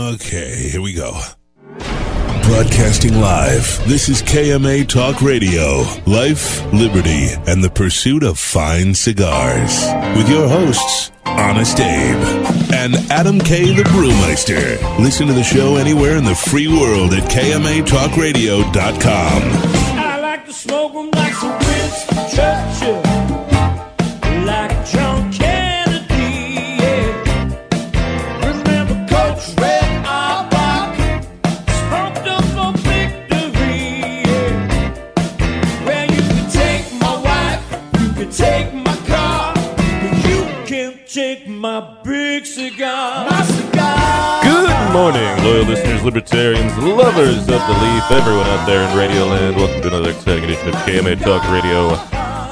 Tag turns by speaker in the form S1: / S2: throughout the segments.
S1: Okay, here we go. Broadcasting live, this is KMA Talk Radio, Life, Liberty, and the Pursuit of Fine Cigars. With your hosts, Honest Abe and Adam K. the Brewmeister. Listen to the show anywhere in the free world at KMATalkRadio.com.
S2: I like to smoke 'em like some Winston Churchill, like John Kennedy. Yeah. Remember Coach Red Auerbach, pumped up for victory. Yeah. Well, you can take my wife, you can take my car, but you can't take my big cigar. My cigar.
S3: Good morning, loyal listeners, libertarians, lovers of the leaf, everyone out there in Radio Land. Welcome to another exciting edition of KMA Talk Radio,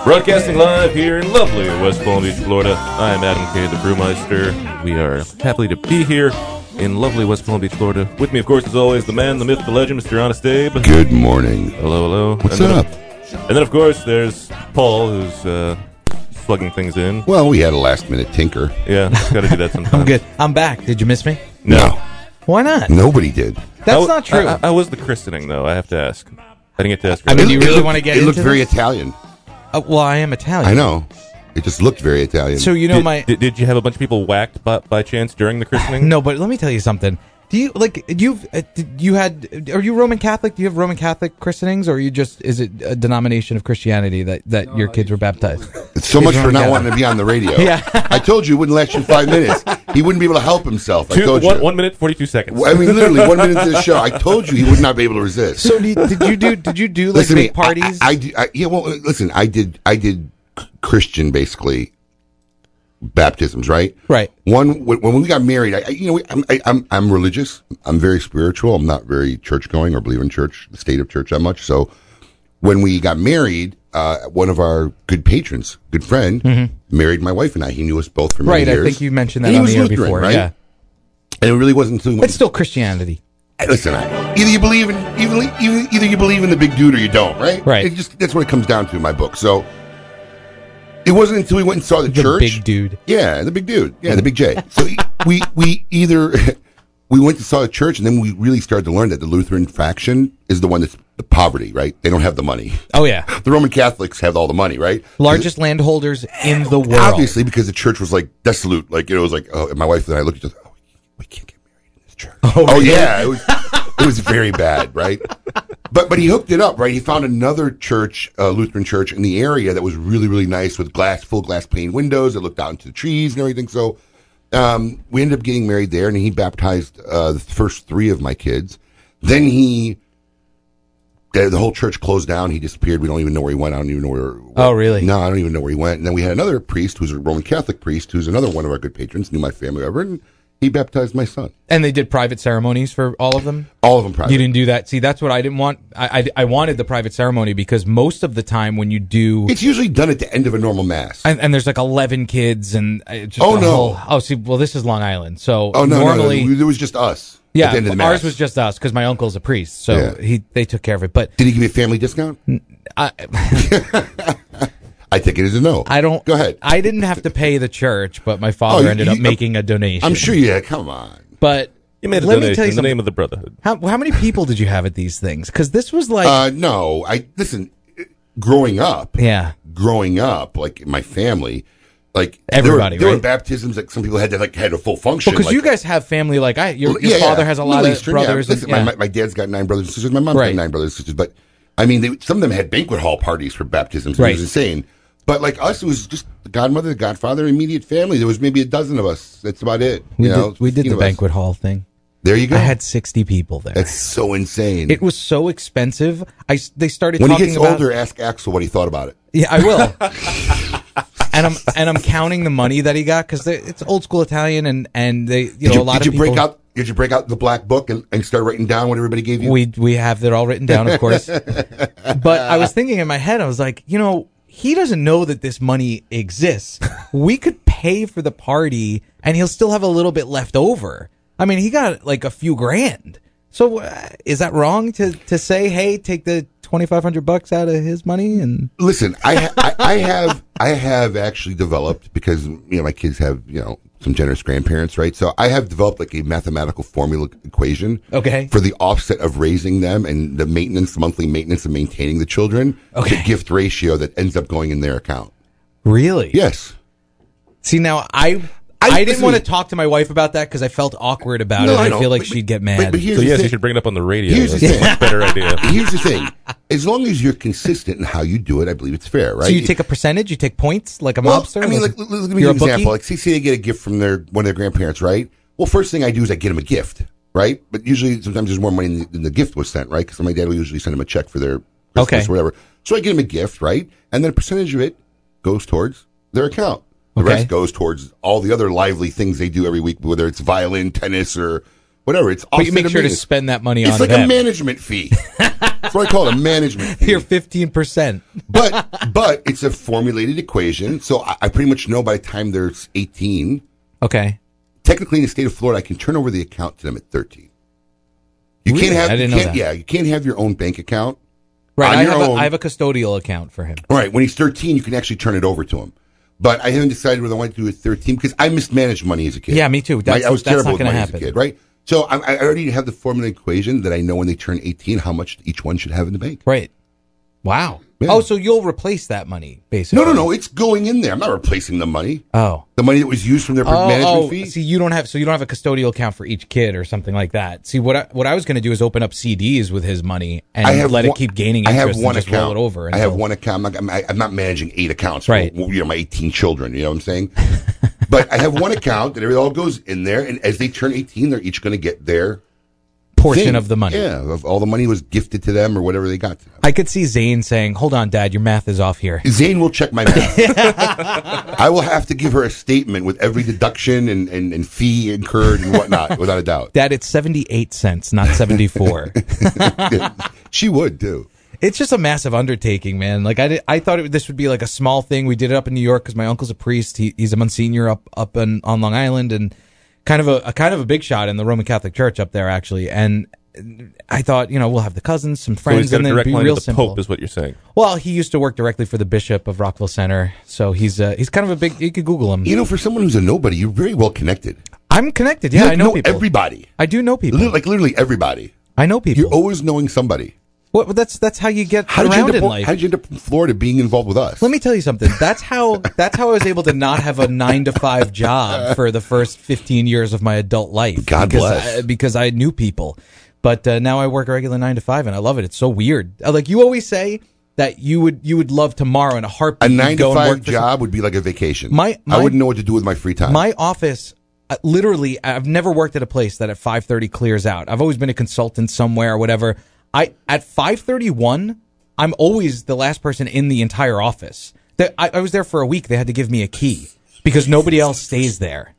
S3: broadcasting live here in lovely West Palm Beach, Florida. I am Adam K. the Brewmeister. We are happy to be here in lovely West Palm Beach, Florida. With me, of course, as always, the man, the myth, the legend, Mr. Honest Abe.
S4: Good morning.
S3: Hello, hello.
S4: What's
S3: and
S4: up?
S3: Then, and then, of course, there's Paul, who's uh, plugging things in.
S4: Well, we had a last minute tinker.
S3: Yeah, gotta do that sometimes.
S5: I'm good. I'm back. Did you miss me?
S3: No.
S5: Why not?
S4: Nobody did.
S3: I
S5: That's
S3: w-
S5: not true.
S3: I, I was the christening, though. I have to ask. I didn't get to ask.
S5: I mean,
S3: earlier.
S5: Do you
S4: It
S5: really
S4: looked-
S5: wanna get
S4: It looked
S5: into
S4: very
S5: this?
S4: Italian.
S5: Uh, well, I am Italian.
S4: I know. It just looked very Italian.
S5: So you know
S3: did,
S5: my
S3: did, did you have a bunch of people whacked by, by chance during the christening?
S5: no, but let me tell you something. Do you like you? Uh, did you had? Are you Roman Catholic? Do you have Roman Catholic christenings, or are you just is it a denomination of Christianity that that your kids were baptized?
S4: it's so much for
S5: Roman
S4: not
S5: Catholic.
S4: wanting to be on the radio.
S5: Yeah.
S4: I told you it wouldn't last you five minutes. He wouldn't be able to help himself. I
S3: Two-
S4: told
S3: one,
S4: you.
S3: one minute forty two seconds.
S4: I mean, literally, one minute into the show, I told you he would not be able to resist.
S5: So do you, did you do? Did you do like
S4: listen
S5: big
S4: to me. I-
S5: parties?
S4: I, I, did- I- yeah. Well, listen. I did. I did Christian basically baptisms. Right.
S5: Right.
S4: One when when we got married. I, I you know we- I'm I, I'm I'm religious. I'm very spiritual. I'm not very church going or believe in church, the state of church that much. So when we got married, uh, one of our good patrons, good friend, married my wife and I. He knew us both for many
S5: Mm-hmm. right.
S4: years.
S5: I think you mentioned that
S4: And he
S5: on the
S4: was
S5: air
S4: Lutheran,
S5: before.
S4: right?
S5: Yeah.
S4: And it really wasn't until
S5: It's still Christianity.
S4: Hey, Listen, I- either you believe in either, either either you believe in the big dude or you don't, right?
S5: Right.
S4: It just that's what it comes down to in my book. So it wasn't until we went and saw the,
S5: The
S4: church.
S5: big dude. Hmm.
S4: Yeah, the big dude. Yeah, the big J. So e- we we either we went and saw the church, and then we really started to learn that the Lutheran faction is the one that's the poverty, right? They don't have the money.
S5: Oh yeah,
S4: The Roman Catholics have all the money, right?
S5: largest landholders in the world.
S4: Obviously, because the church was like desolate. Like you know, it was like oh, and my wife and I looked at each other. Oh, we can't get married in this church. Oh, yeah, it was it was very bad, right? But but he hooked it up, right? He found another church, uh, Lutheran church in the area that was really really nice with glass, full glass pane windows that looked out into the trees and everything. So um, we ended up getting married there, and he baptized uh, the first three of my kids. Then he. The the whole church closed down. He disappeared. We don't even know where he went. I don't even know where.
S5: Oh, really?
S4: No, I don't even know where he went. And then we had another priest who's a Roman Catholic priest who's another one of our good patrons, knew my family ever, and he baptized my son.
S5: And they did private ceremonies for all of them.
S4: All of them private.
S5: You didn't do that. See, that's what I didn't want. I, I, I wanted the private ceremony because most of the time when you do,
S4: It's usually done at the end of a normal mass.
S5: and, and there's like 11 kids and uh, it's just
S4: Oh,
S5: a
S4: no.
S5: whole- oh, see, well, this is Long Island. So
S4: oh no,
S5: normally,
S4: no, no, it was just us. at the end of the
S5: yeah,
S4: mass.
S5: ours was just us because my uncle's a priest. So
S4: Yeah.
S5: he, they took care of it. But
S4: Did he give you a family discount?
S5: I,
S4: I think it is a no.
S5: I don't,
S4: Go ahead. Oh,
S5: I didn't have to pay the church, but my father
S4: you-
S5: ended
S4: you-
S5: up making a donation.
S4: I'm sure you. Yeah, come on.
S5: But
S3: you made a
S5: let
S3: donation
S5: me tell you
S3: in the
S5: something.
S3: name of the brotherhood.
S5: how, how many people did you have at these things? Because this was like,
S4: Uh, no, I listen. Growing up,
S5: yeah.
S4: growing up, like in my family, like
S5: Everybody,
S4: there were, there were
S5: right?
S4: baptisms that some people had that like had a full function.
S5: Because
S4: like-
S5: you guys have family like I. Your, your
S4: Yeah, yeah.
S5: father has a lot
S4: Middle
S5: of
S4: Eastern, yeah.
S5: brothers. and-
S4: Listen,
S5: yeah.
S4: my, my, my dad's got nine brothers and sisters. My mom's
S5: Right.
S4: got nine brothers and sisters. But I mean, they, some of them had banquet hall parties for baptisms. It
S5: Right.
S4: was insane. But like us, it was just the godmother, the godfather, immediate family. There was maybe a dozen of us. That's about it.
S5: We
S4: you
S5: did,
S4: know,
S5: we did
S4: 15
S5: the
S4: of us.
S5: banquet hall thing.
S4: There you go.
S5: I had 60 people there.
S4: That's so insane.
S5: it was so expensive. I s- they started
S4: when he
S5: talking
S4: gets
S5: about
S4: older, ask Axel what he thought about it.
S5: Yeah, I will. and I'm and I'm counting the money that he got cuz it's old school Italian and and they you know
S4: Did
S5: a
S4: you,
S5: lot
S4: did
S5: of
S4: you
S5: people
S4: break out? Did you break out the black book and, and start writing down what everybody gave you?
S5: we we have that all written down of course. but I was thinking in my head I was like, you know, he doesn't know that this money exists. We could pay for the party and he'll still have a little bit left over. I mean, he got like a few grand. So uh, is that wrong to to say, "Hey, take the 2500 bucks out of his money and
S4: Listen, I, ha- I I have I have actually developed because you know my kids have you know some generous grandparents, right? So I have developed like a mathematical formula equation
S5: Okay.
S4: for the offset of raising them and the maintenance, monthly maintenance and maintaining the children,
S5: Okay.
S4: the gift ratio that ends up going in their account.
S5: Really?
S4: Yes.
S5: See now, I
S4: I-
S5: I, didn't
S4: listen-
S5: want to talk to my wife about that because I felt awkward about it.
S4: I
S5: I,
S4: know,
S5: feel like
S4: but-
S5: she'd get
S4: But,
S5: mad.
S4: but here's
S3: So
S4: the
S3: yes,
S4: thing.
S3: you should bring it up on the radio.
S4: Here's the
S3: That's a
S4: thing.
S3: much better idea.
S4: here's the thing. As long as you're consistent in how you do it, I believe it's fair, right?
S5: So you take a percentage, you take points, like a mobster.
S4: I mean, like, l- l- let me give you
S5: You're
S4: an
S5: a bookie?
S4: example. Like, see, say they get a gift from their one of their grandparents, right? Well, first thing I do is I get them a gift, right? But usually, sometimes there's more money than the, than the gift was sent, right? Because my dad will usually send them a check for their Christmas
S5: Okay.
S4: or whatever. So I get them a gift, right? And then a percentage of it goes towards their account. The
S5: Okay.
S4: rest goes towards all the other lively things they do every week, whether it's violin, tennis, or whatever. It's
S5: but you make sure to
S4: spend.
S5: spend that money
S4: It's
S5: on
S4: like a
S5: them.
S4: management fee. That's what I call it, a management fee.
S5: You're fifteen percent.
S4: But but it's a formulated equation, so I, I pretty much know by the time they're 18.
S5: Okay.
S4: Technically, in the state of Florida, I can turn over the account to them at 13. You
S5: Really?
S4: can't have
S5: I didn't
S4: you
S5: know
S4: can't,
S5: that.
S4: yeah you can't have your own bank account.
S5: Right.
S4: On
S5: I
S4: your
S5: have, a,
S4: own.
S5: I have a custodial account for him.
S4: All right, when he's 13, you can actually turn it over to him. But I haven't decided whether I want to do it at 13 because I mismanaged money as a kid.
S5: Yeah, me too.
S4: Like,
S5: That's-
S4: I was
S5: that's
S4: terrible
S5: not
S4: with
S5: gonna
S4: money as
S5: happen.
S4: a kid, right? So I, I already have the formula equation that I know when they turn 18 how much each one should have in the bank.
S5: Right. Wow.
S4: Yeah.
S5: Oh, so you'll replace that money basically?
S4: No, no, no. It's going in there. I'm not replacing the money.
S5: Oh.
S4: The money that was used from their management
S5: Oh, oh,
S4: fee.
S5: see, you don't have so you don't have a custodial account for each kid or something like that. See, what I, what I was going to do is open up CDs with his money and let
S4: one-
S5: it keep gaining
S4: I
S5: interest
S4: have one
S5: and just
S4: account.
S5: roll it over.
S4: I have
S5: until-
S4: one account. I'm not, I'm- I- I'm not managing eight accounts.
S5: Right.
S4: Well, You know, my 18 children. You know what I'm saying? but I have one account that it all goes in there. And as they turn 18, they're each going to get their
S5: portion
S4: thing.
S5: of the money.
S4: Yeah. Of all the money was gifted to them or whatever they got to them.
S5: I could see Zane saying, "Hold on, Dad, your math is off here."
S4: Zane will check my math. I will have to give her a statement with every deduction and, and, and fee incurred and whatnot, without a doubt.
S5: Dad, it's seventy-eight cents, not seventy-four.
S4: She would, too.
S5: it's just a massive undertaking, man. Like I, did, I thought it, this would be like a small thing. We did it up in New York because my uncle's a priest. He, he's a Monsignor up up in, on Long Island and kind of a, a kind of a big shot in the Roman Catholic Church up there, actually. And I thought, you know, we'll have the cousins, some
S3: So
S5: friends,
S3: he's got
S5: and
S3: a
S5: then
S3: direct
S5: be
S3: line
S5: real
S3: to the
S5: simple.
S3: Pope, is what you're saying.
S5: well, he used to work directly for the Bishop of Rockville Center, so he's uh, he's kind of a big. You could Google him.
S4: You know, for someone who's a nobody, you're very well connected.
S5: I'm connected. Yeah,
S4: You
S5: I know, people.
S4: everybody.
S5: I do know
S4: Li-
S5: people.
S4: Like literally everybody.
S5: I know people.
S4: You're always knowing somebody.
S5: Well, but that's that's how you get
S4: How did, you
S5: around
S4: end
S5: in
S4: up,
S5: life.
S4: how did you end up in Florida being involved with us?
S5: Let me tell you something. That's how that's how I was able to not have a nine to five job for the first fifteen years of my adult life.
S4: God
S5: because
S4: bless.
S5: I, because I knew people, but uh, now I work a regular nine to five, and I love it. It's so weird. Uh, Like you always say that you would you would love tomorrow in a
S4: a
S5: heartbeat. you'd
S4: nine
S5: go and
S4: to five
S5: work for some-
S4: job would be like a vacation.
S5: My-
S4: I
S5: my-
S4: wouldn't know what to do with my free time.
S5: my office uh, literally i've never worked at a place that at 5.30 clears out i've always been a consultant somewhere or whatever i at 5.31 i'm always the last person in the entire office that I, I was there for a week they had to give me a key because nobody else stays there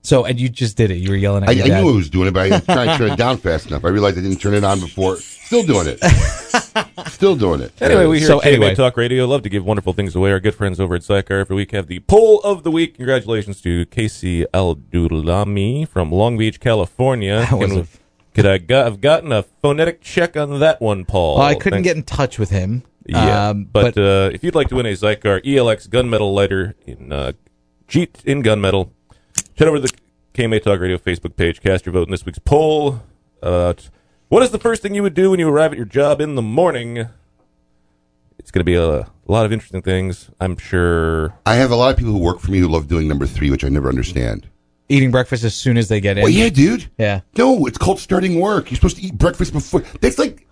S5: so and you just did it you were yelling at
S4: I,
S5: your
S4: I
S5: dad.
S4: knew I was doing it, but I didn't try to turn it down fast enough. I realized I didn't turn it on before. Still doing it. Still doing it.
S3: Anyway, we here
S5: So
S3: at KMA
S5: anyway.
S3: Talk Radio love to give wonderful things away. Our good friends over at Sidecar every week have the poll of the week. Congratulations to Casey Aldulami from Long Beach, California.
S5: That was
S3: Can-
S5: a-
S3: could I got, have gotten a phonetic check on that one, Paul?
S5: well, i couldn't
S3: Thanks.
S5: get in touch with him
S3: Yeah,
S5: Um,
S3: but, uh, if you'd like to win a E Zycar ELX gunmetal lighter in uh, Jeet in gunmetal, head over to the KMA Talk Radio Facebook page. Cast your vote in this week's poll. Uh, t- what is the first thing you would do when you arrive at your job in the morning? It's going to be a, lot of interesting things, I'm sure.
S4: I have a lot of people who work for me who love doing number three, which I never understand.
S5: eating breakfast as soon as they get in
S4: Well, yeah, dude.
S5: Yeah.
S4: No, it's called starting work. You're supposed to eat breakfast before. That's like.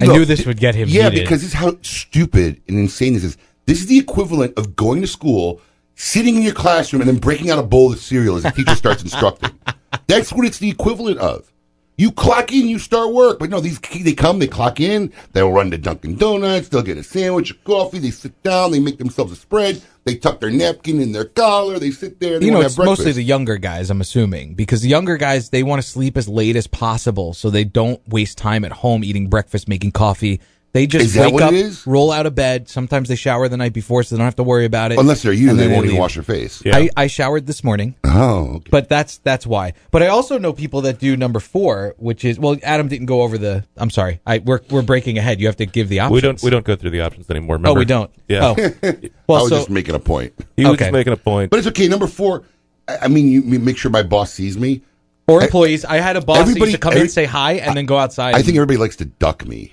S5: I
S4: Look,
S5: knew this
S4: th-
S5: would get him
S4: Yeah,
S5: heated.
S4: because this is how stupid and insane this is. This is the equivalent of going to school, sitting in your classroom, and then breaking out a bowl of cereal as the teacher starts instructing. That's what it's the equivalent of. You clock in, you start work. But no, these ki- they come, they clock in, they'll run to Dunkin' Donuts, they'll get a sandwich, a coffee, they sit down, they make themselves a spread, they tuck their napkin in their collar, they sit there, and they
S5: you know,
S4: wanna have
S5: it's mostly
S4: breakfast.
S5: the younger guys, I'm assuming, because the younger guys, they want to sleep as late as possible so they don't waste time at home eating breakfast, making coffee. They just
S4: Is that
S5: wake
S4: what it
S5: up,
S4: is?
S5: roll out of bed. Sometimes they shower the night before so they don't have to worry about it.
S4: Unless they're you,
S5: And
S4: they
S5: then
S4: won't even
S5: leave.
S4: wash their face.
S3: Yeah.
S5: I, I showered this morning,
S4: Oh, okay.
S5: but that's that's why. But I also know people that do number four, which is well, Adam didn't go over the. I'm sorry, I we're we're breaking ahead. You have to give the options.
S3: We don't we don't go through the options anymore.
S5: Oh,
S3: Remember?
S5: we don't.
S3: Yeah,
S5: Oh,
S4: I
S5: well,
S4: was
S5: so
S4: just making a point.
S3: he was
S5: Okay.
S3: just making a point.
S4: But it's okay. Number four, I I mean, you you make sure my boss sees me.
S5: Or employees. I, had a boss that used
S4: Everybody-
S5: to come in,
S4: every-
S5: say hi, and then go outside.
S4: I think everybody likes to duck me.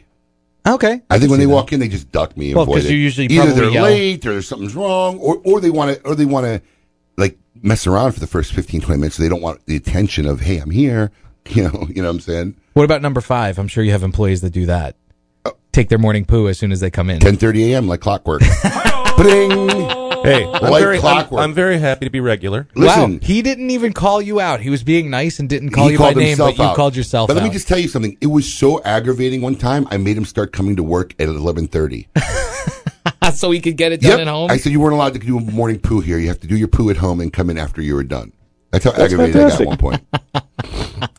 S5: Okay.
S4: I,
S5: can
S4: think
S5: see
S4: when they
S5: that.
S4: walk in, they just duck me. and
S5: Well,
S4: avoid
S5: 'cause
S4: it.
S5: you usually
S4: either
S5: probably
S4: they're
S5: yell.
S4: late or there's something's wrong, or or they want to or they want to like mess around for the first 15, 20 minutes. So they don't want the attention of hey, I'm here. You know, you know what I'm saying.
S5: What about number five? I'm sure you have employees that do that. Take their morning poo as soon as they come in.
S4: Ten thirty a.m. like clockwork. Bling.
S3: Hey, I'm
S4: Like
S3: very, I'm,
S4: clockwork.
S3: I'm very happy to be regular.
S5: wow,
S4: Listen,
S5: he didn't even call you out. He was being nice and didn't call
S4: he
S5: you by
S4: called
S5: name,
S4: himself
S5: but you
S4: out.
S5: called yourself
S4: But let
S5: out.
S4: me just tell you something. It was so aggravating. One time, I made him start coming to work at eleven thirty.
S5: so he could get it done
S4: Yep.
S5: at home.
S4: I said you weren't allowed to do a morning poo here. You have to do your poo at home and come in after you were done. That's how aggravated
S3: fantastic.
S4: I got at one point.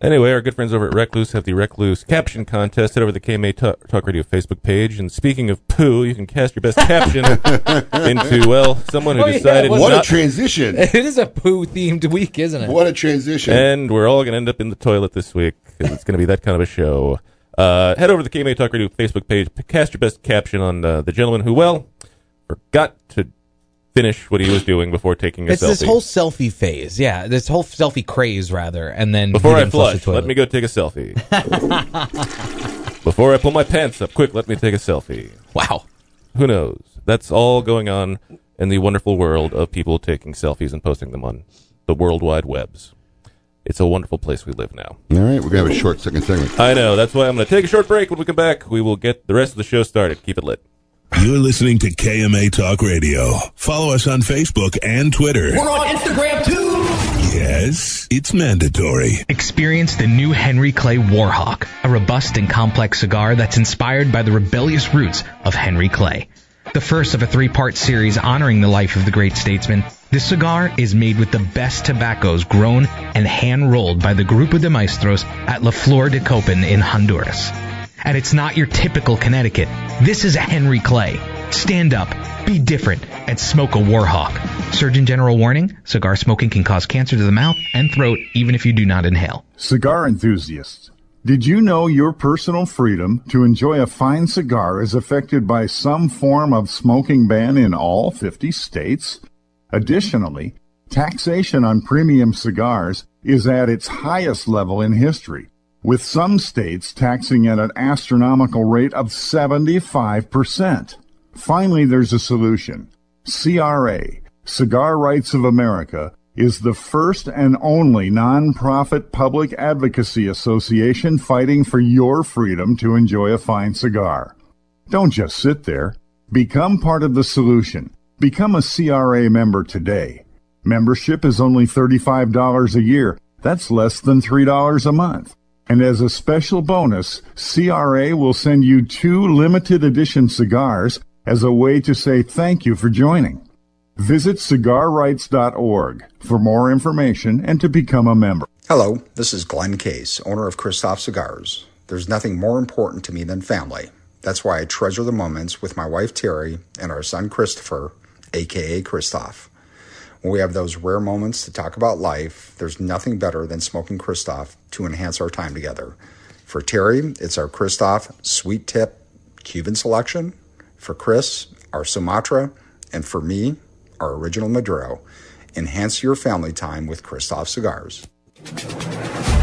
S3: Anyway, our good friends over at Recluse have the Recluse caption contest. Head over to the KMA Talk, Talk Radio Facebook page. And speaking of poo, you can cast your best caption into, well, someone who
S5: Oh, yeah,
S3: decided
S4: what
S3: not
S4: a transition!
S5: it is a poo themed week, isn't it?
S4: What a transition!
S3: And we're all going to end up in the toilet this week 'cause it's going to be that kind of a show. Uh, head over to the KMA Talk Radio Facebook page. p- Cast your best caption on uh, the gentleman who, well, forgot to finish what he was doing before taking a
S5: It's
S3: selfie.
S5: this whole selfie phase, yeah. This whole selfie craze, rather, and then
S3: before
S5: he
S3: I
S5: didn't flush the
S3: flush, let
S5: toilet.
S3: me go take a selfie. before I pull my pants up, quick, let me take a selfie.
S5: Wow,
S3: Who knows? That's all going on in the wonderful world of people taking selfies and posting them on the World Wide Webs. It's a wonderful place we live now.
S4: All right, we're gonna have a short second segment.
S3: I know. That's why I'm going to take a short break. When we come back, we will get the rest of the show started. Keep it lit.
S1: You're listening to KMA Talk Radio. Follow us on Facebook and Twitter.
S6: We're on Instagram too.
S1: Yes, it's mandatory.
S7: Experience the new Henry Clay Warhawk, a robust and complex cigar that's inspired by the rebellious roots of Henry Clay. The first of a three part series honoring the life of the great statesman, this cigar is made with the best tobaccos grown and hand rolled by the Grupo de Maestros at La Flor de Copan in Honduras. And it's not your typical Connecticut. This is a Henry Clay. Stand up, be different, and smoke a Warhawk. Surgeon General warning cigar smoking can cause cancer to the mouth and throat, even if you do not inhale.
S8: Cigar enthusiasts, did you know your personal freedom to enjoy a fine cigar is affected by some form of smoking ban in all 50 states? Additionally, taxation on premium cigars is at its highest level in history, with some states taxing at an astronomical rate of 75%. Finally, there's a solution. CRA, Cigar Rights of America, is the first and only nonprofit public advocacy association fighting for your freedom to enjoy a fine cigar. Don't just sit there. Become part of the solution. Become a CRA member today. Membership is only $35 a year. That's less than $3 a month. And as a special bonus, CRA will send you two limited edition cigars as a way to say thank you for joining. Visit cigarrights.org for more information and to become a member.
S9: Hello, this is Glenn Case, owner of Christoph Cigars. There's nothing more important to me than family. That's why I treasure the moments with my wife Terry and our son Christopher, aka Christoph. When we have those rare moments to talk about life, there's nothing better than smoking Christoph to enhance our time together. For Terry, it's our Christoph Sweet Tip Cuban selection. For Chris, our Sumatra. And for me, our original Maduro. Enhance your family time with Christoph Cigars.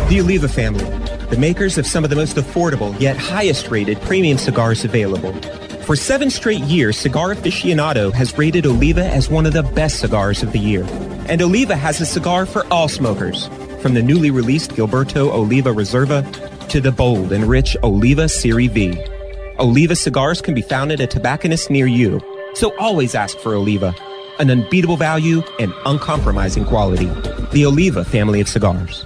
S10: The Oliva family, the makers of some of the most affordable yet highest rated premium cigars available. For seven straight years, Cigar Aficionado has rated Oliva as one of the best cigars of the year. And Oliva has a cigar for all smokers, from the newly released Gilberto Oliva Reserva to the bold and rich Oliva Serie V. Oliva cigars can be found at a tobacconist near you, so always ask for Oliva, an unbeatable value and uncompromising quality. The Oliva family of cigars.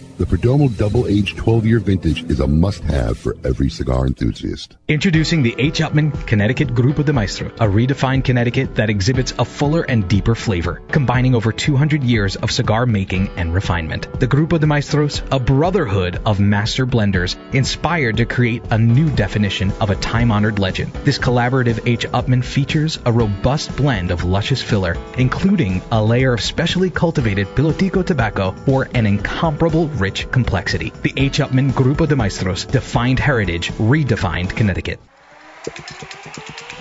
S11: The Perdomo Double Aged 12 Year Vintage is a must have for every cigar enthusiast.
S7: Introducing the H. Upman Connecticut Grupo de Maestro, a redefined Connecticut that exhibits a fuller and deeper flavor, combining over 200 years of cigar making and refinement. The Grupo de Maestros, a brotherhood of master blenders inspired to create a new definition of a time honored legend. This collaborative H. Upman features a robust blend of luscious filler, including a layer of specially cultivated Pilotico tobacco for an incomparable rich complexity. The H. Upman Grupo de Maestros, defined heritage, redefined Connecticut.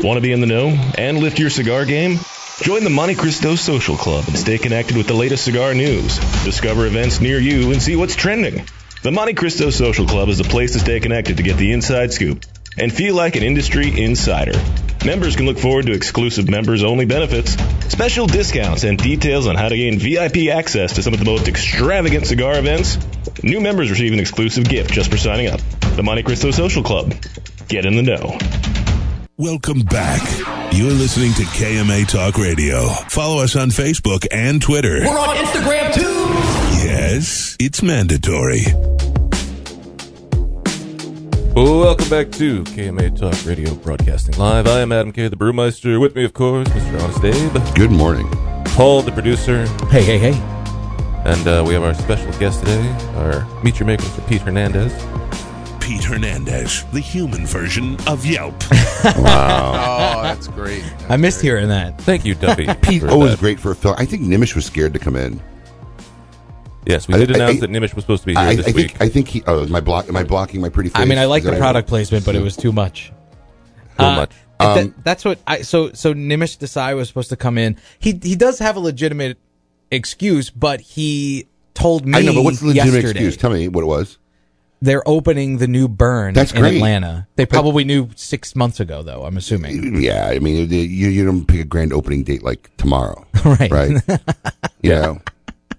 S12: Want to be in the know and lift your cigar game? Join the Monte Cristo Social Club and stay connected with the latest cigar news. Discover events near you and see what's trending. The Monte Cristo Social Club is the place to stay connected to get the inside scoop and feel like an industry insider. Members can look forward to exclusive members only benefits, special discounts, and details on how to gain VIP access to some of the most extravagant cigar events. New members receive an exclusive gift just for signing up. The Monte Cristo Social Club. Get in the know.
S1: Welcome back. You're listening to KMA Talk Radio. Follow us on Facebook and Twitter.
S2: We're on Instagram too.
S1: Yes, it's mandatory.
S3: Welcome back to KMA Talk Radio, broadcasting live. I am Adam K, the brewmeister. With me, of course, Mr. Honest Abe,
S4: Good morning.
S3: Paul, the producer,
S5: Hey, hey, hey.
S3: and uh, we have our special guest today, our meet your maker, Mr. Pete Hernandez.
S1: Pete Hernandez, the human version of Yelp.
S13: Oh, that's great.
S5: I missed hearing that.
S3: Thank you, Duffy.
S4: Pete
S3: for
S4: always
S3: that.
S4: great for a film. I think Nimish was scared to come in.
S3: Yes, we
S4: I-
S3: did
S4: I-
S3: announce
S4: I-
S3: that Nimish was supposed to be here
S4: I, I
S3: this week.
S4: think I think he. Oh, am I block? Am I blocking my pretty face?
S5: I mean, I like
S4: Is that
S5: the
S4: what
S5: product placement, but it was too much.
S3: so
S5: Uh,
S3: much.
S5: Th-
S4: Um,
S5: that's what I so so Nimish Desai was supposed to come in. He he does have a legitimate excuse, but he told me
S4: I know, but what's the legitimate
S5: yesterday
S4: excuse? Tell me what it was.
S5: they're opening the new burn
S4: That's
S5: in
S4: great.
S5: Atlanta. They probably knew six months ago, though. I'm assuming.
S4: Yeah, I mean, you, you don't pick a grand opening date like tomorrow,
S5: Right.
S4: Right? you know,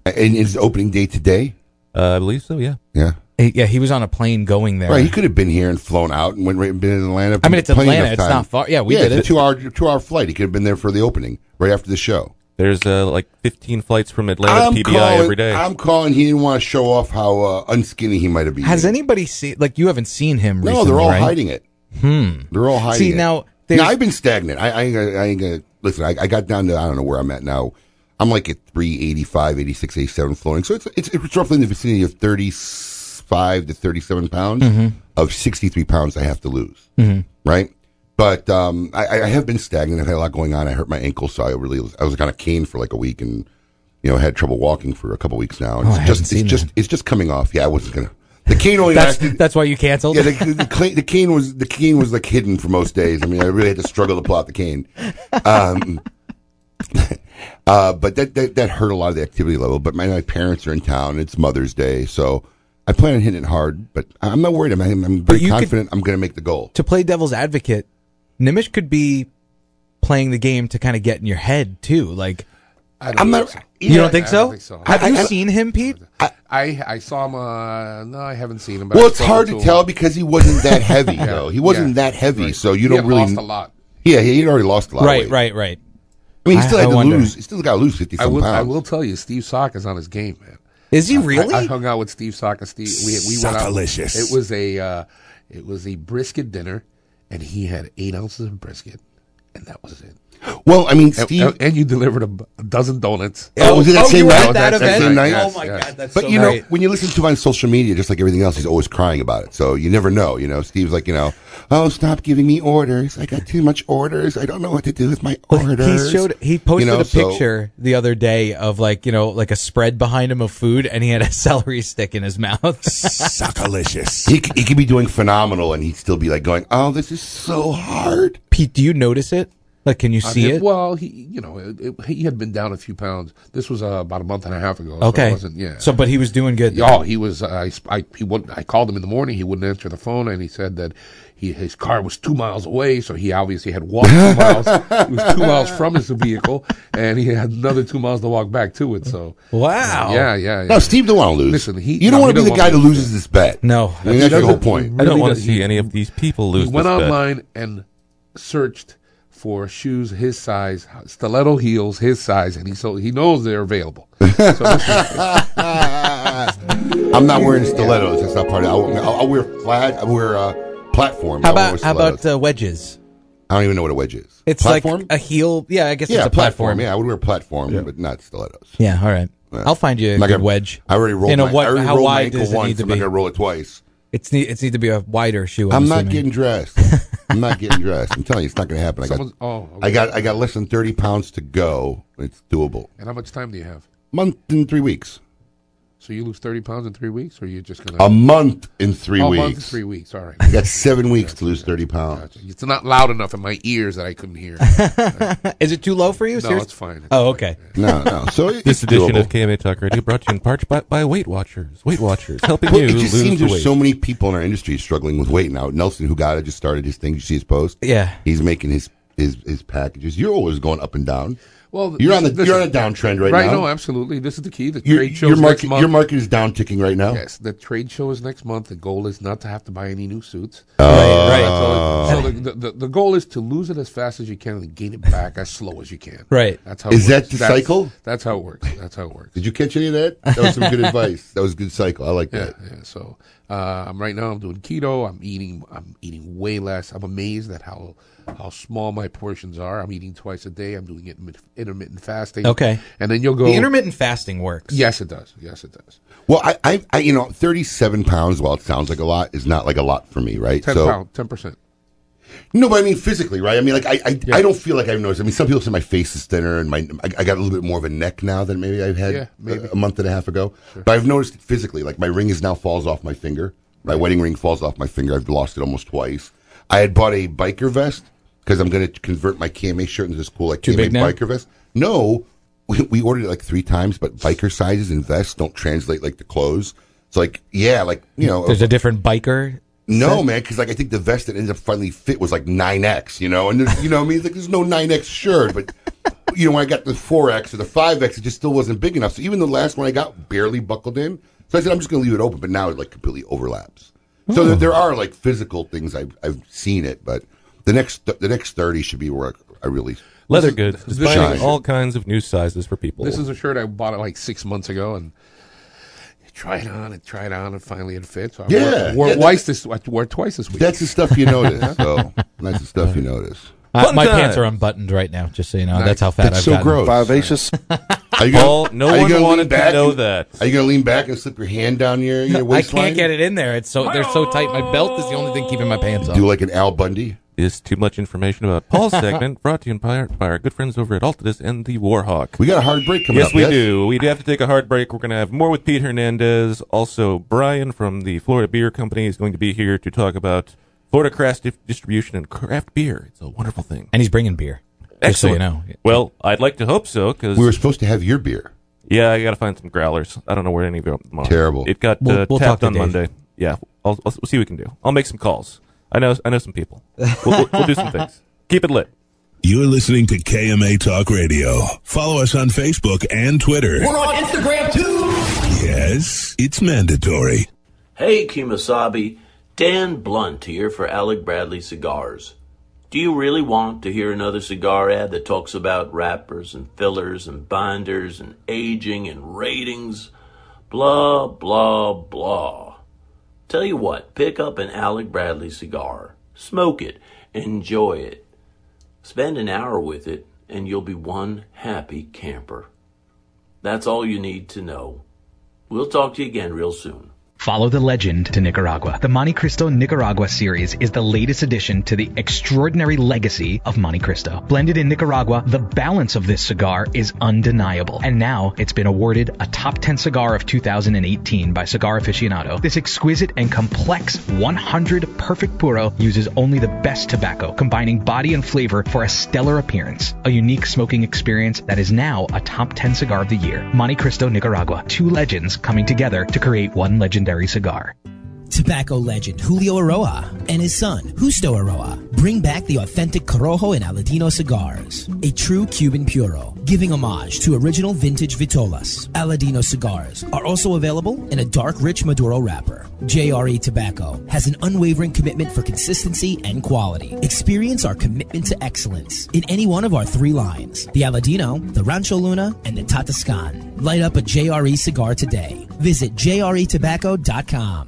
S4: and is the opening day today?
S3: Uh, I believe so, yeah.
S4: Yeah,
S5: He- yeah, he was on a plane going there.
S4: right. He could have been here and flown out and went right and been in Atlanta.
S5: I mean, it's
S4: plenty
S5: Atlanta.
S4: enough
S5: It's
S4: time.
S5: not far. Yeah, we
S4: yeah,
S5: did
S4: it's a
S5: it.
S4: two hour two hour flight. He could have been there for the opening right after the show.
S3: There's uh, like 15 flights from Atlanta to PBI
S4: calling,
S3: every day.
S4: I'm calling. He didn't want to show off how uh, unskinny he might have been.
S5: Has anybody seen? Like, you haven't seen him?
S4: No,
S5: recently,
S4: they're all
S5: right?
S4: hiding it. Hmm. They're all hiding.
S5: See,
S4: it.
S5: now,
S4: now
S5: there's-
S4: I've been stagnant. I, I, ain't gonna- I ain't gonna listen. I, I got down to I don't know where I'm at now. I'm like at 385, 86, 87 floating. So it's it's, it's roughly in the vicinity of 35 to 37 pounds
S5: Mm-hmm.
S4: of 63 pounds I have to lose. Right. But um, I, I have been stagnant. I had a lot going on. I hurt my ankle, so I really was, I was on a cane for like a week, and you know had trouble walking for a couple weeks now. And
S5: Oh,
S4: it's
S5: I haven't
S4: just
S5: seen
S4: it's just it's just coming off. Yeah, I wasn't gonna. The cane only
S5: That's
S4: lasted.
S5: that's why you canceled.
S4: Yeah, the, the, cla- the cane was the cane was like hidden for most days. I mean, I really had to struggle to pull out the cane. Um, uh, but that, that that hurt a lot of the activity level. But my, my parents are in town. It's Mother's Day, so I plan on hitting it hard. But I'm not worried. I'm I'm, I'm
S5: But
S4: very
S5: you could-
S4: confident. I'm going to make the goal.
S5: to play devil's advocate, Nimish could be playing the game to kind of get in your head too. Like,
S13: I
S4: I'm not-
S13: think so.
S5: you don't think
S13: I
S5: so? Have
S4: I-
S5: you
S4: I-
S5: seen him, Pete?
S13: I, I saw him. Uh, no, I haven't seen him. But
S4: Well,
S13: I
S4: it's
S13: saw
S4: hard
S13: him
S4: to tell because he wasn't that heavy
S13: Yeah,
S4: though. He wasn't
S13: yeah.
S4: that heavy,
S13: Right.
S4: so you
S13: He
S4: don't
S13: had
S4: really.
S13: lost a lot.
S4: Yeah, yeah, he'd already lost a lot. of
S5: Right,
S4: weight.
S5: right, right.
S4: I mean, he
S5: I-
S4: still
S5: I
S4: had to
S5: wonder.
S4: lose. He still got to lose fifty
S13: I
S4: some
S13: will,
S4: pounds.
S13: I will tell you, Steve Sock is on his game, man.
S5: Is he really?
S13: I, I hung out with Steve Sock and Steve. We, we went out.
S1: Sockalicious.
S13: It was a uh, it was a brisket dinner, and he had eight ounces of brisket, and that was it.
S4: Well, I mean,
S13: And,
S4: Steve.
S13: and- and you delivered a b- a dozen donuts.
S4: Oh, was it that
S5: oh,
S4: same
S5: you were
S4: night?
S5: at that
S4: That same
S5: event?
S4: night?
S5: oh
S13: Yes,
S5: my
S13: yes.
S5: god, that's
S4: But
S5: so
S4: you know,
S5: great.
S4: when you listen to him on social media, just like everything else, he's always crying about it. So you never know. You know, Steve's like, you know, oh, stop giving me orders. I got too much orders. I don't know what to do with my
S5: Well,
S4: orders.
S5: he showed he posted
S4: You know,
S5: a
S4: so-
S5: picture the other day of like you know like a spread behind him of food and he had a celery stick in his mouth.
S1: Suckalicious.
S4: He, c- he could be doing phenomenal, and he'd still be like going, "Oh, this is so hard."
S5: Pete, do you notice it? Like, can you see
S13: Uh,
S5: it?
S13: Well, he you know it, it- he had been down a few pounds. This was uh, about a month and a half ago. so it
S5: okay.
S13: wasn't- yeah.
S5: So, but he was doing good.
S13: Oh, he was. I, I he wouldn't. I called him in the morning. He wouldn't answer the phone, and he said that he his car was two miles away, so he obviously had walked two miles. It was two miles from his vehicle, and he had another two miles to walk back to it. So
S5: Wow.
S13: yeah, yeah, yeah.
S4: No, Steve don't want to lose.
S13: Listen, he-
S4: you
S13: no,
S4: don't
S13: he
S4: want to be the
S13: doesn't
S4: guy
S13: wanna
S4: who
S13: lose.
S4: loses this bet.
S5: No.
S4: I mean, that's your whole point.
S3: Oh, I don't
S13: really
S3: want to
S13: does-
S3: see
S13: he-
S3: any of these people lose
S13: he went
S3: this bet.
S13: online and searched for shoes his size, stiletto heels his size, and he so he knows they're available. So
S4: I'm not wearing stilettos. That's not part of it. I'll, I'll, I'll wear flat. I wear uh, platform.
S5: How
S4: I won't
S5: about
S4: wear
S5: how about
S4: stilettos.
S5: uh, wedges?
S4: I don't even know what a wedge is.
S5: It's
S4: Platform?
S5: like a heel. Yeah, I guess
S4: yeah,
S5: it's a platform.
S4: Yeah, I would wear platform, but not stilettos.
S5: Yeah, all right.
S4: Yeah.
S5: I'll find you a
S4: I'm not
S5: good
S4: gonna-
S5: wedge.
S4: I already rolled.
S5: In a
S4: my,
S5: what-
S4: I already
S5: how
S4: rolled my
S5: wide
S4: ankle
S5: does it
S4: once,
S5: need to
S4: I'm not
S5: be?
S4: gonna roll it twice.
S5: It's need it's need to be a wider shoe.
S4: I'm not
S5: assuming.
S4: getting dressed. I'm not getting dressed. I'm telling you, it's not going to happen. I got,
S13: Someone's- oh, okay.
S4: I got, I got less than 30 pounds to go. It's doable.
S13: And how much time do you have?
S4: Month in three weeks.
S13: So you lose thirty pounds in three weeks, or you're just gonna
S4: A month in three
S13: Oh, a
S4: weeks.
S13: month in three weeks. All right.
S4: I got seven weeks to lose 30 pounds.
S13: It's not loud enough in my ears that I couldn't hear.
S5: Is it too low for you?
S13: No,
S5: Seriously?
S13: it's fine. It's
S5: oh, okay.
S4: No, no. So it,
S3: This
S4: it's
S3: edition
S4: doable.
S3: of KMA Talk Radio brought to you in part by, by Weight Watchers. Weight Watchers helping
S4: Well,
S3: you
S4: it just
S3: lose
S4: seems
S3: the
S4: there's
S3: weight.
S4: so many people in our industry struggling with weight now. Nelson, who got it, just started his thing. You see his post.
S5: Yeah.
S4: He's making his his his packages. You're always going up and down.
S13: Well,
S4: you're on the
S13: this- this-
S4: you're on a downtrend right,
S13: right,
S4: now.
S13: no, absolutely. This is the key. The
S4: your,
S13: trade show
S4: your
S13: next
S4: market
S13: month.
S4: your market is down ticking right now.
S13: Yes, the trade show is next month. The goal is not to have to buy any new suits.
S4: Oh.
S5: right.
S13: So, so the, the, the goal is to lose it as fast as you can and gain it back as slow as you can.
S5: Right.
S13: That's how
S4: Is
S13: it
S4: that
S13: works.
S4: the
S13: That's-
S4: cycle?
S13: That's how it works. That's how it works.
S4: Did you catch any of that? That was some good advice. That was a good cycle. I like
S13: Yeah,
S4: that.
S13: yeah. So uh, I'm right now. I'm doing keto. I'm eating. I'm eating way less. I'm amazed at how how small my portions are. I'm eating twice a day. I'm doing intermit- intermittent fasting.
S5: Okay.
S13: and then you'll go
S5: The intermittent fasting works.
S13: Yes, it does. Yes, it does.
S4: Well, I, I, I, you know, 37 pounds, while it sounds like a lot, is not like a lot for me, right?
S13: Ten pound, ten percent.
S4: no, but I mean physically, right? I mean, like, I, I, I don't feel like I've noticed. I mean, some people say my face is thinner and my, I, I got a little bit more of a neck now than maybe I've had
S13: Yeah, maybe.
S4: A, a month and a half ago. But I've noticed it physically, like my ring is now falls off my finger. My wedding ring falls off my finger. I've lost it almost twice. I had bought a biker vest because I'm going to convert my KMA shirt into this cool, like,
S5: Too
S4: KMA
S5: big now?
S4: biker vest. No, we, we ordered it like three times, but biker sizes and vests don't translate like the clothes. It's like, yeah, like, you know,
S5: There's a different biker.
S4: no, man, because like I think the vest that ended up finally fit was like nine X, you know, and there's, you know, what I mean, like there's no nine X shirt, but you know, when I got the four X or the five X, it just still wasn't big enough. So even the last one I got barely buckled in. So I said I'm just going to leave it open, but now it like completely overlaps. So there, there are like physical things I've I've seen it, but the next the next thirty should be where I really
S3: Leather goods,
S13: this
S3: displaying
S4: is-
S3: all kinds of new sizes for people.
S13: This is a shirt I bought it like six months ago and. Try it on and try it on and finally it fits. So I
S4: Yeah,
S13: wore, wore
S4: yeah, that-
S13: twice this I wore it twice this week.
S4: that's the stuff you notice. So that's the stuff you notice.
S5: Uh,
S3: Fun
S5: my
S3: time.
S5: pants are unbuttoned right now, just so you know. That's how fat
S4: That's
S5: I've
S4: so
S5: gotten.
S4: gross.
S14: Vivacious.
S4: Are you
S3: Paul, no
S4: are you
S3: one
S4: gonna lean
S3: wanted to
S4: back
S3: know
S4: and-
S3: that.
S4: Are you going to lean back and slip your hand down your, your
S5: I
S4: waistline?
S5: can't get it in there. It's so they're so tight. My belt is the only thing keeping my pants
S4: Do
S5: on.
S4: like an Al Bundy.
S3: is too much information about Paul's segment brought to you in part by our good friends over at Altadis and the Warhawk.
S4: We got a hard break coming
S3: yes,
S4: up.
S3: we do. We do have to take a hard break. We're going to have more with Pete Hernandez. Also, Brian from the Florida Beer Company is going to be here to talk about Florida craft dif- distribution and craft beer. It's a wonderful thing.
S5: And he's bringing beer. Just so you know.
S3: Well, I'd like to hope so because
S4: We were supposed to have your beer.
S3: yeah, I got to find some growlers. I don't know where any of them are.
S4: Terrible.
S3: It got
S5: We'll-
S3: uh,
S5: we'll talk
S3: tapped
S5: to
S3: on
S5: Dave.
S3: Monday. Yeah, I'll, I'll, we'll see what we can do. I'll make some calls. I know. I know some people. We'll, we'll, we'll do some things. Keep it lit.
S1: You're listening to KMA Talk Radio. Follow us on Facebook and Twitter.
S2: We're on Instagram too.
S1: Yes, it's mandatory.
S2: Hey, Kimasabi. Dan Blunt here for Alec Bradley Cigars. Do you really want to hear another cigar ad that talks about wrappers and fillers and binders and aging and ratings? Blah, blah, blah. Tell you what, pick up an Alec Bradley cigar. Smoke it. Enjoy it. Spend an hour with it, and you'll be one happy camper. That's all you need to know. We'll talk to you again real soon.
S7: Follow the legend to Nicaragua. The Monte Cristo Nicaragua series is the latest addition to the extraordinary legacy of Monte Cristo. Blended in Nicaragua, the balance of this cigar is undeniable. And now it's been awarded a top 10 cigar of 2018 by Cigar Aficionado. This exquisite and complex 100 perfect puro uses only the best tobacco, combining body and flavor for a stellar appearance. A unique smoking experience that is now a top 10 cigar of the year. Monte Cristo Nicaragua. Two legends coming together to create one legendary cigar.
S14: Tobacco legend Julio Aroa and his son, Justo Aroa, bring back the authentic Corojo and Aladino cigars, a true Cuban puro, giving homage to original vintage Vitolas. Aladino cigars are also available in a dark, rich Maduro wrapper. JRE Tobacco has an unwavering commitment for consistency and quality. Experience our commitment to excellence in any one of our three lines the Aladino, the Rancho Luna, and the Tatascan. Light up a JRE cigar today. Visit E jretobacco.com.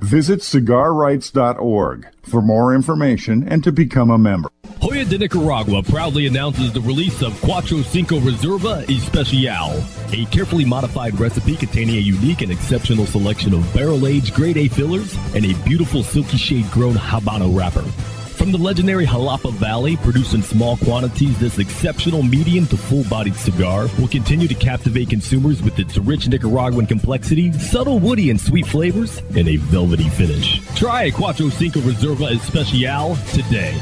S8: Visit cigarrights.org for more information and to become a member.
S15: Hoya de Nicaragua proudly announces the release of Cuatro Cinco Reserva Especial, a carefully modified recipe containing a unique and exceptional selection of barrel-aged grade A fillers and a beautiful silky shade-grown Habano wrapper. From the legendary Jalapa Valley, produced in small quantities, this exceptional medium to full-bodied cigar will continue to captivate consumers with its rich Nicaraguan complexity, subtle woody and sweet flavors, and a velvety finish. Try a Cuatro Cinco Reserva Especial today.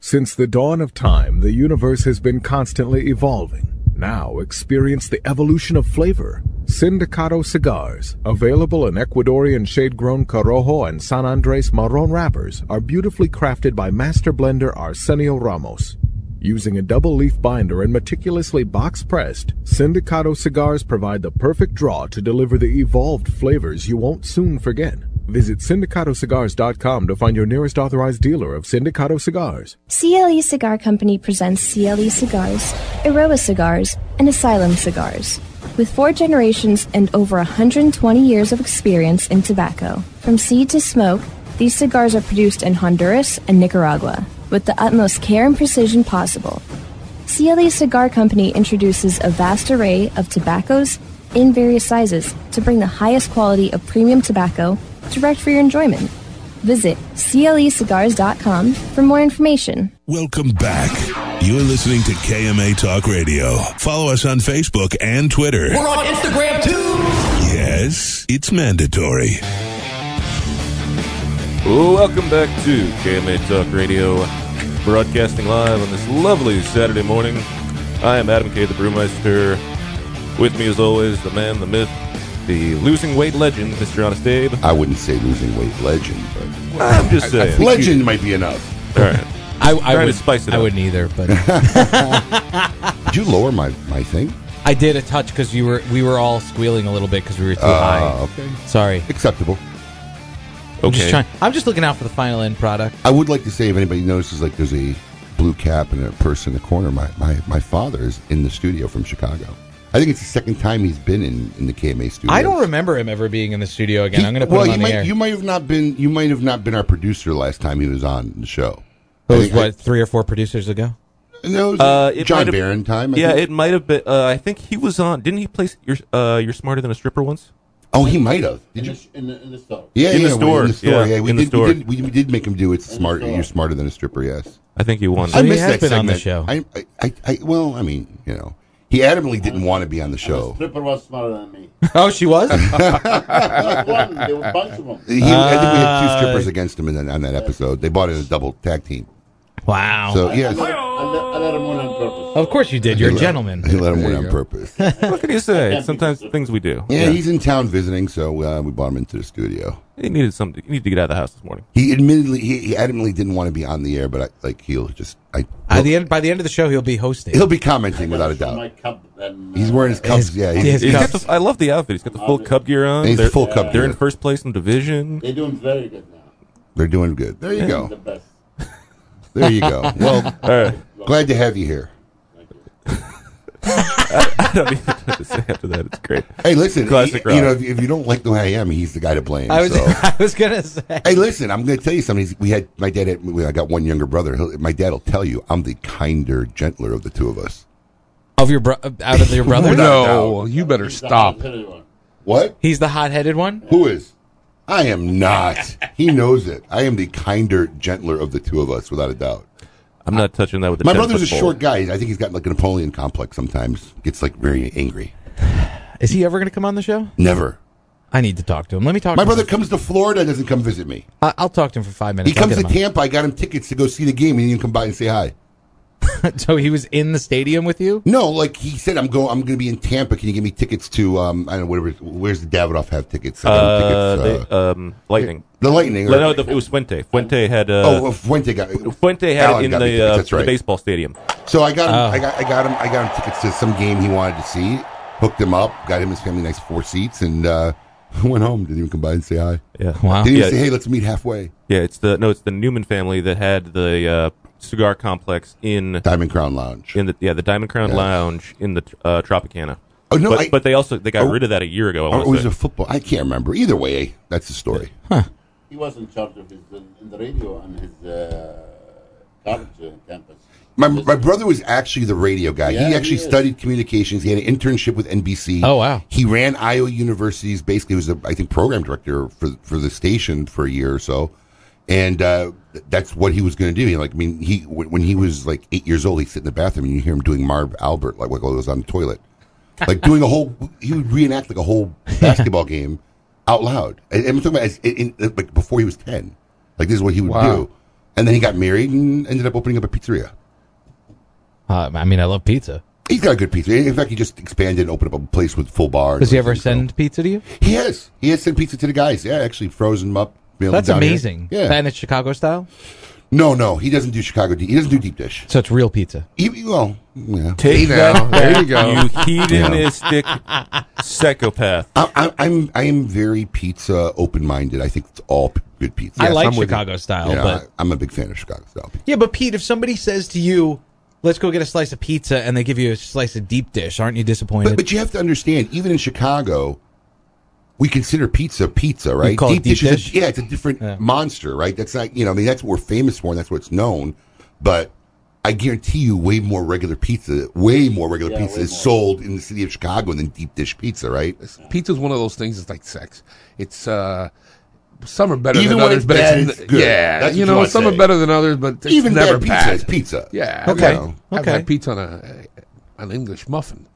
S16: Since the dawn of time, the universe has been constantly evolving. Now experience the evolution of flavor. Sindicato cigars, available in Ecuadorian shade-grown Corojo and San Andres Marron wrappers, are beautifully crafted by master blender Arsenio Ramos. Using a double-leaf binder and meticulously box-pressed, Sindicato cigars provide the perfect draw to deliver the evolved flavors you won't soon forget. Visit syndicatocigars.com to find your nearest authorized dealer of Sindicato cigars.
S17: CLE E Cigar Company presents CLE Cigars, Eroa Cigars, and Asylum Cigars. With four generations and over 120 years of experience in tobacco, from seed to smoke, these cigars are produced in Honduras and Nicaragua with the utmost care and precision possible. CLE Cigar Company introduces a vast array of tobaccos in various sizes to bring the highest quality of premium tobacco direct for your enjoyment. Visit E clecigars.com for more information.
S1: Welcome back. You're listening to KMA Talk Radio. Follow us on Facebook and Twitter.
S2: We're on Instagram too.
S1: Yes, it's mandatory.
S3: Welcome back to KMA Talk Radio, broadcasting live on this lovely Saturday morning. I am Adam K. the Brewmeister. With me, as always, the man, the myth, the losing weight legend, Mr. Honest Abe.
S4: I wouldn't say losing weight legend, but
S3: I'm just
S4: I- I
S3: saying.
S4: think legend might be enough.
S3: All right.
S5: I,
S3: Try
S5: I,
S3: to
S5: would,
S3: spice it
S5: I
S3: up.
S5: wouldn't either, but
S4: Did you lower my, my thing?
S5: I did a touch because you were we were all squealing a little bit because we were too
S3: Uh,
S4: Ah,
S5: high.
S4: okay.
S5: Sorry.
S4: Acceptable.
S5: I'm just
S4: Okay.
S5: trying. I'm just looking out for the final end product.
S4: I would like to say if anybody notices, like there's a blue cap and a person in the corner. My, my, my father is in the studio from Chicago. I think it's the second time he's been in, in the KMA studio.
S5: I don't remember him ever being in the studio again. I'm going to put
S4: well,
S5: him
S4: you
S5: on the
S4: might
S5: air.
S4: you might have not been you might have not been our producer last time he was on the show.
S5: That
S4: I
S5: was
S4: think
S5: what three or four producers ago.
S4: I- no, it was
S3: Uh, it might
S4: John
S3: have-
S4: Barron time. I
S3: yeah,
S4: think.
S3: it might have been. Uh, I think he was on. Didn't he play? s- You're uh, you're smarter than a stripper once.
S4: oh, he might have. Did you?
S10: in the, in the store.
S4: Yeah,
S3: In
S4: yeah,
S3: the
S4: we-
S3: store,
S4: In the store.
S3: yeah,
S4: Yeah, we,
S3: in the
S4: did,
S3: store.
S4: we did. We, we did make him do it. Smart. You're smarter than a stripper. Yes.
S3: I think he won.
S4: I
S5: he
S4: missed
S5: has
S4: that
S5: been on the
S4: segment. I, I, I, well, I mean, you know, he adamantly didn't want to be on the show.
S10: Stripper was smarter than me.
S5: Oh, she was.
S10: Not one, there were a bunch of them.
S4: Uh, He, I think we had
S3: Ah,
S4: two
S5: Uh,
S4: strippers against him in that, on that episode. They bought it as a double tag team.
S5: wow.
S4: So yes,
S10: I let, I let him win on purpose.
S5: of course you did. You're a gentleman.
S4: he let him win on purpose. Yeah,
S3: what can you say? Sometimes things we do.
S4: he's in town visiting, so uh, we brought him into the studio.
S3: He needed something. He needed to get out of the house this morning.
S4: He admittedly, he, he adamantly didn't want to be on the air, but I, like he'll just, I,
S5: At the end, by the end of the show, he'll be hosting.
S4: he'll be commenting without a doubt. He's wearing his cups. Yeah, he's,
S5: his
S4: he's-
S3: He's got
S5: cups.
S3: the, I love the outfit. He's got the full cub gear on.
S4: He's
S3: they're,
S4: full cub
S3: They're in
S4: gear.
S3: first place in division.
S10: They're doing very good now.
S4: they're doing good. There you go.
S10: The best.
S4: There you go. Well,
S3: All right.
S4: glad to have you here.
S3: I don't even know what to say after that. It's great.
S4: Hey, listen,
S3: Classic
S4: you, you
S3: rock.
S4: know, if, if you don't like the way I am, he's the guy to blame.
S5: I was-
S4: so.
S5: I was gonna say.
S4: Hey, listen, I'm going to tell you something. He's- We had my dad. Had, we- I got one younger brother. He'll, my dad will tell you I'm the kinder, gentler of the two of us.
S5: Of your bro- out of your brother?
S4: No,
S13: you better
S4: stop. What?
S5: He's the hot-headed one.
S4: Who is? I am not. he knows it. I am the kinder, gentler of the two of us, without a doubt.
S3: I'm not touching that with a
S4: my
S3: 10
S4: brother's a
S3: foot pole.
S4: short guy. I think he's got like a Napoleon complex. Sometimes gets like very angry.
S5: Is he ever going to come on the show?
S4: Never.
S5: I need to talk to him. Let me talk.
S4: My
S5: to
S4: brother
S5: Him.
S4: comes to Florida, doesn't come visit me.
S5: I- I'll talk to him for five minutes.
S4: He
S5: I'll
S4: comes
S5: get
S4: to
S5: him on.
S4: Tampa. I got him tickets to go see the game. and He didn't come by and say hi.
S5: so he was in the stadium with you?
S4: No, like he said, I'm going. I'm going to be in Tampa. Can you give me tickets to um? I don't know whatever. Where's the Davidoff have tickets? I got him
S3: Uh,
S4: tickets,
S3: they, um, Lightning.
S4: The Lightning,
S3: No,
S4: or-
S3: no, the- it was Fuente. Fuente had. Uh,
S4: oh, well, Fuente got
S3: Fuente had
S4: Allen
S3: it in
S4: got
S3: the,
S4: me tickets,
S3: uh,
S4: that's right.
S3: the baseball stadium.
S4: oh, So I got him.
S5: Oh.
S4: I got. I got him. I got him tickets to some game he wanted to see. Hooked him up. Got him and his family nice four seats and uh went home. Didn't even come by and say hi.
S3: Yeah. Wow.
S4: Didn't even
S3: Yeah.
S4: say hey. Let's meet halfway.
S3: Yeah, it's the no, it's the Newman family that had the uh, cigar complex in
S4: Diamond Crown Lounge.
S3: In the yeah, the Diamond Crown
S4: Yes.
S3: Lounge in the uh, Tropicana.
S4: Oh, no,
S3: but,
S4: I-
S3: but they also they got
S4: Oh,
S3: rid of that a year ago. I
S4: Or it
S3: wanna
S4: was
S3: say.
S4: a football. I can't remember. Either way, eh, that's the story.
S10: He was in charge of his in the radio and his uh, college uh, campus.
S4: My, my brother was actually the radio guy.
S10: Yeah,
S4: he
S10: he
S4: actually
S10: is.
S4: studied communications. He had an internship with NBC.
S5: Oh, wow.
S4: He ran Iowa University's basically he was a, I think program director for for the station for a year or so, and uh, that's what he was going to do. Like I mean, he when when he was like eight years old, he'd sit in the bathroom and you hear him doing Marv Albert like while he was on the toilet, like doing a whole he would reenact like a whole basketball game out loud. And, and I'm talking about as, in, in, like before he was ten. Like this is what he would
S5: Wow.
S4: do. And then he got married and ended up opening up a pizzeria.
S5: Uh, I mean, I love pizza.
S4: He's got a good pizza. In fact, he just expanded and opened up a place with full bar.
S5: Does he ever send pizza to you?
S4: He has. He has sent pizza to the guys. Yeah, actually frozen them up. mailed them
S5: That's
S4: down here.
S5: amazing.
S4: Yeah.
S5: And it's Chicago style,
S4: No, no, he doesn't do Chicago. Deep, he doesn't do deep dish.
S5: so it's real pizza.
S4: He, well, yeah.
S3: Take
S4: See
S3: that
S4: now,
S3: back,
S4: there you go.
S3: you hedonistic psychopath.
S4: I, I, I'm I am very pizza open minded. I think it's all p- good pizza.
S5: I Yes, like I'm with you. Chicago style,
S4: Yeah,
S5: but-
S4: I, am a big fan of Chicago style. pizza.
S5: Yeah, but Pete, if somebody says to you, "Let's go get a slice of pizza," and they give you a slice of deep dish, aren't you disappointed?
S4: But, but you have to understand, even in Chicago, we consider pizza pizza, right?
S5: call it deep
S4: is a-
S5: dish?
S4: yeah, it's a different monster, right? That's not you know, I mean, that's what we're famous for, and that's what's known. But I guarantee you, way more regular pizza, way more regular
S13: Yeah,
S4: pizza
S13: way
S4: is
S13: more.
S4: sold in the city of Chicago than deep dish pizza, right?
S13: Pizza's one of those things. It's like sex. It's uh, some are better than
S4: Even when
S13: others,
S4: it's
S13: but
S4: bad,
S13: it's,
S4: it's good.
S13: yeah.
S4: That's
S13: you
S4: what you
S13: know,
S4: wanna
S13: some
S4: say.
S13: are better than others, but it's
S4: Even
S13: never
S4: bad pizza
S13: bad.
S4: is pizza.
S13: Yeah.
S4: Okay.
S13: You know, I've
S4: Okay.
S13: had pizza on a, an English muffin.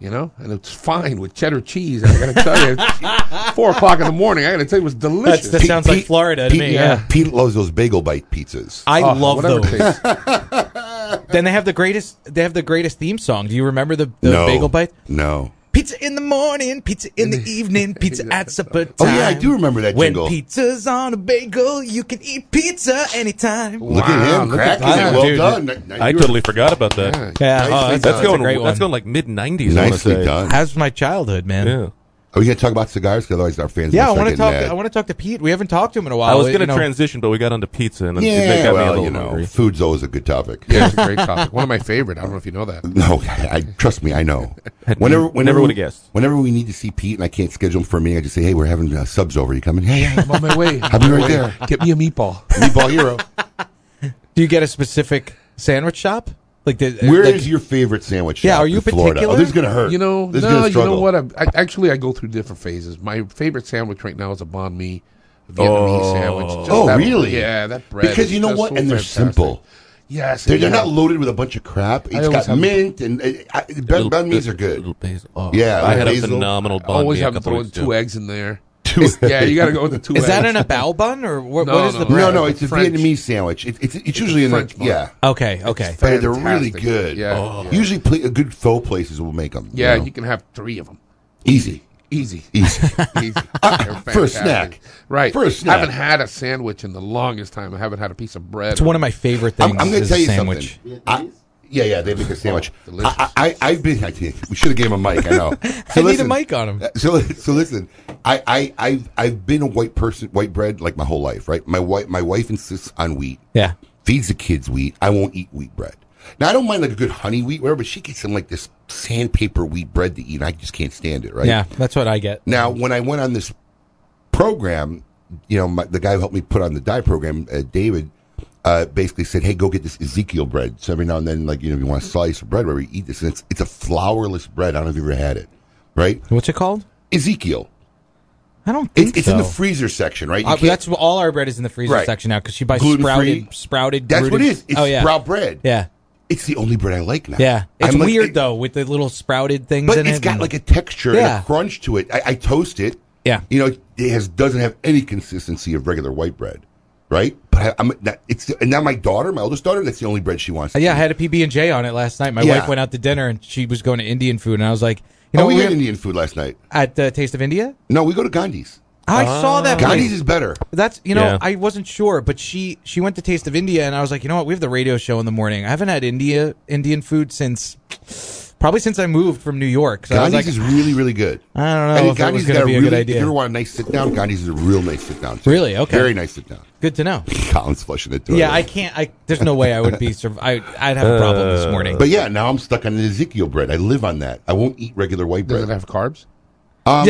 S13: You know, and it's fine with cheddar cheese. And I got to tell you, it's four o'clock in the morning. I got to tell you, it was delicious.
S5: that sounds like Florida to
S4: Pete,
S5: me. Yeah,
S4: Pete loves those bagel bite pizzas. Ah,
S5: I
S13: Oh,
S5: love
S13: whatever it
S5: those. then they have the greatest. They have the greatest theme song. Do you remember the, the
S4: no
S5: bagel bite?
S4: No.
S5: Pizza in the morning, pizza in the evening, pizza at supper
S4: Oh
S5: time.
S4: yeah, I do remember that
S5: When
S4: jingle.
S5: pizza's on a bagel, you can eat pizza anytime.
S4: Look at him cracking it. Well done. Now
S3: I
S4: you're-
S3: totally forgot about that.
S5: Yeah,
S4: Yeah.
S5: oh,
S4: Nicely
S5: that's,
S4: done.
S5: that's a great one.
S3: that's going like mid nineties.
S4: Nicely done.
S5: How's my childhood, man?
S3: Yeah.
S4: Are we going to talk about cigars? 'Cause otherwise, our fans.
S5: Yeah, I
S4: want
S5: want to talk. I
S4: Mad.
S5: want to talk to Pete. We haven't talked to him in a while.
S3: I was
S5: You
S3: going to
S5: know,
S3: transition, but we got onto pizza, and it- it
S4: yeah,
S3: got me a
S4: well,
S3: little
S4: you know,
S3: hungry.
S4: food's always a good topic.
S13: Yeah, it's a great topic. One of my favorite. I don't know if you know that.
S4: No, I, I trust me, I know.
S13: Had-
S4: Whenever,
S13: never
S4: whenever,
S13: would've guessed.
S4: Whenever we need to see Pete and I can't schedule him for a meeting, I just say, "Hey, we're having uh, subs over. You coming? Yeah, yeah,
S13: I'm on my way.
S4: I'll be right there.
S13: Get me a meatball.
S4: Meatball hero.
S5: Do you get a specific sandwich shop? Like, the, uh,
S4: Where is
S5: like-
S4: your favorite sandwich?
S5: Yeah,
S4: shop
S5: are you
S4: in Florida? Oh,
S5: particular?
S4: this is gonna hurt.
S13: You know,
S4: this is
S13: no,
S4: gonna
S13: you know
S4: struggle.
S13: what? I, I, actually, I go through different phases. My favorite sandwich right now is a banh mi, a Vietnamese
S4: Oh.
S13: sandwich. Just
S4: Oh,
S13: that-
S4: really?
S13: Yeah, that bread.
S4: Because
S13: is
S4: you know
S13: just
S4: what?
S13: so
S4: and they're
S13: fantastic.
S4: simple.
S13: Yes,
S4: they're, they're
S13: yeah.
S4: not loaded with a bunch of crap.
S13: I
S4: It's
S13: always
S4: got
S13: have-
S4: mint and uh, I, bun,
S3: Little-
S4: bun me's
S3: little-
S4: are good.
S3: little basil. Oh.
S4: yeah,
S3: I had a
S4: basil.
S3: phenomenal bun.
S13: Uh-huh. Always
S3: me a
S13: have to
S3: couple
S13: throw
S3: weeks
S13: in two
S3: ago.
S13: eggs in there. yeah, you got to go with the two.
S5: Is that in
S13: eggs.
S5: a bao bun or what,
S13: No,
S5: what is
S13: no,
S5: the
S13: no.
S4: No,
S5: bread?
S4: no, it's a
S13: French.
S4: Vietnamese sandwich. It, it's it's usually in
S13: French
S4: the
S13: bun.
S4: yeah.
S5: Okay, okay.
S4: But they're really
S13: Fantastic.
S4: good.
S13: Yeah, Oh. yeah.
S4: Usually, pla a good faux places will make them.
S13: Yeah, you can have three of them.
S4: easy,
S13: Easy.
S4: easy.
S13: Easy. They're
S4: for a
S13: fantastic.
S4: snack.
S13: Right.
S4: For a snack.
S13: I haven't had a sandwich in the longest time. I haven't had a piece of bread.
S5: It's one of my favorite things.
S4: I'm, I'm going
S5: is
S4: to
S5: a
S4: tell you
S5: sandwich.
S4: something. I, yeah, yeah, they make a sandwich.
S13: delicious.
S4: I, I, I- I've been. I, we should have gave him a mic. I know. So
S5: I need a mic on him.
S4: Uh, So, so listen. I, I, I've, I've been a white person, white bread, like my whole life. Right. My wife, my wife insists on wheat.
S5: Yeah.
S4: feeds the kids wheat. I won't eat wheat bread. Now I don't mind like a good honey wheat, whatever, but she gets them like this sandpaper wheat bread to eat, and I just can't stand it. Right?
S5: Yeah, that's what I get.
S4: Now, when I went on this program, you know, my, the guy who helped me put on the diet program, uh, David, uh, basically said, "Hey, go get this Ezekiel bread." So every now and then, like you know, if you want a slice of bread, whatever, you eat this, and it's it's a flourless bread. I don't know if you ever had it, right?
S5: What's it called?
S4: Ezekiel.
S5: I don't
S4: It's,
S5: think
S4: it's in the
S5: so.
S4: freezer section, right? You
S5: Uh,
S4: can't-
S5: that's what- all our bread is in the freezer
S4: Right.
S5: section now because she buys
S4: Gluten-free.
S5: sprouted, sprouted.
S4: That's what
S5: grooted-
S4: it is. It's
S5: oh yeah,
S4: sprout bread.
S5: Yeah,
S4: it's the only bread I like now.
S5: yeah. It's
S4: I'm like-
S5: weird though with the little sprouted things.
S4: but
S5: in
S4: it's
S5: it
S4: got
S5: and-
S4: like a texture and
S5: Yeah.
S4: a crunch to it. I, I toast it.
S5: Yeah.
S4: you know, it has doesn't have any consistency of regular white bread, right? But I, I'm that, it's and now my daughter, my oldest daughter, that's the only bread she wants.
S5: Uh, yeah, I had a PB and J on it last night. My
S4: Yeah.
S5: wife went out to dinner and she was going to Indian food, and I was like, you
S4: You
S5: know,
S4: oh, we
S5: what,
S4: had
S5: we're-
S4: Indian food last night.
S5: at the Taste of India.
S4: No, we go to Gandhi's.
S5: I saw that. place.
S4: Gandhi's is better.
S5: That's you know
S4: Yeah.
S5: I wasn't sure, but she she went to Taste of India, and I was like, you know what, we have the radio show in the morning. I haven't had India Indian food since probably since I moved from New York. So
S4: Gandhi's
S5: I was like,
S4: is really, really good.
S5: I don't know
S4: And
S5: if that was gonna
S4: got
S5: be a
S4: really,
S5: good
S4: If
S5: idea.
S4: you ever want a nice sit down, Gandhi's is a real nice sit down.
S5: Really? Okay.
S4: Very nice sit down.
S5: good to know.
S4: Colin's flushing it.
S5: Yeah, I can't. I there's no way I would be. Surv- I I'd have a problem
S3: Uh,
S5: this morning.
S4: But yeah, now I'm stuck on the Ezekiel bread. I live on that. I won't eat regular white bread. Does it
S13: have carbs?
S4: Um,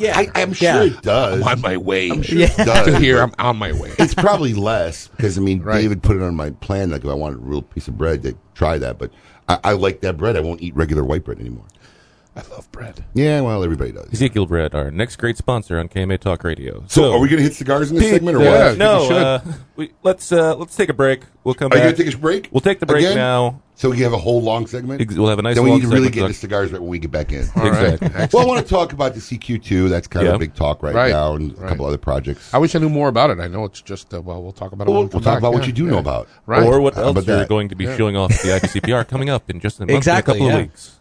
S5: yeah,
S4: I, I'm sure it does.
S13: I'm on my way.
S4: I'm sure
S13: Yeah.
S4: it does.
S13: To here,
S4: but
S13: I'm on my way.
S4: It's probably less because I mean David put it on my plan. Like if I wanted a real piece of bread, to try that. But I, I like that bread. I won't eat regular white bread anymore.
S13: I love bread.
S4: Yeah, well, everybody does.
S3: Ezekiel Bread, our next great sponsor on KMA Talk Radio.
S4: So, are we going to hit cigars in this segment or
S3: Yeah,
S4: what?
S3: No, uh, we, let's uh, let's take a break. We'll come
S4: Are you
S3: back.
S4: gonna take a break?
S3: We'll take the break
S4: Again?
S3: now.
S4: So we can have a whole long segment.
S3: Ex- we'll have a nice
S4: Then we
S3: long
S4: need to really
S3: segment.
S4: get into cigars right when we get back in.
S3: All right. Exactly.
S4: well, I want to talk about the CQ2. That's kind of
S13: Yeah.
S4: a big talk right,
S13: Right.
S4: now, and a
S13: Right.
S4: couple other projects.
S13: I wish I knew more about it. I know it's just uh, well, we'll talk about it.
S4: Well,
S13: when we
S4: we'll
S13: come
S4: talk
S13: back.
S4: about what
S13: Yeah,
S4: you do
S13: yeah.
S4: know about.
S13: right?
S3: Or what else
S4: about
S3: you're
S4: that?
S3: going to be
S13: Yeah. Uh,
S3: showing off at the ICPR coming up in just a, month, in
S5: Exactly,
S3: a couple
S5: yeah.
S3: of weeks.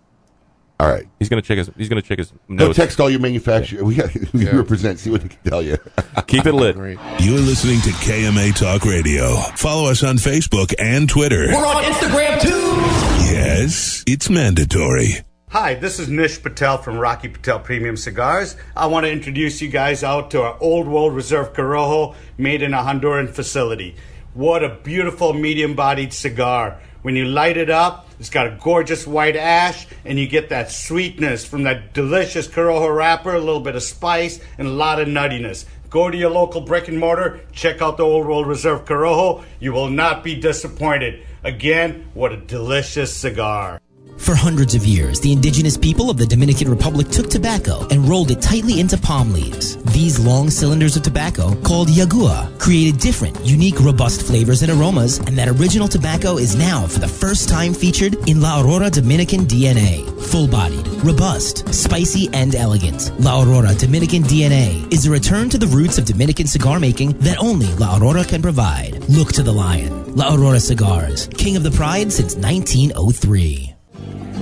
S4: All right.
S3: He's going to check his. He's going to check his.
S4: Go
S3: nose.
S4: text all your manufacturers. We, got, we
S3: Yeah.
S4: represent. See what they can tell you.
S3: Keep it lit.
S1: You're listening to KMA Talk Radio. Follow us on Facebook and Twitter.
S18: We're on Instagram too.
S1: Yes, it's mandatory.
S18: Hi, this is Nish Patel from Rocky Patel Premium Cigars. I want to introduce you guys out to our Old World Reserve Corojo made in a Honduran facility. What a beautiful medium bodied cigar. When you light it up, it's got a gorgeous white ash, and you get that sweetness from that delicious Corojo wrapper, a little bit of spice, and a lot of nuttiness. Go to your local brick and mortar, check out the Old World Reserve Corojo. You will not be disappointed. Again, what a delicious cigar.
S14: For hundreds of years, the indigenous people of the Dominican Republic took tobacco and rolled it tightly into palm leaves. These long cylinders of tobacco, called yagua, created different, unique, robust flavors and aromas, and that original tobacco is now, for the first time, featured in La Aurora Dominican DNA. Full bodied, robust, spicy, and elegant. La Aurora Dominican DNA is a return to the roots of Dominican cigar making that only La Aurora can provide. Look to the lion. La Aurora Cigars, king of the pride since 1903.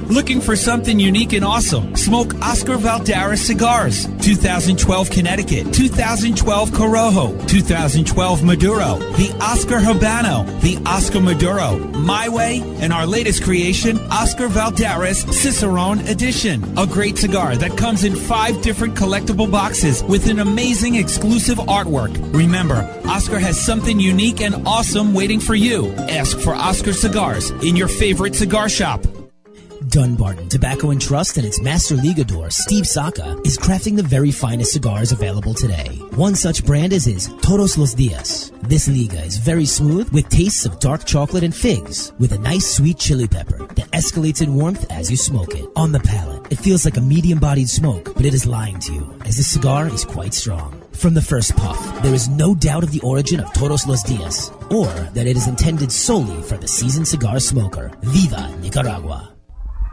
S19: Looking for something unique and awesome? Smoke Oscar Valdara cigars. 2012 Connecticut, 2012 Corojo, 2012 Maduro, the Oscar Habano, the Oscar Maduro, My Way, and our latest creation, Oscar Valdara's Cicerone Edition. A great cigar that comes in five different collectible boxes with an amazing exclusive artwork. Remember, Oscar has something unique and awesome waiting for you. Ask for Oscar cigars in your favorite cigar shop.
S14: Dunbarton Tobacco and Trust and its master ligador, Steve Saka, is crafting the very finest cigars available today. One such brand is his Todos los Dias. This liga is very smooth with tastes of dark chocolate and figs, with a nice sweet chili pepper that escalates in warmth as you smoke it. On the palate, it feels like a medium-bodied smoke, but it is lying to you, as this cigar is quite strong. From the first puff, there is no doubt of the origin of Todos los Dias, or that it is intended solely for the seasoned cigar smoker. Viva Nicaragua!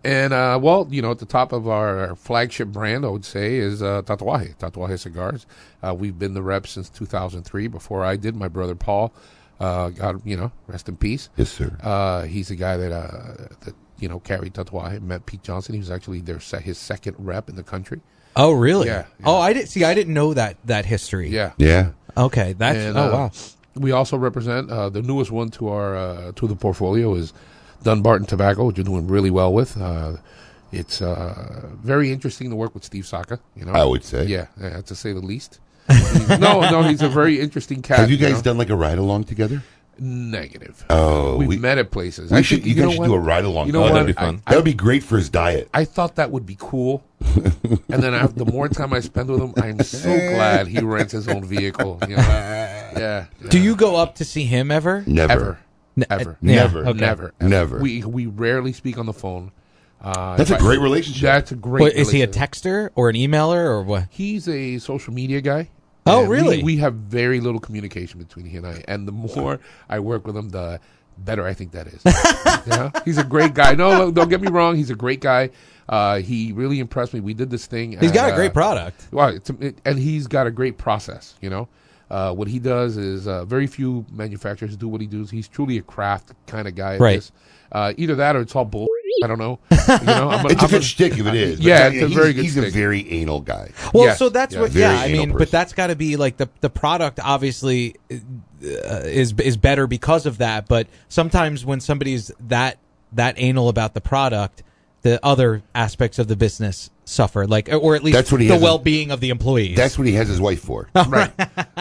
S13: And uh, well, you know, at the top of our flagship brand, I would say, is uh, Tatuaje, Tatuaje Cigars. Uh, we've been the rep since 2003. Before I did, my brother Paul, uh, God, you know, rest in peace.
S4: Yes, sir.
S13: Uh, he's the guy that uh, that you know carried Tatuaje. Met Pete Johnson. He was actually their se- his second rep in the country.
S5: Oh, really?
S13: Yeah,
S5: Oh, I didn't see. I didn't know that that history.
S13: Yeah.
S4: Yeah.
S5: Okay. That's.
S13: And,
S5: oh
S13: uh,
S5: wow.
S13: We also represent uh, the newest one to our uh, to the portfolio is Dunbarton Tobacco, which you're doing really well with. Uh, it's uh, very interesting to work with Steve Saka. You know,
S4: I would say.
S13: yeah, yeah to say the least. He's- no, no, he's a very interesting cat.
S4: Have you guys
S13: know?
S4: done like a ride along together?
S13: Negative.
S4: Oh,
S13: We've
S4: we-
S13: met at places.
S4: We
S13: I
S4: should,
S13: think-
S4: you,
S13: know
S4: guys should
S13: what?
S4: do a ride along.
S13: You know
S4: Oh,
S13: what?
S4: that'd be fun. that would be great for his diet.
S13: I thought that would be cool. and then I, the more time I spend with him, I'm so glad he rents his own vehicle. You know? yeah,
S5: Do you go up to see him ever?
S4: Never.
S13: Ever.
S5: Ne- uh,
S13: Ever.
S5: yeah,
S13: Never.
S5: okay.
S13: Never.
S4: Never.
S13: We we rarely speak on the phone. Uh,
S5: That's
S13: if
S5: a
S13: I-
S5: great relationship.
S13: That's a great.
S5: Wait, is he a
S13: relationship.
S5: texter or an emailer or what?
S13: He's a social media guy.
S5: Oh,
S13: And we-
S5: really?
S13: We, have very little communication between he and I. And the more I work with him, the better I think that is. yeah? He's a great guy. No, don't get me wrong. He's a great guy. Uh, he really impressed me. We did this thing. uh,
S5: He's got a great product.
S13: Well, it's, it, and he's got a great process. You know, uh, what he does is uh, very few manufacturers do what he does. He's truly a craft kind of guy. at
S5: Right.
S13: this. Uh, either that or it's all bull. I don't know. You know, I'm gonna-
S4: it's a
S13: I'm
S4: good
S13: gonna-
S4: shtick if it is. but
S13: Yeah,
S4: he-
S13: it's a
S4: he's-
S13: very good.
S4: He's a very anal guy.
S5: Well, so that's what.
S4: Very
S5: Yeah, I
S4: anal
S5: mean,
S4: person.
S5: but that's got to be like the the product. Obviously, uh, is is better because of that. But sometimes when somebody's that that anal about the product, the other aspects of the business suffer, like or at least
S4: That's what he
S5: the
S4: has-
S5: well being of the employees.
S4: That's what he has his wife for.
S5: right.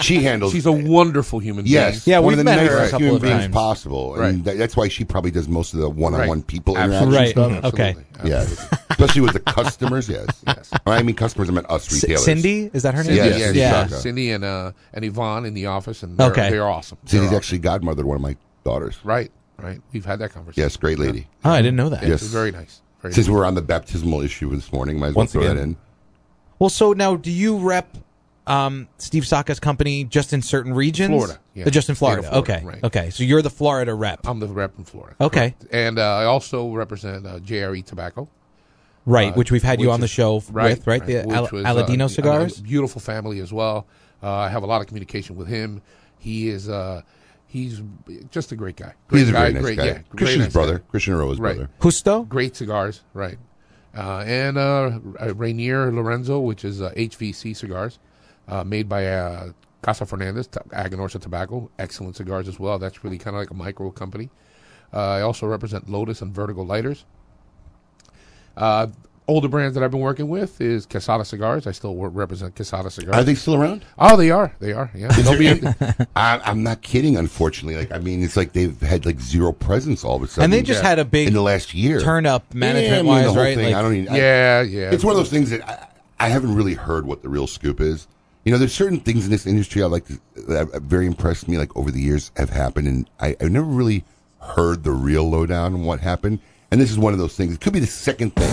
S4: She handles.
S13: She's a wonderful human being.
S4: Yes, one of the nicest human beings possible, and
S13: Right.
S4: that, that's why she probably does most of the one-on-one
S13: Right.
S4: people interaction
S13: Absolutely.
S4: stuff.
S13: Right. Okay.
S4: Yes, especially with the customers. Yes, yes. I mean customers. I meant us
S5: C-
S4: retailers.
S5: Cindy? Is that her name?
S4: Yes,
S5: Yes.
S4: yes,
S5: Yeah.
S4: Chicago.
S13: Cindy and uh, and Yvonne in the office, and they're, they're awesome. They're
S4: Cindy's actually godmother to one of my daughters.
S13: Right, right. We've had that conversation.
S4: Yes, great lady.
S5: Oh, I didn't know that.
S4: Yes,
S13: She's very nice. Very
S4: Since
S13: nice.
S4: we're on the baptismal issue this morning, might as well
S5: Once
S4: throw that
S5: again.
S4: in.
S5: Well, so now do you rep um, Steve Saka's company just in certain regions?
S13: Florida, yeah.
S5: Uh, Just in
S13: State of
S5: Florida.
S13: Florida,
S5: okay.
S13: right.
S5: Okay. So you're the Florida rep.
S13: I'm the rep in Florida.
S5: Okay.
S13: Correct. And uh, I also represent uh, JRE Tobacco. Uh,
S5: Right, which we've had you on the
S13: is-
S5: show f- with, right? The Al-
S13: which was, uh,
S5: Aladino
S13: a-
S5: cigars?
S13: A beautiful family as well. Uh, I have a lot of communication with him. He is uh, he's just a great guy. Great
S4: He's a very nice
S13: great,
S4: guy.
S13: Yeah, great
S4: Christian's
S13: nice guy.
S4: brother. Christian Aroa's
S13: right.
S4: brother.
S5: Justo,
S13: great cigars, right? Uh, and uh, R- Rainier Lorenzo, which is uh, HVC cigars, uh, made by uh, Casa Fernandez, t- Aganorsa Tobacco. Excellent cigars as well. That's really kind of like a micro company. Uh, I also represent Lotus and Vertigo Lighters. Uh, older brands that I've been working with is Casada Cigars. I still wor- represent Casada Cigars.
S4: Are they still around?
S13: Oh, they are. They are. Yeah.
S4: Is
S13: They'll
S4: there
S13: be-
S4: any- I, I'm not kidding. Unfortunately, like I mean, it's like they've had like zero presence all of a sudden.
S5: And they just Yeah. had a big
S4: in the last year
S5: turn up
S4: Yeah, I mean,
S5: management-wise,
S4: the whole
S5: right?
S4: thing,
S5: Like-
S4: I don't even. I-
S13: Yeah, yeah.
S4: It's one of those things that I, I haven't really heard what the real scoop is. You know, there's certain things in this industry I like to, that have very impressed me. Like over the years have happened, and I, I never really heard the real lowdown on what happened. And this is one of those things. It could be the second thing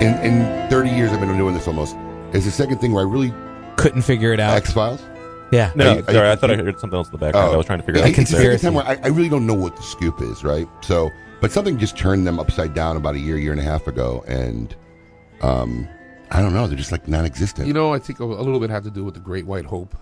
S4: in in 30 years I've been doing this almost. It's the second thing where I really
S5: couldn't figure it out.
S4: X Files.
S5: Yeah.
S3: No, sorry, I thought I heard something else in the background. I was trying to figure out
S4: Oh. It's the
S3: what
S4: second
S3: it
S4: time
S3: was.
S4: where I, I really don't know what the scoop is, right? So, but something just turned them upside down about a year, year and a half ago, and um, I don't know. They're just like non-existent.
S13: you know, I think a, a little bit had to do with the Great White Hope,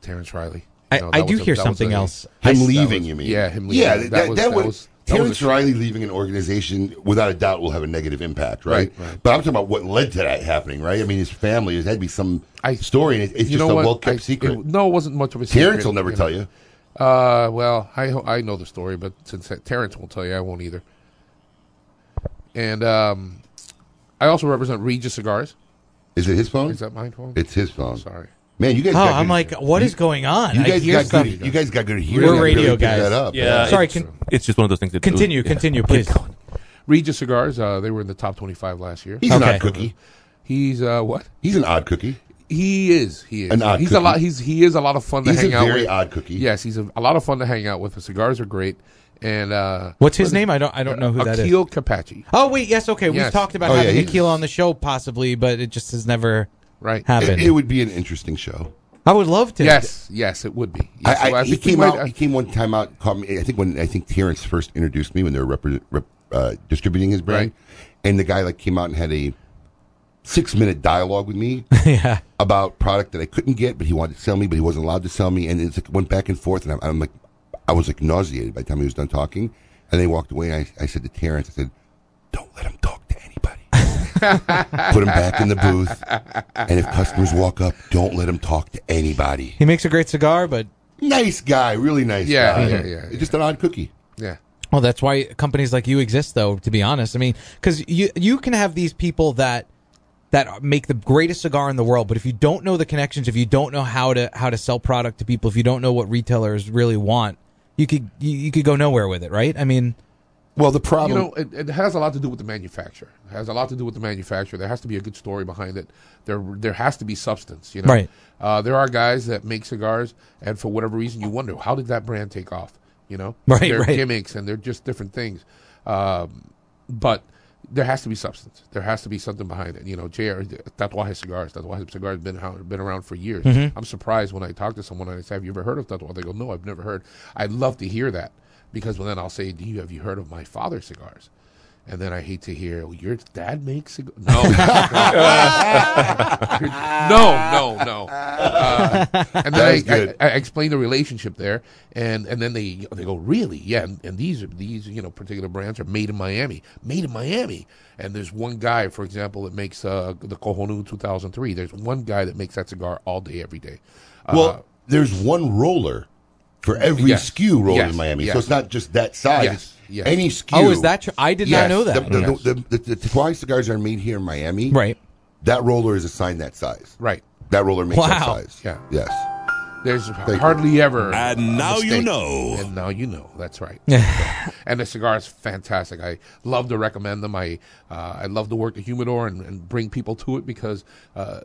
S13: Terrence Riley.
S4: I-
S13: You know,
S4: I
S13: that
S4: do
S13: was
S4: hear
S13: that was
S4: something else. Him
S13: that
S4: leaving,
S13: was-
S4: you mean?
S13: Yeah, him leaving.
S4: Yeah, that, that,
S13: was,
S4: that would.
S13: was, that was
S4: Terrence
S13: a
S4: Riley leaving an organization, without a doubt, will have a negative impact, right?
S13: Right, right.
S4: But I'm talking about what led to that happening, right? I mean, his family, there had to be some story, and it, it's
S13: you
S4: just
S13: know
S4: a
S13: what?
S4: well-kept
S13: I-
S4: secret.
S13: it- no, it wasn't much of a secret.
S4: Terrence will never tell you.
S13: Uh, well, I ho- I know the story, but since Terrence won't tell you, I won't either. And um, I also represent Regis Cigars.
S4: Is it his phone?
S13: Is that my phone?
S4: It's his phone.
S13: Sorry.
S4: Man, you guys.
S5: Oh,
S4: got
S5: I'm
S4: good-
S5: like, what is going on?
S4: You
S5: I
S4: guys
S5: hear
S4: got
S5: stuff-
S4: good. You guys got good hearing.
S5: We're
S4: I really
S5: radio
S4: picked
S5: guys.
S4: That up.
S3: Yeah,
S5: Sorry,
S3: it's,
S5: can-
S3: it's just one of those things. That
S5: Continue,
S3: yeah.
S5: continue, please.
S13: Regis Cigars. Uh, they were in the top twenty-five last year.
S4: He's an odd cookie.
S13: He's uh, what?
S4: He's an odd cookie.
S13: He is. He is.
S4: An odd
S13: he's
S4: cookie.
S13: a lot. He's he is a lot of fun to
S4: He's a
S13: hang out with.
S4: very odd cookie.
S13: Yes, he's a, a lot of fun to hang out with. The cigars are great. And uh,
S5: What's his name? I don't- I don't know who that is.
S13: Akil Kapachi.
S5: Oh wait, yes, okay. We've
S13: Yes.
S5: talked about
S13: Oh, yeah,
S5: having
S13: he's-
S5: Akil on the show possibly, but it just has never
S13: right
S5: happened.
S4: It, it would be an interesting show.
S5: I would love to.
S13: Yes, yes, it would be. Yes,
S4: I,
S13: so
S4: I, he
S13: think we
S4: came
S13: might-
S4: out. he came one time out. Called me. I think when I think Terrence first introduced me when they were repre- rep, uh, distributing his brand, and the guy like came out and had a six minute dialogue with me about product that I couldn't get, but he wanted to sell me, but he wasn't allowed to sell me, and it's like went back and forth, and I'm, I'm like, I was like nauseated by the time he was done talking, and they walked away, and I, I said to Terrence, I said, put him back in the booth, and if customers walk up, don't let him talk to anybody.
S5: He makes a great cigar, but
S4: nice guy, really nice
S5: Yeah,
S4: guy.
S5: yeah, yeah,
S4: Just an odd cookie.
S13: Yeah.
S5: Well, that's why companies like you exist, though. To be honest, I mean, because you you can have these people that that make the greatest cigar in the world, but if you don't know the connections, if you don't know how to how to sell product to people, if you don't know what retailers really want, you could you, you could go nowhere with it, right? I mean,
S4: well, the
S13: You know, it, it has a lot to do with the manufacturer. It has a lot to do with the manufacturer. There has to be a good story behind it. There, there has to be substance. You know,
S5: Right.
S13: Uh, there are guys that make cigars, and for whatever reason, you wonder how did that brand take off. You know,
S5: Right,
S13: They're
S5: right.
S13: gimmicks and they're just different things. Um, but there has to be substance. There has to be something behind it. You know, JR, Tatuaje Cigars, Tatuaje Cigars been how- been around for years.
S20: Mhm.
S4: Mm-hmm.
S13: I'm surprised when I talk to someone and I say, "Have you ever heard of Tatuaje?" They go, "No, I've never heard." I'd love to hear that because well, then I'll say, "Do you have you heard of my father's cigars?" And then I hate to hear "Oh, your dad makes cigars. No, no, no, no. Uh, and then
S4: That was
S13: I, I,
S4: good.
S13: I explained the relationship there, and, and then they they go really yeah, and, and these are these you know particular brands are made in Miami, made in Miami. And there's one guy, for example, that makes uh, the Cohonu 2003. There's one guy that makes that cigar all day, every day.
S4: Well,
S13: Uh,
S4: there's one roller for every
S13: Yes.
S4: skew roller
S13: Yes.
S4: in Miami,
S13: Yes.
S4: so it's not just that size.
S13: Yes.
S4: It's, Yes. Any skew.
S5: Oh, is that true? I did not know that.
S4: The, the,
S5: Yes.
S4: the, the, the, the Twice cigars are made here in Miami. Right. That roller is assigned that size.
S13: Right.
S4: That roller makes that
S13: Wow.
S4: size.
S13: Yeah.
S4: Yes.
S13: There's
S4: Thank
S13: hardly
S4: you.
S13: ever.
S4: And
S13: a
S4: now you
S13: mistake.
S4: know.
S13: And now you know. That's right. and the cigar is fantastic. I love to recommend them. I uh, I love to work the humidor and, and bring people to it because, uh,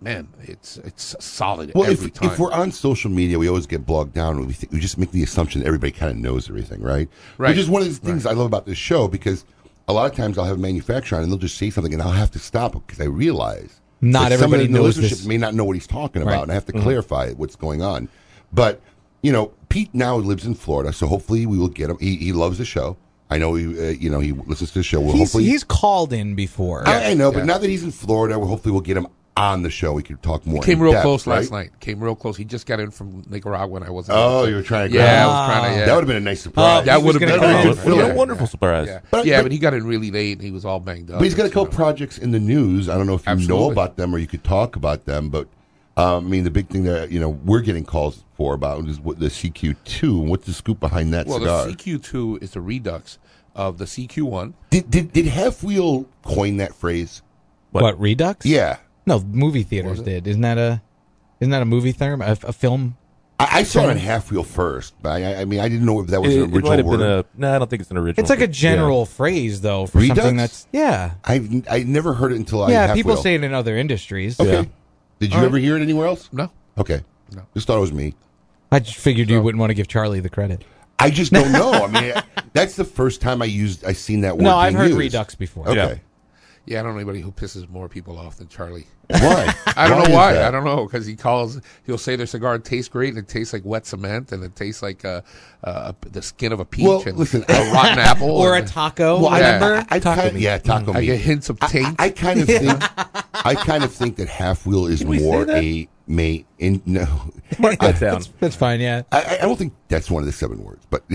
S13: man, it's it's solid
S4: Well,
S13: every
S4: if,
S13: time.
S4: if we're on social media, we always get blogged down. and We, think, we just make the assumption that everybody kind of knows everything, right?
S13: Right.
S4: Which is one of the things I love about this show because a lot of times I'll have a manufacturer on and they'll just say something and I'll have to stop because I realize
S5: Not
S4: that
S5: everybody
S4: somebody in the
S5: knows
S4: listenership
S5: this.
S4: may not know what he's talking about
S5: Right.
S4: and I have to
S13: Mm-hmm.
S5: Mhm.
S4: clarify what's going on. But, you know, Pete now lives in Florida, so hopefully we will get him. He, he loves the show. I know he, uh, you know, he listens to the show. Well,
S5: he's,
S4: hopefully
S5: he's called in before.
S4: I, I know, but now that he's in Florida, well, hopefully we'll get him on the show. We could talk more.
S13: He came
S4: in
S13: real
S4: depth,
S13: close last
S4: right?
S13: night. Came real close. He just got in from Nicaragua, and I wasn't.
S4: Oh, you were trying to grab
S13: Yeah, I
S4: him.
S13: was trying to. Yeah.
S4: That would've been a nice surprise.
S13: that
S4: He
S13: would
S4: was
S13: have been
S4: gonna
S13: a
S4: come
S13: great
S4: in. Yeah,
S13: yeah.
S4: wonderful surprise.
S13: Yeah,
S4: But-
S13: but,
S4: but-
S13: he got in really late, and he was all banged up.
S4: But he's got a couple projects in the news. I don't know if you know
S13: Absolutely.
S4: about them or you could talk about them, but um, I mean, the big thing that you know we're getting calls for about is what the CQ two. What's the scoop behind that
S13: well,
S4: cigar?
S13: the CQ2 is a redux of the CQ1.
S4: did did did Half Wheel coin that phrase?
S5: What? Redux?
S4: Yeah.
S5: No, movie theaters
S4: it?
S5: did. Isn't that a isn't that a movie term? A, a film?
S4: I, I saw it on Half Wheel first, but I, I- I mean, I didn't know if that was
S5: It-
S4: an
S5: it might
S4: original
S5: have been
S4: word.
S3: No, I don't think it's an original.
S5: It's like a general phrase though for something that's yeah.
S4: I've I never heard it until I
S5: yeah,
S4: Half
S5: people
S4: Wheel.
S5: say it in other industries.
S4: Okay. Did you
S5: All right.
S4: ever hear it anywhere else?
S13: No.
S4: Okay. No. Just thought it was me.
S5: I just figured you wouldn't want to give Charlie the credit.
S4: I just don't know. I mean, that's the first time I used I seen that word.
S5: No, I've
S4: being
S5: heard
S4: used.
S5: redux before.
S4: Okay.
S5: Yeah.
S13: Yeah, I don't know anybody who pisses more people off than Charlie.
S4: Why?
S13: I don't
S4: Why
S13: know
S4: is
S13: why.
S4: that?
S13: I don't know because he calls. He'll say their cigar tastes great, and it tastes like wet cement, and it tastes like uh, uh, the skin of a peach
S4: Well,
S13: and
S4: listen,
S13: a rotten apple
S5: Or
S13: and-
S5: a taco,
S13: Yeah.
S5: remember?
S4: I kinda, yeah, taco meat.
S13: I get hints of taint.
S4: I, I kind of think I kind of think that half wheel is
S5: we say
S4: more
S5: that?
S4: a may in no. I-
S5: That's, that's fine, yeah.
S4: I, I- I don't think that's one of the seven words, but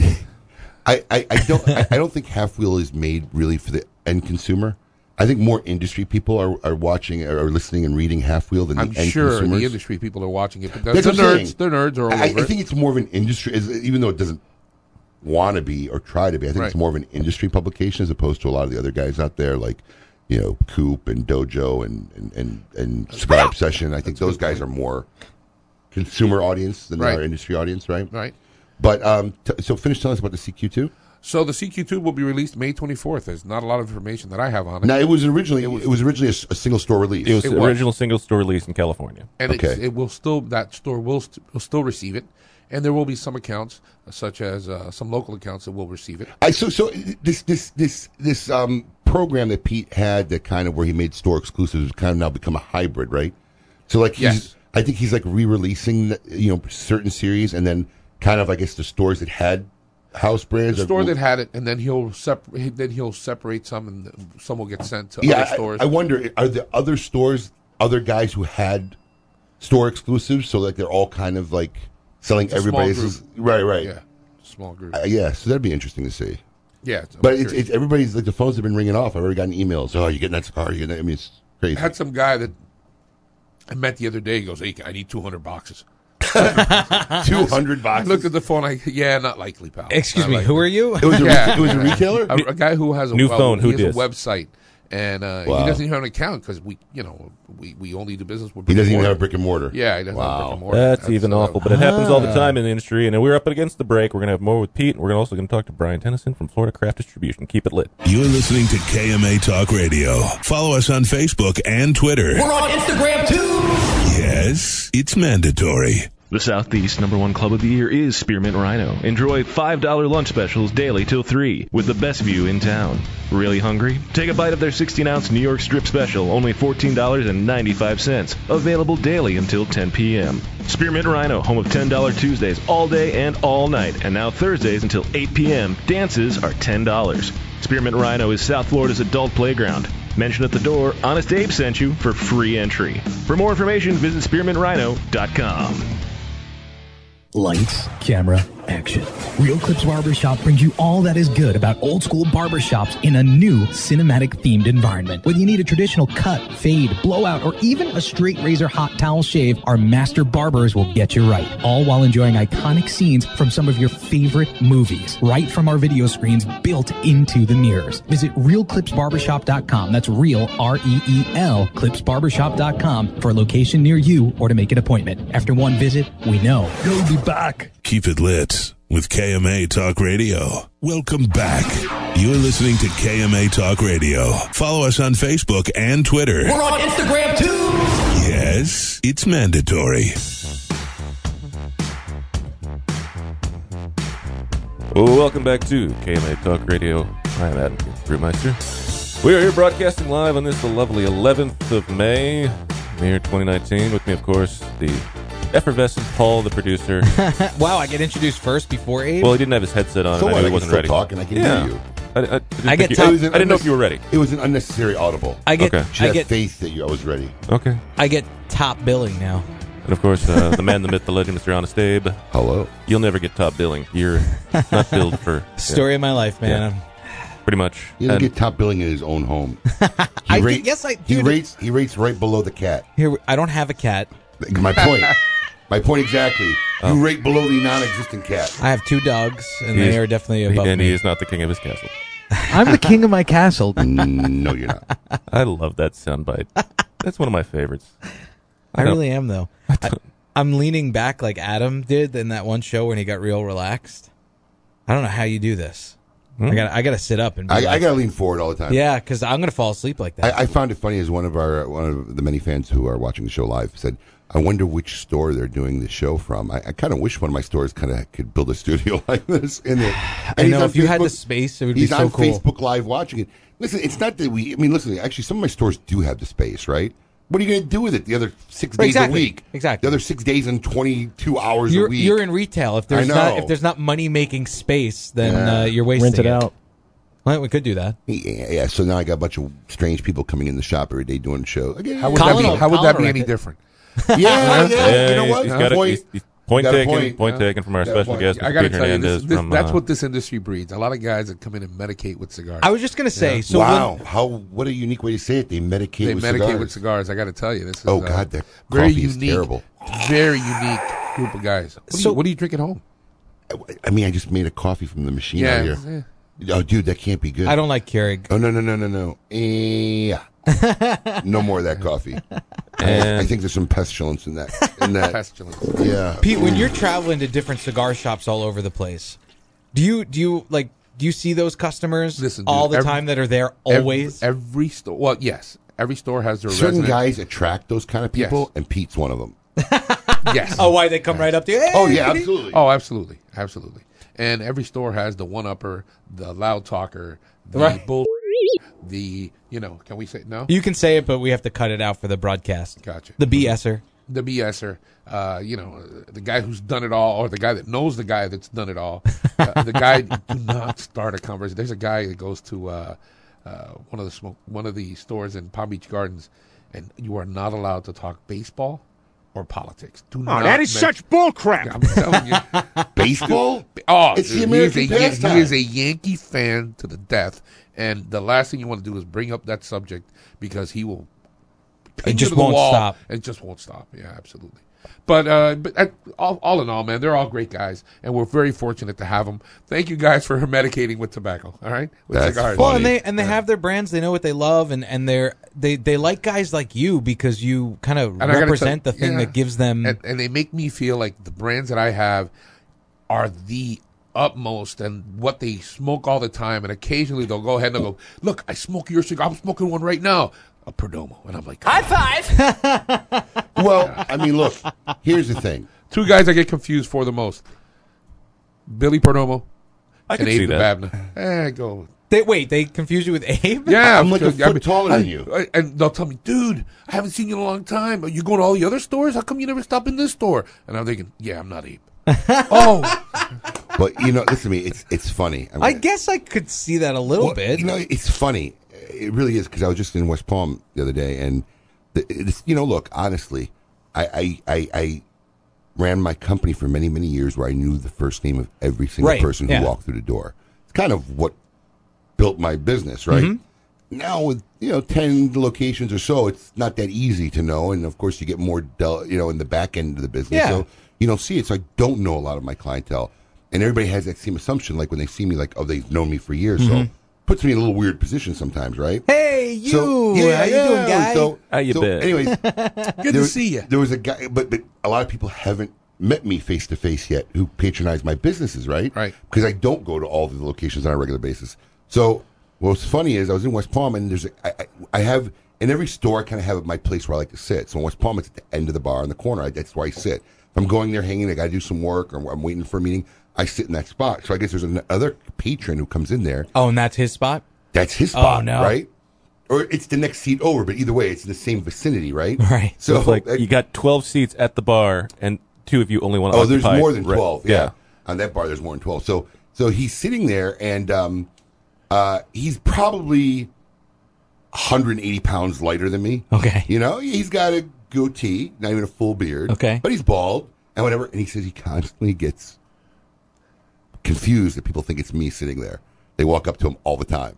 S4: I, I, I don't I, I don't think half wheel is made really for the end consumer. I think more industry people are, are watching or are listening and reading half wheel than
S13: I'm
S4: the end
S13: sure
S4: consumers.
S13: the industry people are watching it, but the,
S4: That's
S13: the
S4: what I'm
S13: nerds,
S4: saying.
S13: the nerds are all
S4: I,
S13: over.
S4: I
S13: it.
S4: think it's more of an industry, as- even though it doesn't want to be or try to be. I think it's
S13: Right.
S4: more of an industry publication as opposed to a lot of the other guys out there, like you know Coop and Dojo and and and, and Cigar Obsession. I think those guys are more consumer audience than
S13: Right.
S4: our industry audience, right?
S13: Right.
S4: But um, t- so finish telling us about the CQ two.
S13: So the CQ2 will be released May 24th. There's not a lot of information that I have on it.
S4: Now it was originally it was, it was originally a, s- a single store release.
S3: It was
S13: It
S3: the
S13: was.
S3: original single store release in California.
S13: and it's, it will still that store will, st- will still receive it, and there will be some accounts, such as uh, some local accounts, that will receive it.
S4: I, so so this this this this um program that Pete had that kind of where he made store exclusives has kind of now become a hybrid, right? So like he's,
S13: Yes.
S4: I think he's like re-releasing the- you know certain series and then kind of I guess the stores that had house brands
S13: The
S4: are-
S13: store that had it, and then he'll separate. Then he'll separate some, and some will get sent to
S4: yeah
S13: other
S4: I-
S13: stores.
S4: I, wonder are the other stores other guys who had store exclusives so like they're all kind of like selling
S13: It's a small
S4: everybody's
S13: group.
S4: right right
S13: Yeah, small group.
S4: Uh, yeah, so that'd be interesting to see.
S13: Yeah, it's- I'm
S4: but it's,
S13: curious.
S4: it's everybody's like the phones have been ringing off. I've already gotten emails. Oh, you getting that cigar? You getting that? I mean, it's
S13: I
S4: crazy.
S13: had some guy that I met the other day. He goes, "Hey, I need two hundred boxes."
S4: Two hundred boxes.
S13: I looked at the phone. I yeah, not likely, pal.
S5: Excuse
S13: Not
S5: me,
S13: likely.
S5: who are you?
S4: It was a
S13: Yeah.
S4: reta- it was a retailer?
S13: a, a guy who has a
S3: New
S13: well,
S3: phone, who
S13: he
S3: dis?
S13: has a website, and uh,
S4: Wow.
S13: he doesn't even have an account because we, you know, we, we only do business with.
S4: He doesn't even
S13: brick-and-mortar.
S4: have a brick and mortar.
S13: Yeah, he doesn't have a brick and mortar.
S3: That's, even awful, but it happens all the
S13: Ah.
S3: time in the industry. And we're up against the break. We're going to have more with Pete, and we're also going to talk to Brian Tennyson from Florida Craft Distribution. Keep it lit.
S1: You're listening to KMA Talk Radio. Follow us on Facebook and Twitter.
S2: We're on Instagram too.
S1: Yes, it's mandatory.
S12: The Southeast number one club of the year is Spearmint Rhino. Enjoy $5 lunch specials daily till 3 with the best view in town. Really hungry? Take a bite of their 16 ounce New York strip special, only $14.95. Available daily until 10 p.m. Spearmint Rhino, home of $10 Tuesdays all day and all night, and now Thursdays until 8 p.m. Dances are $10. Spearmint Rhino is South Florida's adult playground. Mention at the door, Honest Abe sent you for free entry. For more information, visit spearmintrhino.com.
S14: Lights, camera, action. Real Clips Barbershop brings you all that is good about old school barbershops in a new cinematic themed environment. Whether you need a traditional cut, fade, blowout, or even a straight razor hot towel shave, our master barbers will get you right. All while enjoying iconic scenes from some of your favorite movies, right from our video screens built into the mirrors. Visit realclipsbarbershop.com. That's real, R E E L, clipsbarbershop.com for a location near you or to make an appointment. After one visit, we know you'll be back.
S1: Keep it lit with KMA Talk Radio. Welcome back. You're listening to KMA Talk Radio. Follow us on Facebook and Twitter.
S2: We're on Instagram too.
S1: Yes, it's mandatory.
S3: Welcome back to KMA Talk Radio. I am Adam Brewmeister. We are here broadcasting live on this lovely 11th of May, the year 2019. With me, of course, the effervescent Paul, the producer.
S5: wow, I get introduced first before Abe.
S3: well, he didn't have his headset on.
S5: So
S3: and
S5: what? I
S3: I knew he
S5: can
S3: wasn't
S5: still
S3: ready.
S5: talk and I can hear
S3: yeah.
S5: you.
S3: I, I didn't,
S5: I
S3: think
S5: get
S3: you-
S5: top-
S3: I didn't know if you were ready.
S4: It was an unnecessary audible.
S5: I get-
S3: Okay.
S4: Just
S5: I get-
S4: faith that you, I was ready.
S3: Okay.
S5: I get top billing now.
S3: And of course, uh, the man, the myth, the legend, Mr. Honest Abe.
S4: Hello.
S3: You'll never get top billing. You're not billed for yeah.
S5: Story of my life, man.
S3: Pretty much.
S4: He doesn't
S3: And-
S4: get top billing in his own home.
S5: I
S4: ra-
S5: did- yes, I-
S4: He
S5: dude.
S4: rates. He rates right below the cat.
S5: Here, I don't have a cat.
S4: My point. my point exactly.
S3: Oh.
S4: You rate below the non-existent cat.
S5: I have two dogs, and
S3: He
S5: they
S3: is-
S5: are definitely above
S3: And
S5: me.
S3: he is not the king of his castle.
S5: I'm the king of my castle.
S4: no, you're not.
S3: I love that soundbite. That's one of my favorites.
S5: I
S3: don't-
S5: really am though. I, I'm leaning back like Adam did in that one show when he got real relaxed. I don't know how you do this.
S4: Hmm.
S5: I got I got to sit up and. Be
S4: I, I
S5: like-
S4: gotta lean forward all the time.
S5: Yeah, because I'm gonna fall asleep like that.
S4: I, I found it funny as one of our one of the many fans who are watching the show live said, "I wonder which store they're doing this show from." I, I kind of wish one of my stores kind of could build a studio like this in it. And he's
S5: know,
S4: on
S5: if you had the space, it would be
S4: he's
S5: so
S4: on
S5: cool.
S4: Facebook Live watching it. Listen, it's not that we. I mean, listen. Actually, some of my stores do have the space, right? What are you going to do with it the other six days
S5: Exactly.
S4: a week? Exactly. The other six days and twenty-two hours
S5: you're,
S4: a week.
S5: you're in retail. If there's
S4: I
S5: not
S4: know.
S5: if there's not money making space, then
S4: Yeah.
S5: uh, you're wasting
S4: Rent it out.
S5: Well, we could do that.
S4: Yeah, yeah. So now I got a bunch of strange people coming in the shop every day doing shows. Again,
S13: How would that be, how would that be any different?
S4: Yeah, yeah, You know
S3: he's-
S4: what?
S3: he's got a-
S4: Point.
S3: he's- he's- point
S4: Got a
S3: taken. Point
S13: Yeah.
S3: taken from our
S13: Got a
S3: special
S13: point.
S3: guest,
S13: I gotta
S3: Peter
S13: tell you, this-
S3: Hernandez
S13: this-
S3: from,
S13: that's
S3: uh,
S13: what this industry breeds. A lot of guys that come in and medicate with cigars.
S5: I was just gonna say, so
S4: wow,
S5: when-
S4: how what a unique way to say it. They medicate.
S13: they
S4: with
S13: medicate
S4: cigars.
S13: with cigars. I got to tell you, this is
S4: Oh,
S13: uh,
S4: God, that
S13: very
S4: coffee is
S13: unique,
S4: terrible.
S13: very unique group of guys. What, do,
S4: So-
S13: you, what do you drink at home?
S4: I mean, I just made a coffee from the machine
S13: Yeah,
S4: out here. Oh, dude, that can't be good.
S5: I don't like Keurig.
S4: Oh no no no no no. Yeah. no more of that coffee. I,
S5: And-
S4: I think there's some pestilence in that. In that.
S13: pestilence.
S4: Yeah. Mm.
S5: Pete, when you're traveling to different cigar shops all over the place, do you do you like do you see those customers
S13: Listen, dude,
S5: all the
S13: every-
S5: time that are there
S13: every-
S5: always?
S13: Every, store. Well, yes, every store has their
S4: Certain
S13: resident-
S4: guys attract those kind of
S13: Yes.
S4: people, and Pete's one of them.
S13: Yes.
S5: oh, why they come right up to you? Hey,
S4: Oh, yeah,
S5: Pete.
S4: absolutely.
S13: Oh, absolutely, absolutely. And every store has the one upper, the loud talker, the
S5: Right.
S13: bull, the you know. Can we say no?
S5: You can say it, but we have to cut it out for the broadcast.
S13: Gotcha.
S5: The er. BSer.
S13: the BSer, uh, you know, the guy who's done it all, or the guy that knows the guy that's done it all. Uh, the guy do not start a conversation. There's a guy that goes to uh, uh, one of the smoke, one of the stores in Palm Beach Gardens, and you are not allowed to talk baseball or politics. Do
S2: Oh,
S13: not
S2: that is
S13: mention-
S2: such bull crap.
S13: I'm telling you,
S4: Baseball?
S13: Oh,
S4: It's the
S13: dude,
S4: American
S13: he, is a, Yan-
S4: pastime.
S13: he is a Yankee fan to the death, and the last thing you want to do is bring up that subject because he will. pin you
S5: just
S13: to the
S5: won't
S13: wall.
S5: stop.
S13: It just won't stop. Yeah, absolutely. But uh, but uh, all, all in all, man, they're all great guys, and we're very fortunate to have them. Thank you guys for medicating with tobacco. All right, with cigars.
S5: Well, and they and they have their brands. They know what they love, and and they're they they like guys like you because you kind of
S13: And I gotta
S5: represent
S13: tell-
S5: the thing
S13: yeah.
S5: that gives them.
S13: and, and they make me feel like the brands that I have are the utmost and what they smoke all the time. And occasionally they'll go ahead and they'll go, "Look, I smoke your cigar. I'm smoking one right now, a Perdomo," and I'm like,
S2: High five.
S4: Well, I mean, look, here's the thing.
S13: Two guys I get confused for the most: Billy Perdomo
S5: I
S13: and
S5: can see
S13: Abe
S5: that.
S13: Babna. Eh, go.
S5: They wait. They confuse you with Abe.
S13: Yeah, because, I mean, I-
S4: you.
S13: I- and they'll tell me, dude, I haven't seen you in a long time. Are you going to all the other stores? How come you never stop in this store? And I'm thinking, yeah, I'm not Abe. oh,
S4: But you know, listen to me. It's it's funny.
S5: I guess I could see that a little
S4: Well,
S5: bit.
S4: You know, it's funny. It really is because I was just in West Palm the other day, and the, it's, you know, look, honestly, I I I, I ran my company for many, many years where I knew the first name of every single
S11: Right,
S4: person who
S11: yeah.
S4: walked through the door. It's kind of what built my business, right?
S11: Mhm.
S4: Now with you know ten locations or so, it's not that easy to know, and of course you get more del- you know in the back end of the business,
S11: Yeah.
S4: so you don't see it. So I don't know a lot of my clientele, and everybody has that same assumption. Like when they see me, like oh they've known me for years,
S5: Mhm.
S4: so puts me in a little weird position sometimes, right?
S5: Hey, you! How you doing, guy? How you been?
S4: Anyways,
S5: Good
S4: there
S5: to
S4: was-
S5: see ya.
S4: There was a guy, but but a lot of people haven't met me face to face yet who patronize my businesses, right? Right. Because I don't go to all the locations on a regular basis. So what's funny is I was in West Palm and there's a, I, I, I have in every store I kind of have my place where I like to sit. So in West Palm, it's at the end of the bar in the corner. I, that's where I sit. If I'm going there hanging, I got to do some work or I'm waiting for a meeting. I sit in that spot. So I guess there's another patron who comes in there.
S5: Oh, and that's his spot.
S4: That's his
S5: Oh,
S4: spot,
S5: no.
S4: right? Or it's the next seat over, but either way, it's in the same vicinity, right?
S5: Right.
S3: So,
S4: So, uh,
S3: it's like you got 12 seats at the bar, and two of you only want to.
S4: oh, there's more than twelve. Yeah. on that bar, there's more than twelve. So, so he's sitting there, and um, uh, he's probably 180 pounds lighter than me.
S5: Okay,
S4: you know, he's got a goatee, not even a full beard.
S5: Okay.
S4: but he's bald and whatever. And he says he constantly gets confused that people think it's me sitting there. They walk up to him all the time.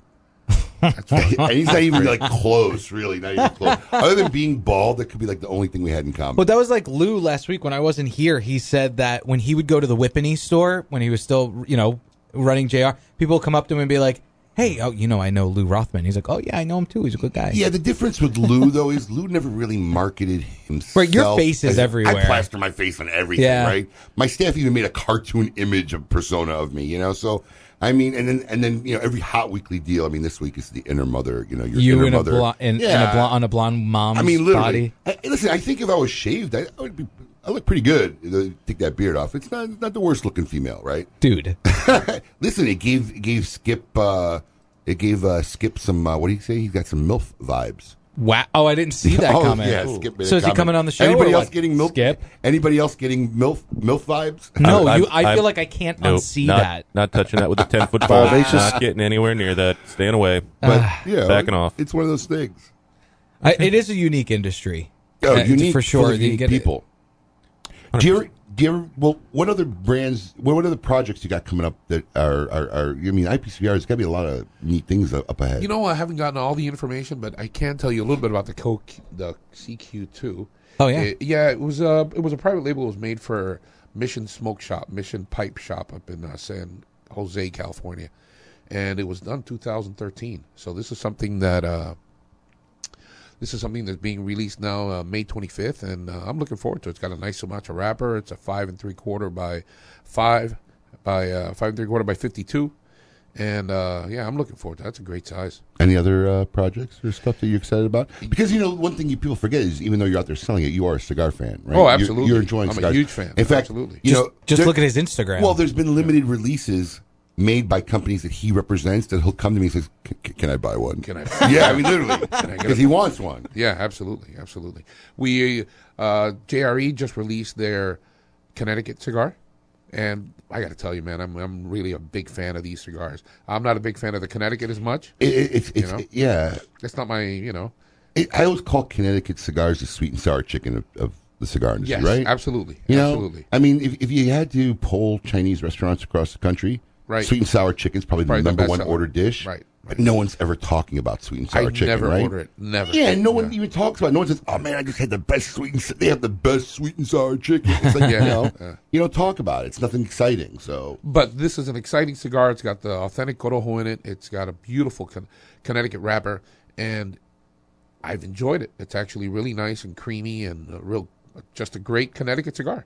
S4: and he's not even like close, really, not even close. Other than being bald, that could be like the only thing we had in common.
S5: Um, Well, that was like Lou last week when I wasn't here. He said that when he would go to the Whippany store when he was still, you know, running JR, people would come up to him and be like, "Hey, oh, you know, I know Lou Rothman." He's like, "Oh yeah, I know him too. He's a good guy."
S4: Yeah, the difference with Lou though is Lou never really marketed himself.
S5: Right, your face is
S4: I-
S5: everywhere.
S4: I plaster my face on everything.
S5: Yeah.
S4: Right, my staff even made a cartoon image of persona of me. You know, so I mean, and then and then you know every hot weekly deal. I mean, this week is the inner mother. You know, your
S5: you
S4: inner
S5: in a,
S4: mother.
S5: blo- in, in a blo- on a blonde mom's
S4: I mean,
S5: body.
S4: literally. I- listen, I think if I was shaved, I, I would be. I look pretty good. You know, Take that beard off. It's not not the worst looking female, right?
S5: Dude.
S4: listen, it gave it gave Skip uh, it gave uh, Skip some uh, what do you say? He's got some milf vibes.
S5: Wow! Oh, I didn't see that
S4: Oh,
S5: comment.
S4: Yeah, Skip made
S5: so
S4: a
S5: is he
S4: comment.
S5: coming on the show?
S4: Anybody
S5: or
S4: else
S5: what?
S4: getting milf? Skip? Anybody else getting milf milf vibes?
S5: No, I'm- you- I I'm- feel like I can't
S3: Nope,
S5: unsee
S3: not,
S5: that.
S3: Not touching that with a 10 foot
S4: Wow.
S3: pole.
S4: They
S3: Not
S4: just-
S3: getting anywhere near that. Staying away.
S4: But yeah,
S3: backing off.
S4: It's one of those things.
S5: I, it is a unique industry.
S4: Oh,
S5: Uh,
S4: unique
S5: for sure.
S4: full of
S5: You
S4: unique
S5: get it-
S4: people. Do you, ever- do you ever, well, what other brands, what, what other projects you got coming up that are, are, are I mean, IPCR, there's got to be a lot of neat things up up ahead.
S13: You know, I haven't gotten all the information, but I can tell you a little bit about the co- the CQ2.
S5: Oh, yeah.
S13: It- yeah, it was a it was a private label. It was made for Mission Smoke Shop, Mission Pipe Shop up in uh, San Jose, California, and it was done 2013. So this is something that. Uh, this is something that's being released now, uh, May 25th, and uh, I'm looking forward to it. It's got a nice Sumatra wrapper. It's a five and three quarter by five by uh, five and three quarter by 52, and uh, yeah, I'm looking forward to. it. That's a great size.
S4: Any other uh, projects or stuff that you're excited about? Because you know, one thing you people forget is even though you're out there selling it, you are a cigar fan, right?
S13: Oh,
S4: You're-
S13: absolutely.
S4: You're, enjoying
S13: I'm a
S4: cigars.
S13: huge fan.
S4: In fact,
S13: Absolutely.
S4: you
S5: Just-
S4: know,
S5: just look at his Instagram.
S4: Well, there's been limited releases made by companies that he represents that he'll come to me and says, "C- c- "Can I buy one? Can
S13: I-
S4: yeah, I mean, literally,
S13: Can I get a-
S4: because he wants one.
S13: Yeah, absolutely, absolutely. We uh, JRE just released their Connecticut cigar, and I got to tell you, man, I'm I'm really a big fan of these cigars. I'm not a big fan of the Connecticut as much.
S4: It, it, it's,
S13: you
S4: it's
S13: know?
S4: yeah.
S13: It's not my, you know.
S4: It, I always call Connecticut cigars the sweet and sour chicken of, of the cigar industry,
S13: Yes,
S4: right?
S13: absolutely,
S4: You know,
S13: absolutely.
S4: I mean, if, if you had to poll Chinese restaurants across the country,
S13: Right.
S4: sweet and sour chicken's probably the
S13: Probably the
S4: number
S13: best
S4: one
S13: seller.
S4: order dish.
S13: Right,
S4: But no one's ever talking about sweet and
S13: I
S4: sour chicken,
S13: never
S4: right?
S13: order it. Never.
S4: Yeah, and no one even talks about it. No one says, oh man, I just had the best sweet and they have the best sweet and sour chicken. It's like,
S13: Yeah.
S4: you know,
S13: Yeah.
S4: you don't talk about it. It's nothing exciting. So,
S13: But this is an exciting cigar. It's got the authentic Corojo in it. It's got a beautiful con- Connecticut wrapper, and I've enjoyed it. It's actually really nice and creamy and a real, just a great Connecticut cigar.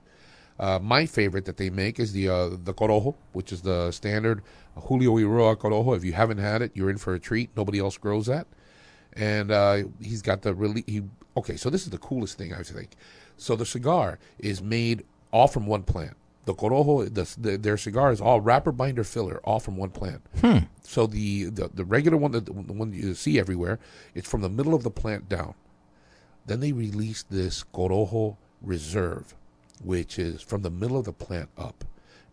S13: Uh, my favorite that they make is the uh, the Corojo, which is the standard Julio Iroa Corojo. If you haven't had it, you're in for a treat. Nobody else grows that, and uh, he's got the really. He, okay, so this is the coolest thing I think. So the cigar is made all from one plant. The Corojo, the, the, their cigar is all wrapper, binder, filler, all from one plant.
S2: Hmm.
S13: So the, the the regular one, the, the one you see everywhere, it's from the middle of the plant down. Then they released this Corojo Reserve, which is from the middle of the plant up,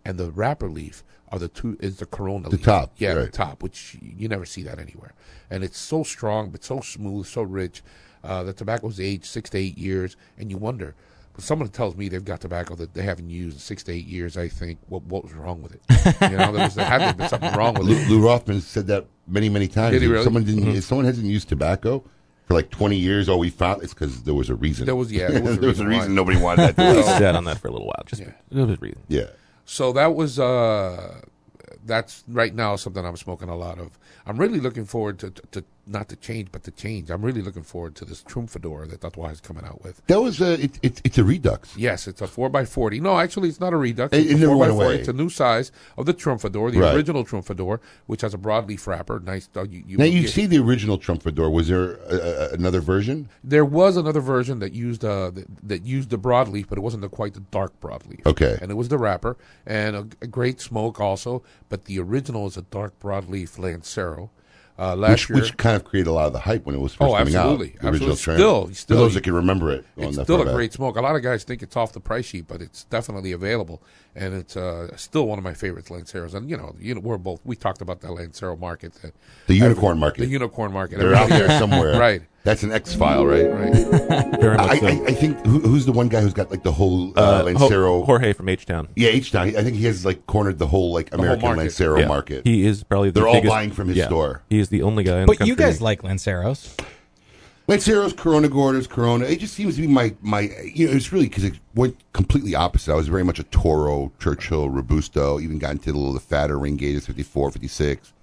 S13: and the wrapper leaf are the two is the Corona
S4: The
S13: leaf.
S4: top,
S13: yeah, the
S4: right.
S13: top, which you never see that anywhere, and it's so strong but so smooth, so rich. Uh, the tobacco's aged six to eight years, and you wonder, someone tells me they've got tobacco that they haven't used in six to eight years, I think, what what was wrong with it? You know, there, was, there had to have been something wrong with
S4: Lou,
S13: it.
S4: Lou Rothman said that many, many times.
S13: Did he
S4: If
S13: really?
S4: Someone didn't.
S13: Mhm.
S4: If someone hasn't used tobacco for like twenty years, all we found it's because there was a reason.
S13: There was- yeah, there was a
S4: There was a
S13: reason why.
S4: reason nobody wanted that.
S13: We
S4: tobacco.
S13: sat on that for a little while, just
S3: Yeah.
S13: there was a reason.
S4: Yeah.
S13: So that was uh, that's right now something I'm smoking a lot of. I'm really looking forward to, to, to not to change, but to change. I'm really looking forward to this Trumfador that Dotwa is coming out with.
S4: That was a. It, it, it's a redux.
S13: Yes, it's a four x forty. No, actually, it's not a redux.
S4: It-
S13: It's
S4: it
S13: a
S4: never
S13: four
S4: went
S13: x forty.
S4: away.
S13: It's a new size of the Trumfador, the
S4: Right.
S13: original Trumfador, which has a broadleaf wrapper. Nice. Uh, you, you
S4: now
S13: would
S4: you
S13: get-
S4: see the original Trumpador. Was there a, a, another version?
S13: There was another version that used uh, that, that used the broadleaf, but it wasn't the, quite the dark broadleaf.
S4: Okay.
S13: and it was the wrapper and a, a great smoke also. But the original is a dark broadleaf Lancero. Uh, last
S4: Which,
S13: year,
S4: which kind of created a lot of the hype when it was first
S13: Oh,
S4: coming
S13: absolutely.
S4: out. The original
S13: Absolutely.
S4: Trum-
S13: Still- still-
S4: for those that can remember it. on
S13: it's
S4: the
S13: still a
S4: far back.
S13: great smoke. A lot of guys think it's off the price sheet, but it's definitely available, and it's uh, still one of my favorites, Lanceros. And you know, you know, we're both we talked about that Lancero market, that
S4: The unicorn market.
S13: the unicorn market.
S4: They're out
S13: Everybody-
S4: there somewhere.
S13: right?
S4: That's an X file, right?
S13: Right.
S4: Very much I, I, I think who, who's the one guy who's got like the whole uh,
S3: Uh,
S4: Lancero
S3: Ho- Jorge from H Town.
S4: Yeah, H Town. I think he has like cornered the whole like
S3: whole
S4: American
S3: market.
S4: Lancero
S3: Yeah.
S4: market.
S3: He is probably the
S4: they're
S3: biggest-
S4: all buying from his
S3: yeah.
S4: store.
S3: He is the only guy. In
S5: But
S3: the
S5: you
S3: country.
S5: guys like Lanceros.
S4: Lanceros, Corona Gordas, Corona. It just seems to be my my. You know, it's really because it went completely opposite. I was very much a Toro, Churchill, Robusto. Even got into a little of the fatter Ringatas, 54, 56.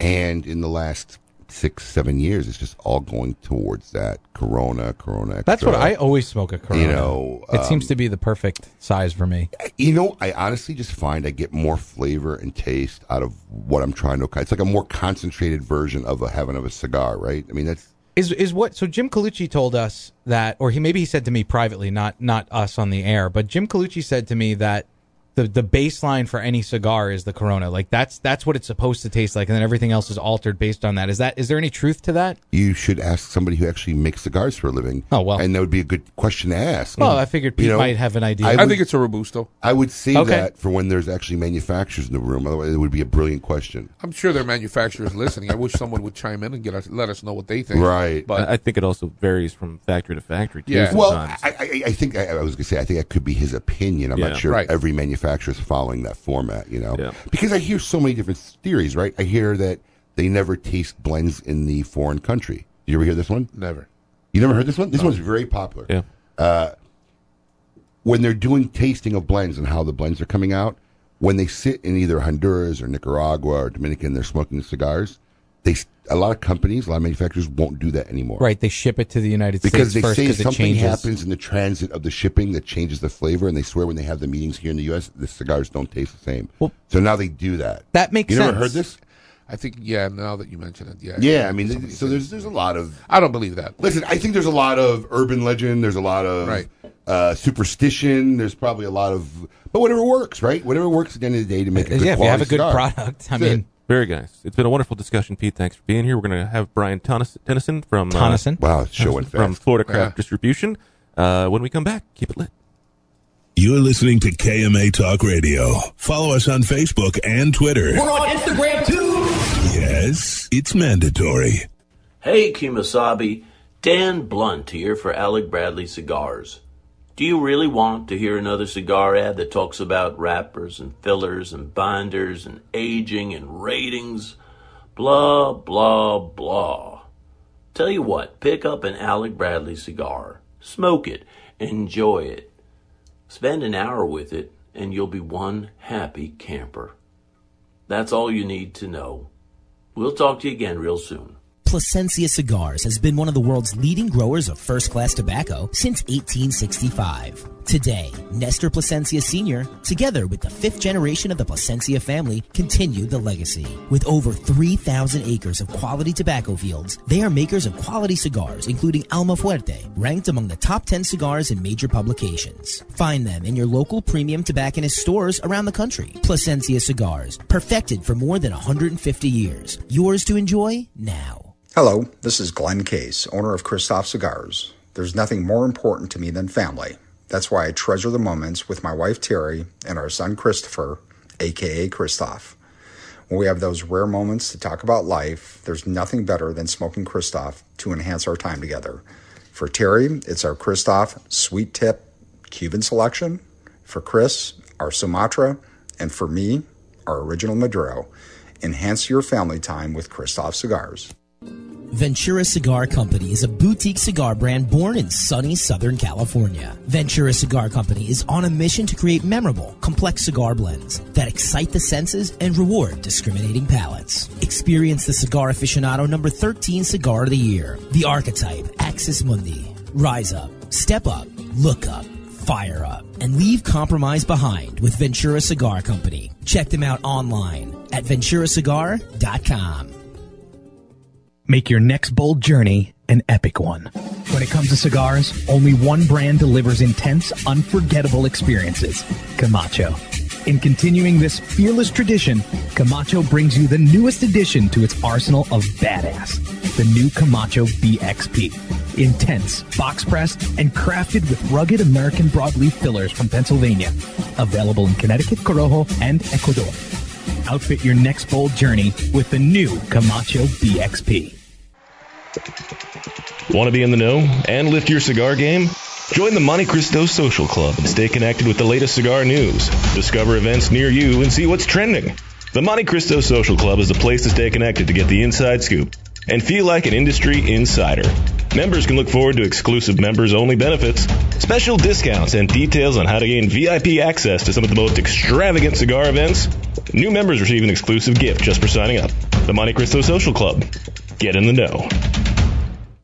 S4: And in the last six, seven years, it's just all going towards that Corona, Corona. Extra.
S5: That's what I always smoke a Corona.
S4: You know, um,
S5: it seems to be the perfect size for me.
S4: You know, I honestly just find I get more flavor and taste out of what I'm trying to. It's like a more concentrated version of a heaven of a cigar, right? I mean, that's
S5: Is is what? So Jim Colucci told us that, or he maybe he said to me privately, not not us on the air, but Jim Colucci said to me that the the baseline for any cigar is the Corona. Like that's that's what it's supposed to taste like, and then everything else is altered based on that. Is that is there any truth to that?
S4: you should ask somebody who actually makes cigars for a living. Oh well, and that would be a good question to ask.
S5: Well, I figured Pete
S4: You know,
S5: might have an idea.
S13: I,
S4: would-
S13: think it's a robusto.
S4: I would save
S13: Okay.
S4: that for when there's actually manufacturers in the room. Otherwise, it would be a brilliant question.
S13: I'm sure there are manufacturers listening. I wish someone would chime in and get us, let us know what they think. But
S3: I I think it also varies from factory to factory. Too,
S4: Well,
S3: sometimes.
S4: I, I, I think I, I was going to say I think that could be his opinion. I'm
S3: Yeah.
S4: not sure
S3: Right.
S4: if every manufacturer is following that format. You know, because I hear so many different theories. Right, I hear that they never taste blends in the foreign country. You ever hear this one?
S13: Never.
S4: You never heard this one? This one's very popular.
S3: Yeah.
S4: Uh, when they're doing tasting of blends and how the blends are coming out, when they sit in either Honduras or Nicaragua or Dominican, they're smoking cigars. They s- a lot of companies, a lot of manufacturers won't do that anymore
S5: Right, they ship it to the United
S4: because they
S5: States first
S4: say
S5: because it
S4: something
S5: changes.
S4: happens in the transit of the shipping that changes the flavor, and they swear when they have the meetings here in the U.S. the cigars don't taste the same. so now they do that. you You never heard this?
S13: I think yeah. Now that you mention it, yeah.
S4: Yeah, I mean,
S13: Somebody
S4: so
S13: said-
S4: there's there's a lot of.
S13: I don't believe that.
S4: Listen, I think there's a lot of urban legend. There's a lot of
S13: Right.
S4: uh, superstition. There's probably a lot of, but whatever works, right? Whatever works at the end of the day to make a good quality cigar. That's it.
S3: very guys, it's been a wonderful discussion, Pete. Thanks for being here. We're going to have Brian Tennis- Tennyson from uh,
S4: Tonneson? Wow, it's showing
S3: from
S4: fast.
S3: Florida Craft
S4: Yeah.
S3: Distribution. Uh, when we come back, keep it lit.
S1: You're listening to KMA Talk Radio. Follow us on Facebook and Twitter.
S20: We're on Instagram too.
S1: Yes, it's mandatory.
S20: Hey, Kimasabi. Dan Blunt here for Alec Bradley Cigars. Do you really want to hear another cigar ad that talks about wrappers and fillers and binders and aging and ratings? Blah, blah, blah. Tell you what, pick up an Alec Bradley cigar. Smoke it. Enjoy it. Spend an hour with it, and you'll be one happy camper. That's all you need to know. We'll talk to you again real soon.
S14: Placencia Cigars has been one of the world's leading growers of first class tobacco since 1865. Today, Nestor Placencia Sr., together with the fifth generation of the Placencia family, continue the legacy. With over 3,000 acres of quality tobacco fields, they are makers of quality cigars, including Alma Fuerte, ranked among the top 10 cigars in major publications. Find them in your local premium tobacconist stores around the country. Placencia Cigars, perfected for more than 150 years. Yours to enjoy now.
S9: Hello, this is Glenn Case, owner of Christoph Cigars. There's nothing more important to me than family. That's why I treasure the moments with my wife Terry and our son Christopher, aka Christoph. When we have those rare moments to talk about life, there's nothing better than smoking Christoph to enhance our time together. For Terry, it's our Christoph Sweet Tip Cuban selection, for Chris, our Sumatra, and for me, our original Maduro. Enhance your family time with Christoph cigars.
S14: Ventura Cigar Company is a boutique cigar brand born in sunny Southern California. Ventura Cigar Company is on a mission to create memorable, complex cigar blends that excite the senses and reward discriminating palates. Experience the Cigar Aficionado number 13 cigar of the year, the archetype Axis Mundi. Rise up, step up, look up, fire up, and leave compromise behind with Ventura Cigar Company. Check them out online at venturacigar.com.
S7: Make your next bold journey an epic one. When it comes to cigars, only one brand delivers intense, unforgettable experiences Camacho. In continuing this fearless tradition, Camacho brings you the newest addition to its arsenal of badass the new Camacho BXP. Intense, box pressed, and crafted with rugged American broadleaf fillers from Pennsylvania. Available in Connecticut, Corojo, and Ecuador. Outfit your next bold journey with the new Camacho BXP.
S12: Want to be in the know and lift your cigar game? Join the Monte Cristo Social Club and stay connected with the latest cigar news. Discover events near you and see what's trending. The Monte Cristo Social Club is the place to stay connected to get the inside scoop and feel like an industry insider. Members can look forward to exclusive members only benefits, special discounts, and details on how to gain VIP access to some of the most extravagant cigar events. New members receive an exclusive gift just for signing up. The Monte Cristo Social Club. Get in the know.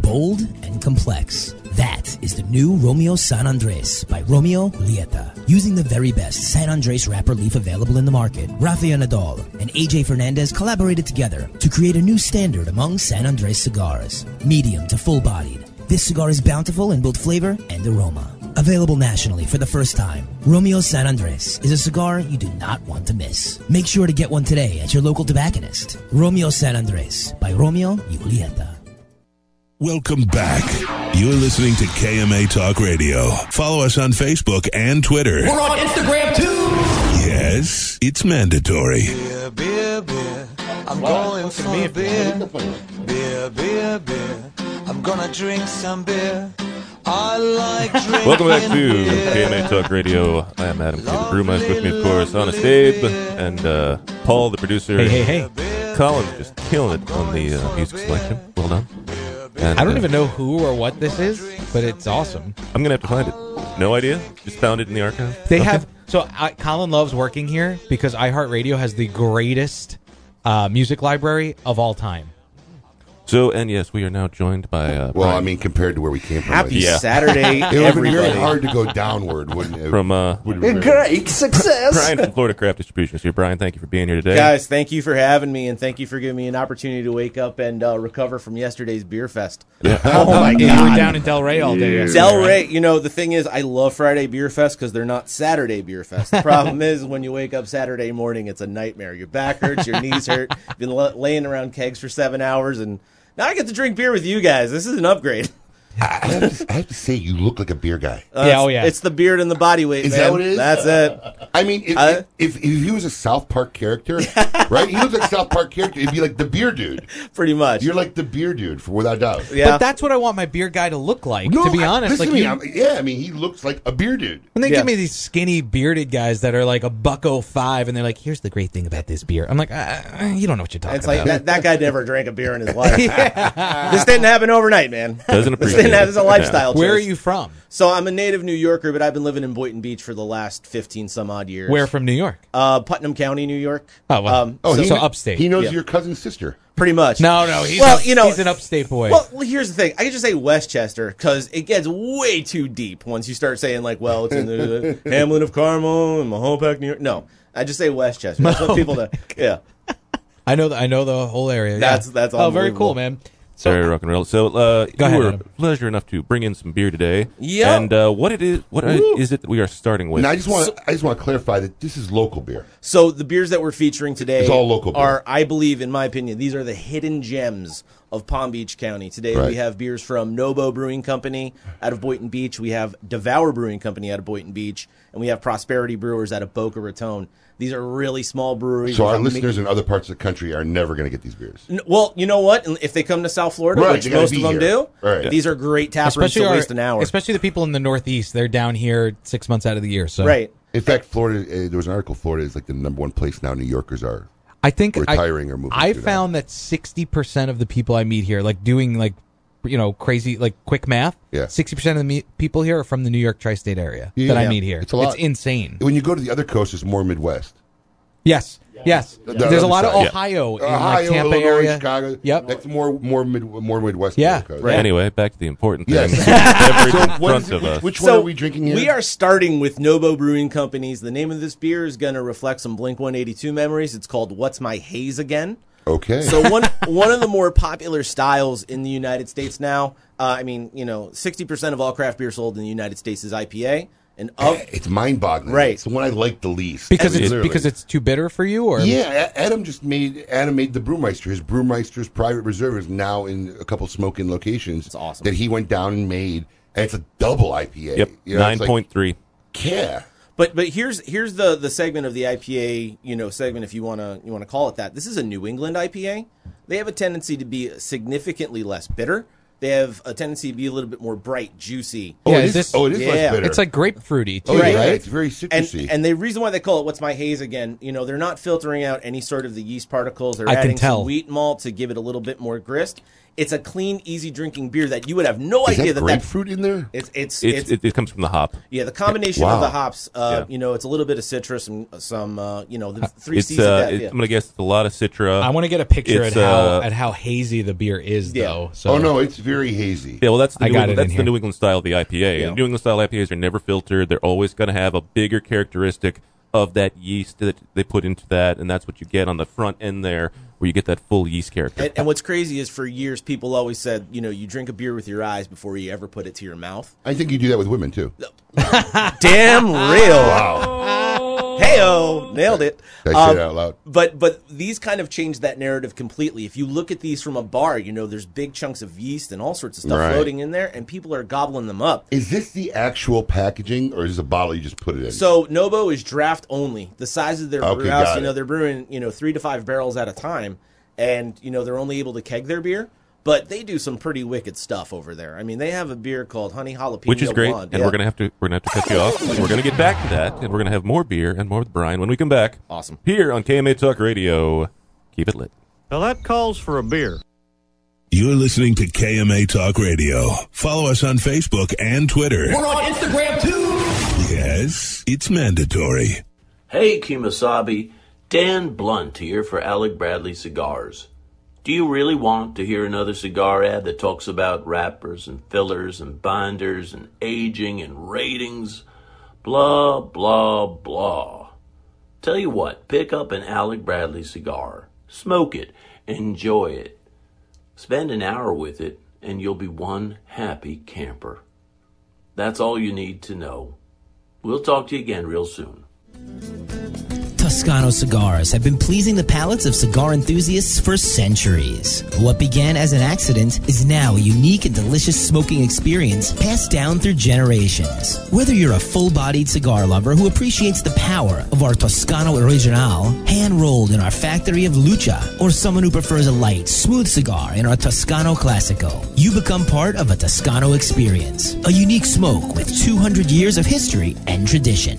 S14: bold and complex. That is the new Romeo San Andres by Romeo Julieta. Using the very best San Andres wrapper leaf available in the market, Rafael Nadal and AJ Fernandez collaborated together to create a new standard among San Andres cigars. Medium to full bodied, this cigar is bountiful in both flavor and aroma. Available nationally for the first time, Romeo San Andres is a cigar you do not want to miss. Make sure to get one today at your local tobacconist. Romeo San Andres by Romeo Julieta.
S1: Welcome back. You're listening to KMA Talk Radio. Follow us on Facebook and Twitter.
S2: We're on Instagram too.
S1: Yes, it's mandatory.
S21: I'm going for a beer. Beer, beer, beer. I'm gonna drink some beer. I like drinking
S3: Welcome back to KMA Talk Radio. I am Adam K. the Brewmeister with me, of course, Honest Abe and uh, Paul, the producer.
S5: Hey, hey,
S3: hey. Colin just killing it on the uh, music selection. Well done. And,
S5: I don't
S3: uh,
S5: even know who or what this is, but it's awesome.
S3: I'm going to have to find it. No idea. Just found it in the archive.
S5: They
S3: Okay.
S5: have so I, Colin loves working here because iHeartRadio has the greatest uh, music library of all time.
S3: So, and yes, we are now joined by. Uh, well, I
S4: mean, compared to where we came from.
S5: Happy
S3: yeah.
S5: Saturday,
S4: it would have been very
S5: everybody.
S4: hard to go downward, wouldn't it?
S3: From uh,
S4: Would have been very-
S21: Great success.
S3: Brian from Florida Craft Distribution is here. Brian, thank you for being here today.
S21: Guys, thank you for having me, and thank you for giving me an opportunity to wake up and uh, recover from yesterday's beer fest.
S3: Yeah.
S21: Oh my
S5: You
S21: god,
S5: were down in Del Rey all day yesterday,
S21: Del
S5: right?
S21: Rey, you know the thing is, I love Friday beer fest because they're not Saturday beer fest. The problem is when you wake up Saturday morning, it's a nightmare. Your back hurts, your knees hurt. You've been la- laying around kegs for seven hours, and now I get to drink beer with you guys. This is an upgrade.
S4: I have, to, I have to say, you look like a beer guy.
S21: Uh,
S5: oh,
S21: it's- It's the beard and the body weight.
S4: Is
S21: man.
S4: that what it is?
S21: That's it.
S4: I mean, if, if, if he was a South Park character, right? He looks like a South Park character. He'd be like the beer dude.
S21: Pretty much.
S4: You're like the beer dude, for without doubt.
S5: But that's what I want my beer guy to look like. to be
S4: I-
S5: honest,
S4: listen
S5: like
S4: to me.
S5: you-
S4: I'm- yeah, I mean, he looks like a beer dude.
S5: when they give me these skinny bearded guys that are like a buck oh five, and they're like, "Here's the great thing about this beer." I'm like, uh, uh, "You don't know what you're talking
S21: It's
S5: about."
S21: like that, that guy never drank a beer in his life. This didn't happen overnight, man.
S5: Doesn't
S21: this
S5: appreciate
S21: didn't happen. It's a
S5: it.
S21: lifestyle.
S5: Yeah. Where
S21: choice.
S5: are you from?
S21: So I'm a native New Yorker, but I've been living in Boynton Beach for the last 15 some odd years.
S5: Where from New York?
S21: Uh, Putnam County, New York. Um,
S5: Oh, wow. Oh, he- So upstate.
S4: He knows
S21: Yeah.
S4: your cousin's sister.
S21: Pretty much.
S5: No, no, he's
S21: well,
S5: up-
S21: you know,
S5: he's an upstate boy.
S21: Well, well, here's the thing. I could just say Westchester because it gets way too deep once you start saying like, well, it's in the Hamlin of Carmel and Mahopac, New York. No, I just say Westchester. That's what people know. Yeah.
S5: I know, the, I know the whole area.
S21: That's-
S5: yeah.
S21: that's
S5: oh, very
S21: unbelievable.
S5: cool, man.
S3: Sorry, rock and roll. So, uh, you
S5: Go ahead,
S3: were
S5: Adam.
S3: pleasure enough to bring in some beer today.
S4: Yeah.
S3: And uh, what it is? What are-
S4: Woo.
S3: is it that we are starting with?
S4: And I just want to I just want to clarify that this is local beer.
S21: So the beers that we're featuring today
S4: It's all local beer.
S21: are, I believe, in my opinion, these are the hidden gems of Palm Beach County. Today
S4: Right.
S21: we have beers from Nobo Brewing Company out of Boynton Beach. We have Devour Brewing Company out of Boynton Beach, and we have Prosperity Brewers out of Boca raton These are really small breweries.
S4: So our
S21: that make-
S4: listeners in other parts of the country are never going to get these beers.
S21: N- Well, you know what? If they come to South Florida,
S4: Right,
S21: which
S4: they gotta
S21: most
S4: be
S21: of them
S4: here.
S21: do,
S4: Right.
S21: these are great tap rooms
S5: especially
S21: to
S5: our-
S21: waste an hour.
S5: Especially the people in the Northeast. They're down here six months out of the year. So
S4: In fact, Florida. Uh, there was an article. Florida is like the number one place now New Yorkers are.
S5: I think I-
S4: retiring or moving.
S5: I
S4: to now.
S5: found that sixty percent of the people I meet here, like doing like you know crazy like quick math,
S4: Yeah.
S5: sixty percent of the me- people here are from the New York tri-state area that I meet here.
S4: It's a lot.
S5: insane.
S4: When you go to the other coast, it's more Midwest.
S5: Yes, yes.
S4: The
S5: There's a
S4: other
S5: lot of
S4: side.
S5: Ohio in
S4: Ohio,
S5: like Tampa
S4: Illinois,
S5: area.
S4: Chicago.
S5: Yep.
S4: That's more more mid, more Midwest.
S5: Yeah.
S4: coast.
S3: Right. Anyway, back to the important thing.
S4: Yes.
S3: Every
S4: So
S3: in
S4: what
S3: front
S4: is it-
S3: of us.
S4: which- one are we drinking here?
S21: We are starting with Nobo Brewing Companies. The name of this beer is going to reflect some Blink 182 memories. It's called What's My Haze Again?
S4: Okay.
S21: So one one of the more popular styles in the United States now. Uh, I mean, you know, sixty percent of all craft beer sold in the United States is IPA, and of
S4: it's mind-boggling.
S21: Right,
S4: It's the one I like the least
S5: because it's
S4: Literally.
S5: because it's too bitter for you, or
S4: yeah, A- Adam just made Adam made the Brewmeister. His Brewmeister's private reserve is now in a couple smoking locations. It's awesome that he went down and made, and it's a double IPA.
S3: Yep.
S4: You know,
S3: Nine
S4: it's like-
S3: point three.
S4: Yeah.
S21: But but here's here's the the segment of the IPA you know segment if you wanna you wanna call it that. This is a New England IPA. They have a tendency to be significantly less bitter. They have a tendency to be a little bit more bright, juicy.
S5: Yeah, Oh, is Oh, this-
S21: Yeah.
S5: It's like grapefruity too,
S21: And, and the reason why they call it "What's My Haze" again, you know, they're not filtering out any sort of the yeast particles. They're
S5: I can
S21: adding
S5: tell.
S21: some wheat malt to give it a little bit more grist. It's a clean, easy drinking beer that you would have no
S3: Is that
S21: idea that
S4: grapefruit in there.
S21: It's it's
S3: It's,
S21: it's,
S3: it, it comes from the hop.
S21: yeah, the combination
S3: Wow.
S21: of the hops. Uh,
S3: Yeah.
S21: You know, it's a little bit of citrus and some uh, you know the three
S3: It's,
S21: C's of
S3: uh,
S21: that.
S3: it-
S21: yeah.
S3: I'm gonna guess it's a lot of citra.
S5: I want to get a picture
S3: Uh, It's,
S5: at how
S3: uh,
S5: at how hazy the beer is, though. So.
S4: oh no, it's very hazy.
S3: Yeah, well, that's the
S5: I
S3: New
S5: got
S3: England,
S5: it
S3: that's
S5: in
S3: the
S5: here.
S3: New England style of the IPA.
S5: Yeah.
S3: And New England style IPAs are never filtered. They're always going to have a bigger characteristic of that yeast that they put into that, and that's what you get on the front end there, where you get that full yeast character.
S21: And, and what's crazy is for years people always said, you know, you drink a beer with your eyes before you ever put it to your mouth.
S4: I think you do that with women too.
S21: Damn real.
S4: Wow.
S21: Oh. Heyo, nailed it. Um,
S4: Did I say that out loud?
S21: But but these kind of change that narrative completely. If you look at these from a bar, you know, there's big chunks of yeast and all sorts of stuff
S4: Right.
S21: floating in there, and people are gobbling them up.
S4: Is this the actual packaging, or is this a bottle you just put it in?
S21: So Nobo is draft only. The size of their
S4: Okay,
S21: brew house,
S4: got
S21: you know,
S4: it.
S21: they're brewing, you know, three to five barrels at a time, and you know they're only able to keg their beer. But they do some pretty wicked stuff over there. I mean, they have a beer called Honey Jalapeno,
S3: which is great,
S21: Blonde.
S3: and
S21: Yeah.
S3: we're gonna have to we're gonna have to cut you off. We're gonna get back to that, and we're gonna have more beer and more with Brian when we come back.
S21: Awesome.
S3: Here on KMA Talk Radio, keep it lit.
S16: Now that calls for a beer.
S1: You're listening to KMA Talk Radio. Follow us on Facebook and Twitter.
S2: We're on Instagram too.
S1: Yes, it's mandatory.
S20: Hey, Kimasabi, Dan Blunt here for Alec Bradley Cigars. Do you really want to hear another cigar ad that talks about wrappers and fillers and binders and aging and ratings? Blah, blah, blah. Tell you what, pick up an Alec Bradley cigar, smoke it, enjoy it. Spend an hour with it, and you'll be one happy camper. That's all you need to know. We'll talk to you again real soon.
S14: Toscano cigars have been pleasing the palates of cigar enthusiasts for centuries. What began as an accident is now a unique and delicious smoking experience passed down through generations. Whether you're a full-bodied cigar lover who appreciates the power of our Toscano Original, hand-rolled in our factory of Lucha, or someone who prefers a light, smooth cigar in our Toscano Classico, you become part of a Toscano experience, a unique smoke with 200 years of history and tradition.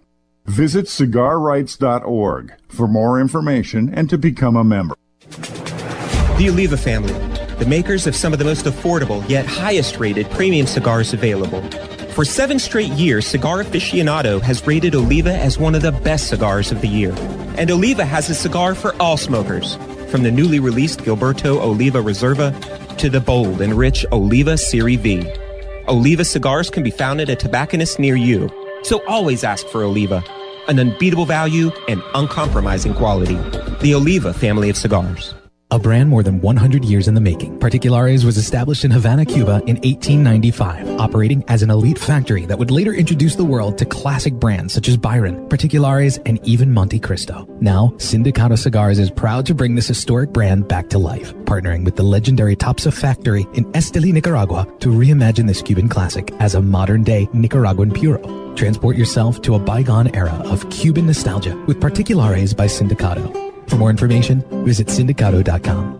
S8: Visit cigarrights.org for more information and to become a member.
S10: The Oliva family, the makers of some of the most affordable yet highest rated premium cigars available. For seven straight years, Cigar Aficionado has rated Oliva as one of the best cigars of the year. And Oliva has a cigar for all smokers, from the newly released Gilberto Oliva Reserva to the bold and rich Oliva Serie V. Oliva cigars can be found at a tobacconist near you, so always ask for Oliva, an unbeatable value and uncompromising quality. The Oliva family of cigars.
S7: A brand more than 100 years in the making, Particulares was established in Havana, Cuba in 1895, operating as an elite factory that would later introduce the world to classic brands such as Byron, Particulares, and even Monte Cristo. Now, Sindicato Cigars is proud to bring this historic brand back to life, partnering with the legendary Topsa factory in Esteli, Nicaragua to reimagine this Cuban classic as a modern-day Nicaraguan Puro. Transport yourself to a bygone era of Cuban nostalgia with Particulares by Sindicato. For more information, visit sindicato.com.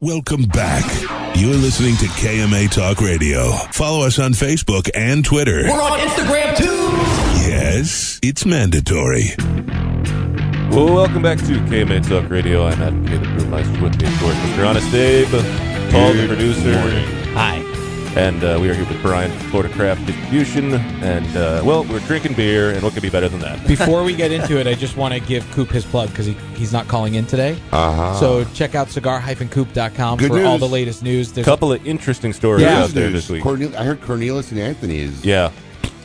S1: Welcome back. You're listening to KMA Talk Radio. Follow us on Facebook and Twitter.
S2: We're on Instagram too.
S1: Yes, it's mandatory.
S3: Well, welcome back to KMA Talk Radio. I'm Adam K. The Brewmeister with me, of course, Mr. Honest Abe, Paul, the
S2: Good
S3: producer.
S2: morning.
S3: Hi. And uh, we are here with Brian, from Florida Craft Distribution. And, uh, well, we're drinking beer, and what could be better than that?
S5: Before we get into it, I just want to give Coop his plug because he, he's not calling in today.
S3: Uh-huh.
S5: So check out cigar-coop.com
S3: Good
S5: for all
S3: news.
S5: the latest news.
S3: a
S5: There's
S3: couple of interesting stories
S5: Yeah.
S3: out there
S5: News.
S3: this week.
S4: Cornel- I heard Cornelius and Anthony is.
S3: Yeah.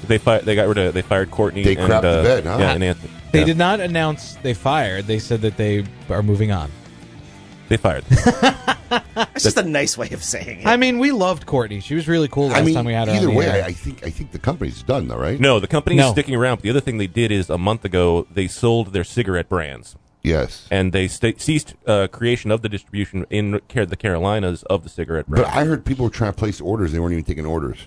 S3: They fi- they got rid of they fired Courtney
S4: They
S3: and
S4: crapped the
S3: uh,
S4: bed, huh?
S3: yeah, and Anthony.
S5: They
S3: Yeah.
S5: did not announce they fired. They said that they are moving on.
S3: They fired.
S5: That's
S21: just a nice way of saying it.
S5: I mean, we loved Courtney. She was really cool last
S4: I mean,
S5: time we had her.
S4: either
S5: on the
S4: way,
S5: air.
S4: I, I think I think the company's done though, right?
S3: No, the company's
S5: No.
S3: sticking around. But the other thing they did is a month ago they sold their cigarette brands.
S4: Yes.
S3: and they sta ceased uh, creation of the distribution in Car- the Carolinas of the cigarette brands.
S4: But I heard people were trying to place orders; they weren't even taking orders.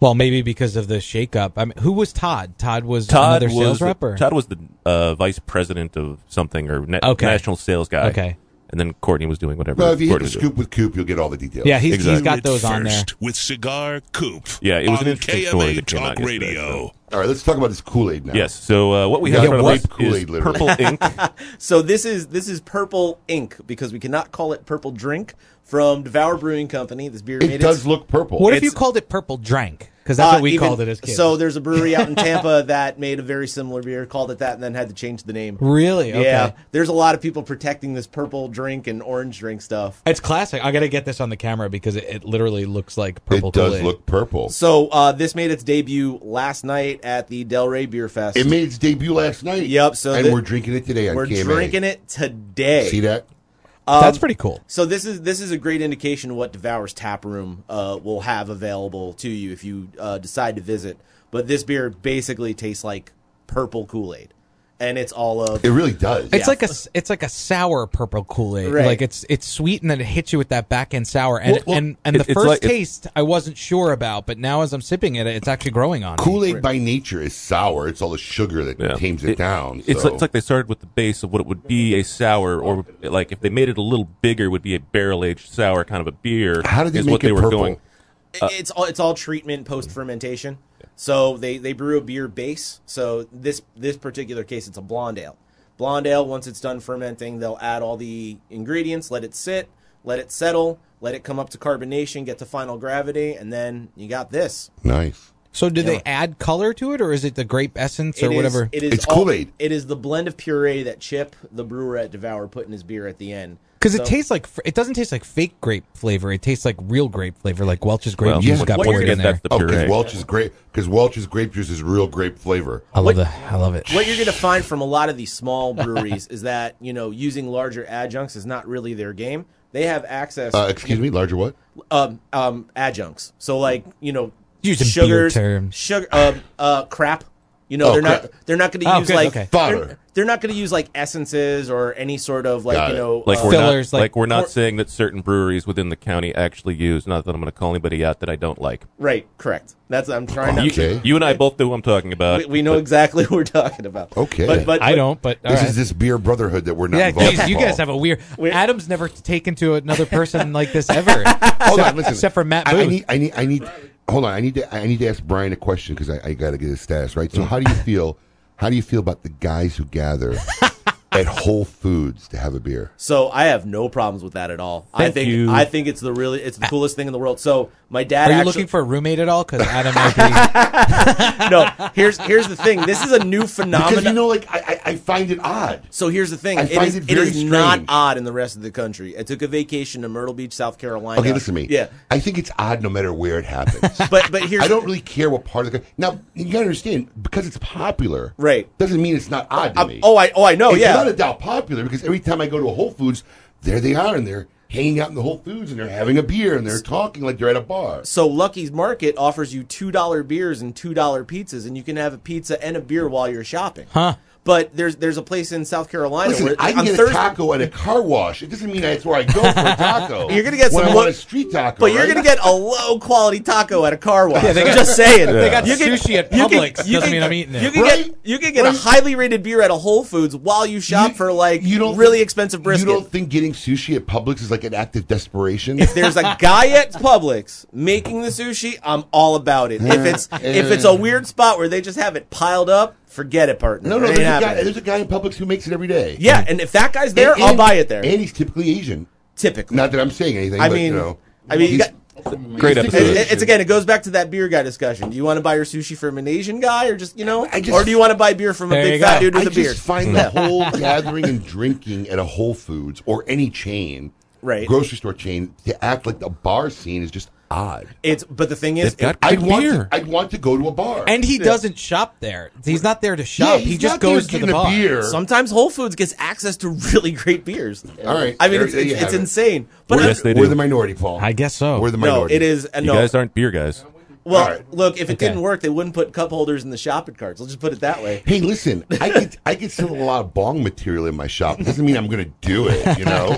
S5: well, maybe because of the shakeup. I mean, who was Todd? Todd was
S3: Todd
S5: another
S3: was
S5: sales rep. Or?
S3: Todd was the uh, vice president of something or na-
S5: Okay.
S3: national sales guy.
S5: Okay.
S3: and then Courtney was doing whatever.
S4: Well, if you hit
S3: Courtney
S4: the
S3: was doing.
S4: scoop with Coop, you'll get all the details.
S5: Yeah, he's- he's
S4: Exactly.
S5: got those on there.
S1: First, with Cigar Coop.
S3: Yeah, it was
S1: on
S3: an interesting
S1: KMA
S3: story that came out
S1: Talk
S3: yesterday,
S1: Radio.
S4: All right, let's talk about this Kool Aid now.
S3: Yes. So uh, what we
S4: Yeah,
S3: have in front
S4: what?
S3: of us is
S4: Kool-Aid, literally.
S3: purple ink.
S21: so this is this is purple ink because we cannot call it purple drink from Devour Brewing Company. This beer made
S5: What if you
S21: It's-
S5: called it purple drank? Because
S21: Uh,
S5: that's what we
S21: even-
S5: called it as kids.
S21: So there's a brewery out in Tampa that made a very similar beer, called it that, and then had to change the name.
S5: Really?
S21: Yeah.
S5: Okay.
S21: There's a lot of people protecting this purple drink and orange drink stuff.
S5: it's classic. I got to get this on the camera because it, it literally looks like purple. Kool-Aid.
S4: purple.
S21: So uh, this made its debut last night at the Del Rey Beer Fest.
S4: It made its debut last night.
S21: Yep. So
S4: and
S21: thi-
S4: we're drinking it today on
S21: we're
S4: KMA.
S21: drinking it today.
S4: See that?
S21: Um,
S5: That's pretty cool.
S21: So this is this is a great indication of what Devour's Tap Room uh, will have available to you if you uh, decide to visit. But this beer basically tastes like purple Kool Aid, and it's all of
S4: It really does.
S5: It's like a s- it's like a sour purple Kool Aid.
S21: Right.
S5: Like it's it's sweet and then it hits you with that back end sour and
S21: Well, well,
S5: and, and the
S21: it- it's
S5: first
S21: like- it-
S5: taste I wasn't sure about, but now as I'm sipping it, it's actually growing on. me.
S4: Kool Aid by nature is sour. It's all the sugar that tames it, down.
S3: It's,
S4: so.
S3: like, it's like they started with the base of what it would be a sour, or like if they made it a little bigger, would be a barrel aged sour kind of a beer.
S4: How did they
S3: is
S4: make
S3: what
S4: it
S3: they were
S4: purple?
S5: Uh,
S3: going. Uh,
S21: it's all it's all treatment post fermentation. So they, they brew a beer base. So this this particular case, it's a blonde ale. Blonde ale, once it's done fermenting, they'll add all the ingredients, let it sit, let it settle, let it come up to carbonation, get to final gravity, and then you got this.
S4: Nice.
S5: So, do
S21: Yeah.
S5: they add color to it, or is it the grape essence or
S21: It is-
S5: whatever?
S21: it is all- It is the blend of puree that Chip, the brewer at Devour, put in his beer at the end.
S5: Because it
S21: So-
S5: tastes like fr- it doesn't taste like fake grape flavor. It tastes like real grape flavor, like Welch's grape juice got poured in there.
S4: Oh, because Welch's grape because Welch's grape juice is real grape flavor.
S5: I love that. I love it.
S21: What you're going to find from a lot of these small breweries is that you know using larger adjuncts is not really their game. They have access.
S4: Uh, excuse me, larger what?
S21: Um, um, adjuncts. So like you know,
S4: Using beer
S21: sugars,
S4: terms.
S21: sugar, um, uh, crap. You know,
S4: Oh,
S21: they're not
S4: crap.
S21: they're not going to
S4: Oh,
S21: use
S4: good,
S21: like
S4: okay. Fodder.
S21: they're, they're not going to use like essences or any sort of like
S3: Got
S21: you
S3: it.
S21: know
S3: like
S21: uh,
S3: we're not, like, we're not saying that certain breweries within the county actually use. Not that I'm going to call anybody out that I don't like.
S21: right. Correct. That's I'm trying not
S3: You, you and I both know who I'm talking about.
S21: We, we know
S3: but-
S21: exactly what we're talking about. but, but
S4: this is this beer brotherhood that we're not
S5: yeah,
S4: involved.
S5: geez, you
S4: Paul.
S5: guys have a weird. Adam's never taken to another person like this ever.
S4: Hold
S5: except,
S4: on, listen.
S5: except for Matt
S4: I, I
S5: Booth.
S4: need, I need, I need. Hold on, I need to, I need to ask Brian a question because I, I got to get his status right. So, how do you feel? How do you feel about the guys who gather at Whole Foods to have a beer?
S21: So I have no problems with that at all. I
S5: Thank
S21: think
S5: you.
S21: I think it's the really it's the coolest thing in the world. So my dad
S5: Are you
S21: actually
S5: looking for a roommate at all? Because Adam might be.
S21: no. Here's here's the thing. This is a new phenomenon.
S4: you know, like I, I, I find it odd.
S21: So here's the thing.
S4: I
S21: it
S4: find
S21: is,
S4: it very
S21: is not
S4: strange.
S21: odd in the rest of the country. I took a vacation to Myrtle Beach, South Carolina.
S4: Okay, listen to me.
S21: Yeah,
S4: I think it's odd no matter where it happens.
S21: but but here's
S4: I don't really care what part of the now. You gotta understand because it's popular,
S21: right?
S4: Doesn't mean it's not odd to
S21: Um,
S4: me.
S21: oh, I- oh, I know,
S4: It's
S21: yeah.
S4: not a doubt popular because every time I go to a Whole Foods, there they are, and they're hanging out in the Whole Foods, and they're having a beer, and they're talking like they're at a bar.
S21: So Lucky's Market offers you two dollar beers and two dollar pizzas, and you can have a pizza and a beer while you're shopping. Huh? But there's there's a place in South Carolina
S4: Listen,
S21: where
S4: I can
S21: on
S4: get
S21: Thursday-
S4: a taco at a car wash. It doesn't mean that's where I go for a taco.
S21: You're gonna get
S4: When
S21: some
S4: I
S21: lo-
S4: want a street taco,
S21: But you're
S4: right?
S21: gonna get a low quality taco at a car wash.
S4: Yeah, they got-
S21: just saying.
S4: they got
S21: You can-
S4: sushi at
S21: you can-
S4: Publix.
S21: you
S4: Doesn't
S21: can-
S4: mean I'm eating it.
S21: You can
S4: Right?
S21: get you can get
S4: Right?
S21: a highly rated beer at a Whole Foods while you shop for like you don't really expensive brisket.
S4: You don't think getting sushi at Publix is like an act of desperation?
S21: if there's a guy at Publix making the sushi, I'm all about it. If it's if it's a weird spot where they just have it piled up, forget it, partner.
S4: no,
S21: It
S4: no,
S21: ain't
S4: there's a, guy,
S21: happening.
S4: there's a guy in Publix who makes it every day.
S21: Yeah, and if that guy's there,
S4: And-
S21: I'll
S4: and-
S21: buy it there.
S4: And he's typically Asian.
S21: Typically,
S4: not that I'm saying anything.
S21: I
S4: but,
S21: mean,
S4: you know,
S21: I mean, you
S4: he's-
S21: got-
S4: Great
S21: It's-
S4: episode.
S21: It's, it's again, it goes back to that beer guy discussion. Do you want to buy your sushi from an Asian guy, or just you know, or do you want to buy beer from a big fat dude with
S4: I
S21: a beard? Hmm.
S4: just find the whole gathering and drinking at a Whole Foods or any chain,
S21: Right.
S4: grocery store chain, to act like the bar scene is just odd.
S21: It's but the thing is, it-
S4: I'd want to, I'd want to go to a bar,
S5: And he doesn't shop there. He's not there to shop.
S21: he's
S5: he just
S21: not there
S5: goes to
S21: getting
S5: the
S21: a
S5: bar.
S21: beer. Sometimes Whole Foods gets access to really great beers.
S4: All right.
S21: I mean,
S4: There-
S21: it's,
S4: there you
S21: it's,
S4: have
S21: it's
S4: it.
S21: insane. But
S4: We're-
S21: I-
S4: Yes, they do. we're the minority, Paul. I
S5: guess so.
S4: We're the
S21: No, it is. uh,
S3: you
S21: no.
S3: guys aren't beer guys.
S21: well,
S4: All right.
S21: look, if it
S4: Okay.
S21: didn't work, they wouldn't put cup holders in the shopping carts. Let's just put it that way.
S4: Hey, listen, I could I could sell a lot of bong material in my shop. Doesn't mean I'm going to do it. You know,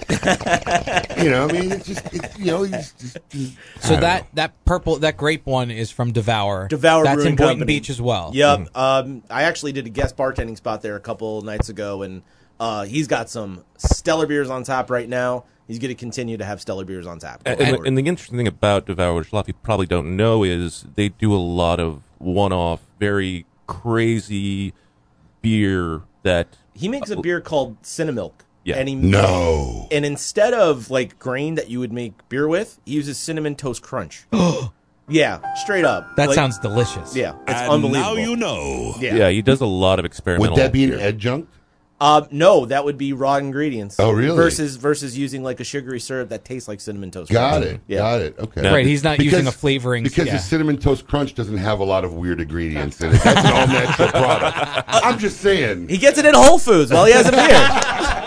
S4: you know. I mean, it's just it's, you know. It's just, just- I
S5: So
S4: don't
S5: that that purple that grape one is from Devour.
S21: Devour
S5: That's
S21: Brewing
S5: in Boynton
S21: Company.
S5: Beach as well. Mm.
S21: Yep. Um, I actually did a guest bartending spot there a couple nights ago, and uh, he's got some stellar beers on tap right now. He's going to continue to have stellar beers on tap.
S3: And, and- and the interesting thing about Devour, which a lot of people probably don't know, is they do a lot of one-off, very crazy beer that
S21: He makes a beer called Cinnamilk.
S3: Yeah.
S21: And he
S3: No.
S21: And instead of like grain that you would make beer with, he uses cinnamon toast crunch. yeah, straight up.
S5: That
S21: Like-
S5: sounds delicious.
S21: Yeah, it's
S1: And
S21: unbelievable.
S1: now you know.
S3: yeah.
S21: Yeah.
S3: he does a lot of experimental.
S4: that be an
S3: beer.
S4: adjunct?
S21: Uh, no, that would be raw ingredients.
S4: Oh, really?
S21: Versus versus using like a sugary syrup that tastes like cinnamon toast.
S4: Got
S21: crunch.
S4: it. Got it. Okay.
S5: Right, he's not using a flavoring-
S4: Because
S5: yeah.
S4: the cinnamon toast crunch doesn't have a lot of weird ingredients in it. That's an all natural product. I'm just saying.
S21: He gets it at Whole Foods while he has a beer.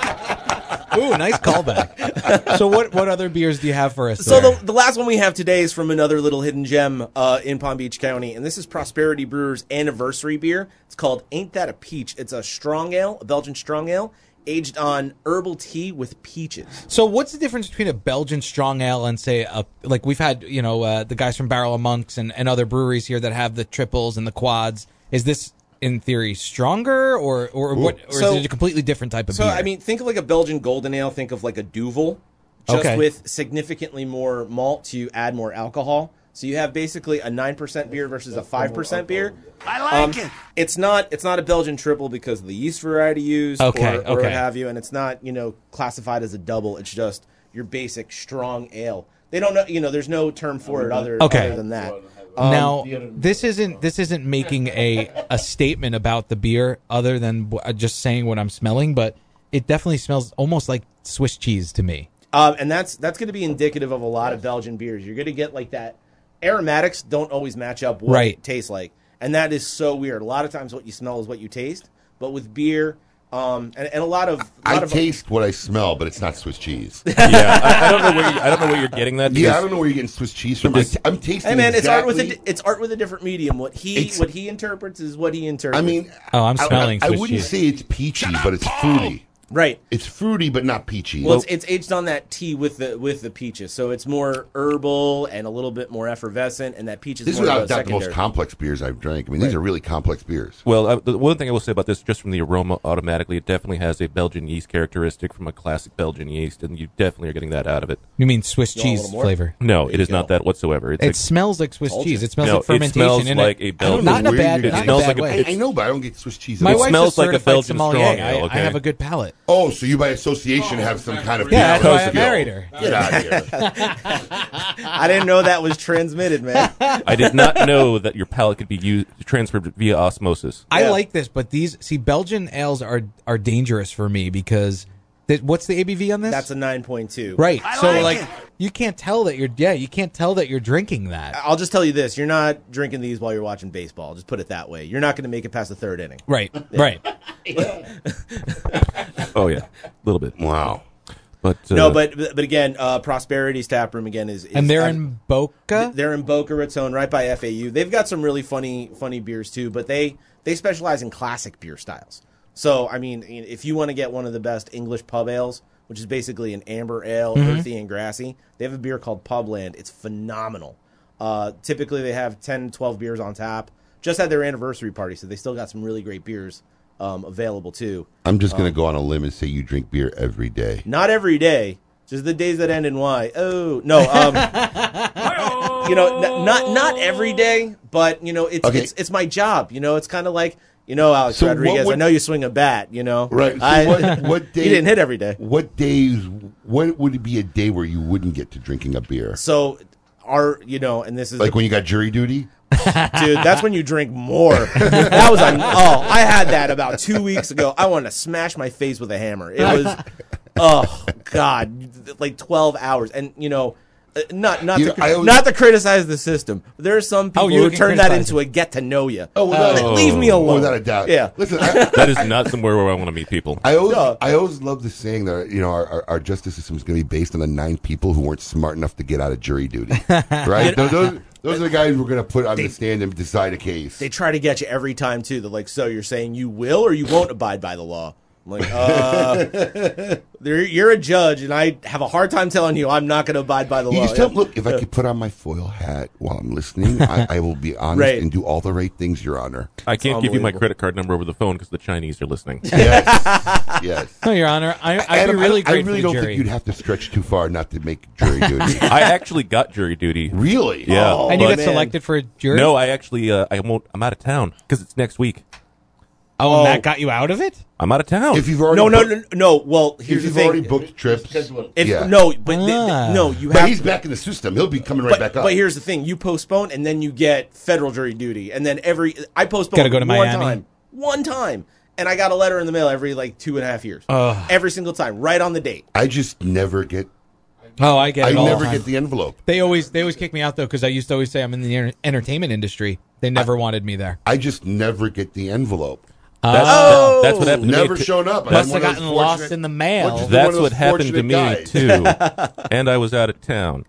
S5: Ooh, nice callback. so what what other beers do you have for us?
S21: So
S5: there?
S21: the, the last one we have today is from another little hidden gem uh, in Palm Beach County, and this is Prosperity Brewer's anniversary beer. It's called "Ain't That a Peach?" It's a strong ale, a Belgian strong ale, aged on herbal tea with peaches.
S5: So what's the difference between a Belgian strong ale and say a like we've had you know uh, the guys from Barrel of Monks and, and other breweries here that have the triples and the quads? Is this in theory stronger or or what? Or
S21: So-
S5: is it a completely different type of
S21: So
S5: beer?
S21: I mean, think of like a Belgian golden ale. Think of like a Duvel, just
S5: Okay.
S21: with significantly more malt to add more alcohol. So you have basically a nine percent beer versus a five percent beer. I like it. It's not it's not a Belgian triple because of the yeast variety used
S5: Okay,
S21: or, or what
S5: okay.
S21: have you, and it's not you know classified as a double. It's just your basic strong ale. They don't know you know there's no term for it other
S5: Okay.
S21: other than that. Um,
S5: now this isn't this isn't making a a statement about the beer other than wh- uh, just saying what I'm smelling, but it definitely smells almost like Swiss cheese to me.
S21: Um, and that's that's going to be indicative of a lot of Belgian beers. You're going to get like that. Aromatics don't always match up what
S5: Right.
S21: it tastes like, and that is so weird. A lot of times, what you smell is what you taste. But with beer, um, and, and a lot of a lot
S4: I
S21: of,
S4: taste what I smell, but it's not Swiss cheese.
S3: Yeah, I- I don't know where you- I don't know where you're getting that
S4: Yeah, I
S3: because-
S4: don't know where you're getting Swiss cheese from. I t- I'm tasting.
S21: Hey man, it's art
S4: exactly,
S21: with a di- it's art with a different medium. What he
S4: It's-
S21: what he interprets is what he interprets.
S4: I mean,
S5: Oh,
S4: I- I, I wouldn't say it's peachy, but it's fruity.
S21: Right.
S4: It's fruity, but not peachy.
S21: Well, it's, it's aged on that tea with the with the peaches, so it's more herbal and a little bit more effervescent, and that peach is
S4: this is
S21: more of
S4: without
S21: a
S4: doubt the most
S21: secondary.
S4: complex beers I've drank. I mean, these
S21: Right.
S4: are really complex beers.
S3: Well, I, the one thing I will say about this, just from the aroma, automatically, it definitely has a Belgian yeast characteristic from a classic Belgian yeast, and you definitely are getting that out of it.
S5: You mean Swiss You want a cheese little more? flavor?
S3: No, it is not that whatsoever. It's
S5: it
S3: like-
S5: smells like Swiss
S3: Told
S5: cheese.
S3: you.
S5: It smells
S3: No,
S5: like fermentation.
S3: It smells
S5: in
S3: like
S5: it.
S3: a Belgian.
S5: Not in a
S3: where
S5: bad,
S3: you
S5: not
S3: get
S5: in
S3: it.
S5: a
S3: Smells
S5: bad
S3: like a-
S5: way.
S3: it's-
S4: I know, but I don't get Swiss cheese.
S5: My
S4: at all.
S5: wife's a certified sommelier. I, I have a good palate.
S4: Oh, so you by association have some kind of
S5: Yeah, that's why I
S4: palate skill.
S5: married her.
S4: Get out of here.
S21: I didn't know that was transmitted, man.
S3: I did not know that your palate could be used, transferred via osmosis.
S5: I like this, but these see Belgian ales are are dangerous for me because th- what's the ABV on this?
S21: That's a nine point two.
S5: right. so like you can't tell that you're yeah you can't tell that you're drinking that.
S21: I'll just tell you this: you're not drinking these while you're watching baseball. Just put it that way. You're not going to make it past the third inning.
S5: Right. Right.
S3: Oh yeah, a little bit.
S4: Wow.
S3: But uh,
S21: no, but but again, uh, Prosperity's tap room again is, is
S5: And they're
S21: I'm-
S5: in Boca.
S21: They're in Boca Raton, right by FAU. They've got some really funny, funny beers too, but they they specialize in classic beer styles. So, I mean, you know, if you want to get one of the best English pub ales, which is basically an amber ale,
S5: Mhm.
S21: earthy and grassy, they have a beer called Publand. It's phenomenal. Uh, typically, they have 10, 12 beers on tap. Just had their anniversary party, so they still got some really great beers um, available too.
S4: I'm just going
S21: Um,
S4: to go on a limb and say you drink beer every day.
S21: not every day, just the days that end in Y. Oh no, um, you know, n- not not every day, but you know, it's
S4: Okay.
S21: it's, it's my job. You know, it's kind of like you know, Alex
S4: So what
S21: Rodriguez. I
S4: would-
S21: know you swing a bat. You know,
S4: Right. So
S21: I,
S4: what, what day?
S21: you didn't hit every day.
S4: What days? What would it be a day where you wouldn't get to drinking a beer?
S21: So our you know, and this is
S4: like when you got jury duty.
S21: dude. That's when you drink more. that was a, oh, I had that about two weeks ago. I wanted to smash my face with a hammer. It was oh god, like twelve hours, and you know. uh, Not not
S4: You
S21: to,
S4: know, I always-
S21: not to criticize the system. There are some people
S4: Oh, you
S21: who
S4: can
S21: turn that
S4: criticize
S21: into a get to know you.
S4: Oh, without-
S21: Uh, leave me alone.
S4: Without a doubt.
S21: Yeah.
S4: Listen,
S3: that is not somewhere where I want to meet people.
S4: I always, I always love the saying that you know our, our, our justice system is going to be based on the nine people who weren't smart enough to get out of jury duty, right? those, those, those are the guys we're going to put on the stand and decide a case.
S21: They try to get you every time too. They're like, "So you're saying you will or you won't abide by the law?" I'm like, uh, there- "You're a judge, and I have a hard time telling you I'm not going to abide by the
S4: You
S21: law."
S4: just tell them,
S21: Yeah.
S4: look, if I could put on my foil hat while I'm listening, I, I will be honest
S21: Right.
S4: and do all the right things, Your Honor.
S3: I can't give you my credit card number over the phone because the Chinese are listening.
S4: Yes. yes.
S5: No, Your Honor, I, I'd
S4: Adam,
S5: be really
S4: I,
S5: grateful.
S4: I really
S5: to
S4: don't
S5: jury.
S4: think you'd have to stretch too far not to make jury duty.
S3: I actually got jury duty.
S4: Really?
S3: Yeah.
S5: Oh, And you
S3: but-
S5: got selected for a jury?
S3: No, I actually uh, I won't. I'm out of town because it's next week.
S5: Oh, and that got you out of it?
S3: I'm out of town.
S4: If you've already
S21: no, no, no, no. Well, here's
S4: you've
S21: the thing.
S4: already booked trips,
S21: If-
S4: yeah.
S21: No, but th-
S5: Ah.
S21: th- no, you
S4: But
S21: have.
S4: he's back in the system. He'll be coming right
S21: but,
S4: back up.
S21: but here's the thing: you postpone, and then you get federal jury duty, and then every I postponed
S5: Gotta go to
S21: one
S5: Miami.
S21: time, one time, and I got a letter in the mail every like two and a half years,
S4: Ugh.
S21: every single time, right on the date.
S4: I just never get.
S5: Oh, I get.
S4: I
S5: it all
S4: never
S5: time.
S4: get the envelope.
S5: They always they always kick me out though because I used to always say I'm in the enter- entertainment industry. They never wanted me there.
S4: I just never get the envelope.
S5: That's- Oh! that's what happened to me
S4: Never
S5: too.
S4: shown up. I'm
S5: Must
S4: one
S5: have
S4: of those
S5: gotten lost
S4: fortunate-
S5: in the mail.
S4: One of
S3: That's
S4: those
S3: what happened to me
S4: fortunate guys.
S3: too, and I was out of town.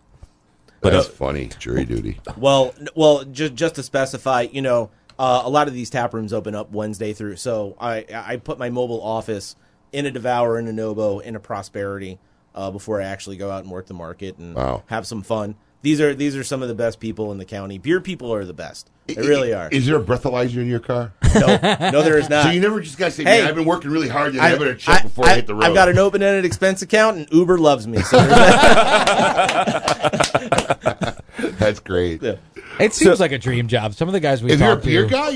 S3: But
S4: That's
S3: uh,
S4: funny. Jury duty.
S21: Well, n- well, just just to specify, you know, uh, a lot of these tap rooms open up Wednesday through. So I I put my mobile office in a Devour, in a Nobo, in a Prosperity uh, before I actually go out and work the market and
S4: Wow.
S21: have some fun. These are these are some of the best people in the county. Beer people are the best. They really are.
S4: Is there a breathalyzer in your car?
S21: No, no, there is not.
S4: So you never just gotta say, "Man, I've been working really hard today. I better check before I hit the road."
S21: I've got an open-ended expense account, and Uber loves me. So there's that.
S4: That's great.
S5: It seems like a dream job. Some of the guys we
S4: If you're a
S5: talked
S4: beer
S5: to-
S4: guy,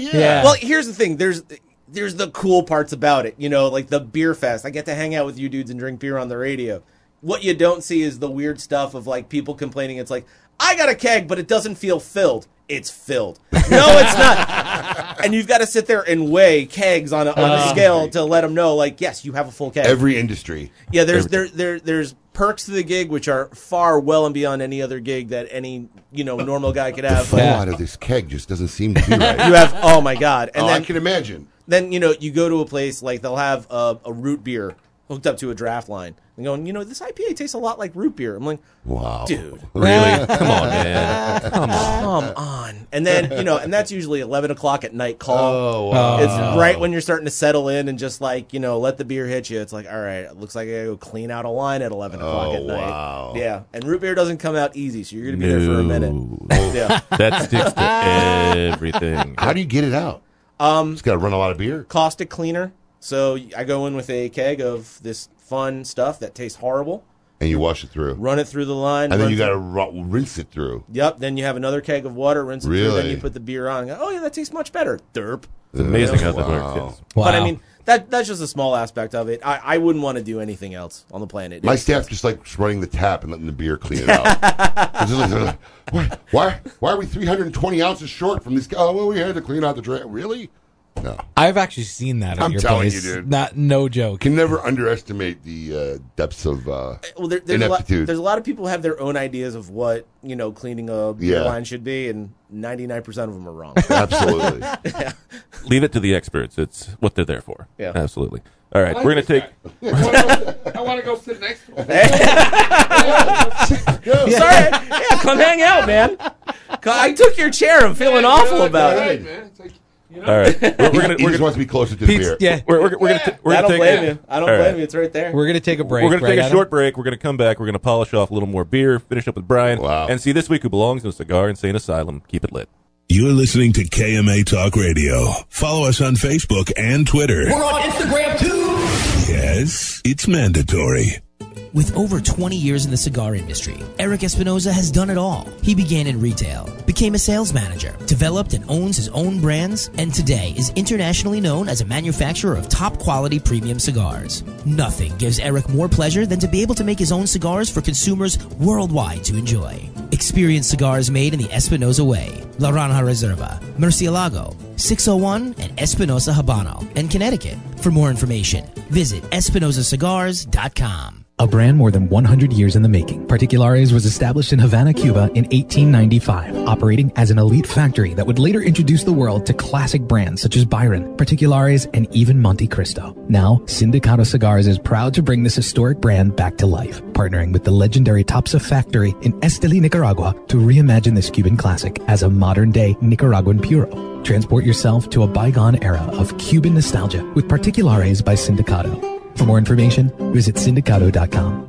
S21: Well, here's the thing. There's there's the cool parts about it. You know, like the beer fest. I get to hang out with you dudes and drink beer on the radio. What you don't see is the weird stuff of like people complaining. It's like I got a keg, but it doesn't feel filled. It's filled. No, it's not. and you've got to sit there and weigh kegs on a, on a
S4: Oh.
S21: scale to let them know, like, yes, you have a full keg.
S4: Every industry.
S21: Yeah, there's there,
S4: Every-
S21: there there's perks to the gig which are far well and beyond any other gig that any you know normal guy could
S4: the
S21: have.
S4: flow out of this keg just doesn't seem to be right.
S21: you have oh my god, and
S4: Oh,
S21: then
S4: I can imagine.
S21: Then you know you go to a place like they'll have a, a root beer hooked up to a draft line and going, you know, this IPA tastes a lot like root beer. I'm like,
S4: Wow.
S21: dude,
S4: Really? Come on, man.
S21: come
S4: Come
S21: on,
S4: on.
S21: And then you know, and that's usually eleven o'clock at night call.
S4: Oh, wow.
S21: It's right when you're starting to settle in and just like you know, let the beer hit you. It's like, all right, it looks like I gotta go clean out a line at eleven o'clock
S4: Oh,
S21: at night.
S4: wow.
S21: Yeah, and root beer doesn't come out easy, so you're gonna be there for a minute. Yeah.
S3: That sticks to everything.
S4: How do you get it out?
S21: Um,
S4: it's got to run a lot of beer.
S21: caustic cleaner. So I go in with a keg of this fun stuff that tastes horrible.
S4: And you wash it through.
S21: Run it through the line.
S4: And then
S21: run
S4: you got to
S21: through-
S4: ru- rinse it through.
S21: Yep. Then you have another keg of water, rinse it through. Then
S4: Really?
S21: you put the beer on. And go, oh yeah, that tastes much better. Derp.
S3: It's amazing
S21: You know?
S3: how that works, yes.
S21: But I
S4: Wow.
S21: mean, that that's just a small aspect of it. I, I wouldn't want to do anything else on the planet.
S4: My
S21: It's-
S4: staff just like just running the tap and letting the beer clean it out. It's just like- they're like, why, why, why are we 320 ounces short from this? guy? Oh, well, we had to clean out the drain. Really? No.
S5: I've actually seen that. At
S4: I'm
S5: your
S4: telling
S5: place.
S4: you, dude.
S5: Not no joke.
S4: Can never underestimate the uh, depths of uh,
S21: well, there, there's, a lot,
S4: ineptitude.
S21: there's a lot of people who have their own ideas of what you know cleaning a beer
S4: Yeah.
S21: line should be, and 99% of them are wrong.
S4: Absolutely.
S3: Leave it to the experts. It's what they're there for.
S21: Yeah.
S3: Absolutely. All right.
S13: I
S3: We're going
S13: like
S3: to take.
S13: I want to go sit next to him.
S21: Sorry. Yeah, come hang out, man. I took your chair. I'm feeling awful about it.
S3: All right. We're, we're gonna,
S4: He
S3: we're
S4: just
S3: gonna,
S4: wants to be closer to the beer.
S3: We're, we're, we're gonna. We're
S21: I
S3: gonna
S21: don't
S3: take
S21: blame you. I don't
S3: All right.
S21: blame you. It's right there.
S5: We're gonna take a break.
S3: We're going to
S5: right,
S3: take a
S5: Adam?
S3: short break. We're going to come back. We're going to polish off a little more beer, finish up with Brian, and see this week who belongs in a cigar insane asylum. Keep it lit.
S1: You're listening to KMA Talk Radio. Follow us on Facebook and Twitter.
S2: We're on Instagram too.
S1: Yes, it's mandatory.
S14: With over 20 years in the cigar industry, Eric Espinoza has done it all. He began in retail, became a sales manager, developed and owns his own brands, and today is internationally known as a manufacturer of top quality premium cigars. Nothing gives Eric more pleasure than to be able to make his own cigars for consumers worldwide to enjoy. Experience cigars made in the Espinoza way. La Ranja Reserva, Murcielago, 601, and Espinosa Habano in Connecticut. For more information, visit espinozacigars.com.
S7: A brand more than 100 years in the making, Particulares was established in Havana, Cuba in 1895, operating as an elite factory that would later introduce the world to classic brands such as Byron, Particulares, and even Monte Cristo. Now, Sindicato Cigars is proud to bring this historic brand back to life, partnering with the legendary Topsa factory in Esteli, Nicaragua to reimagine this Cuban classic as a modern-day Nicaraguan Puro. Transport yourself to a bygone era of Cuban nostalgia with Particulares by Sindicato. For more information, visit sindicato.com.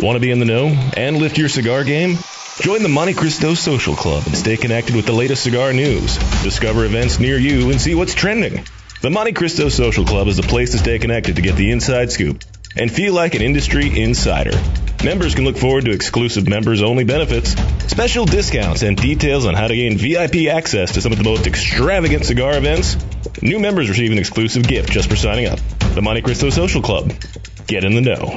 S12: Want to be in the know and lift your cigar game? Join the Monte Cristo Social Club and stay connected with the latest cigar news. Discover events near you and see what's trending. The Monte Cristo Social Club is the place to stay connected to get the inside scoop and feel like an industry insider. Members can look forward to exclusive members only benefits, special discounts, and details on how to gain VIP access to some of the most extravagant cigar events. New members receive an exclusive gift just for signing up. The Monte Cristo Social Club. Get in the know.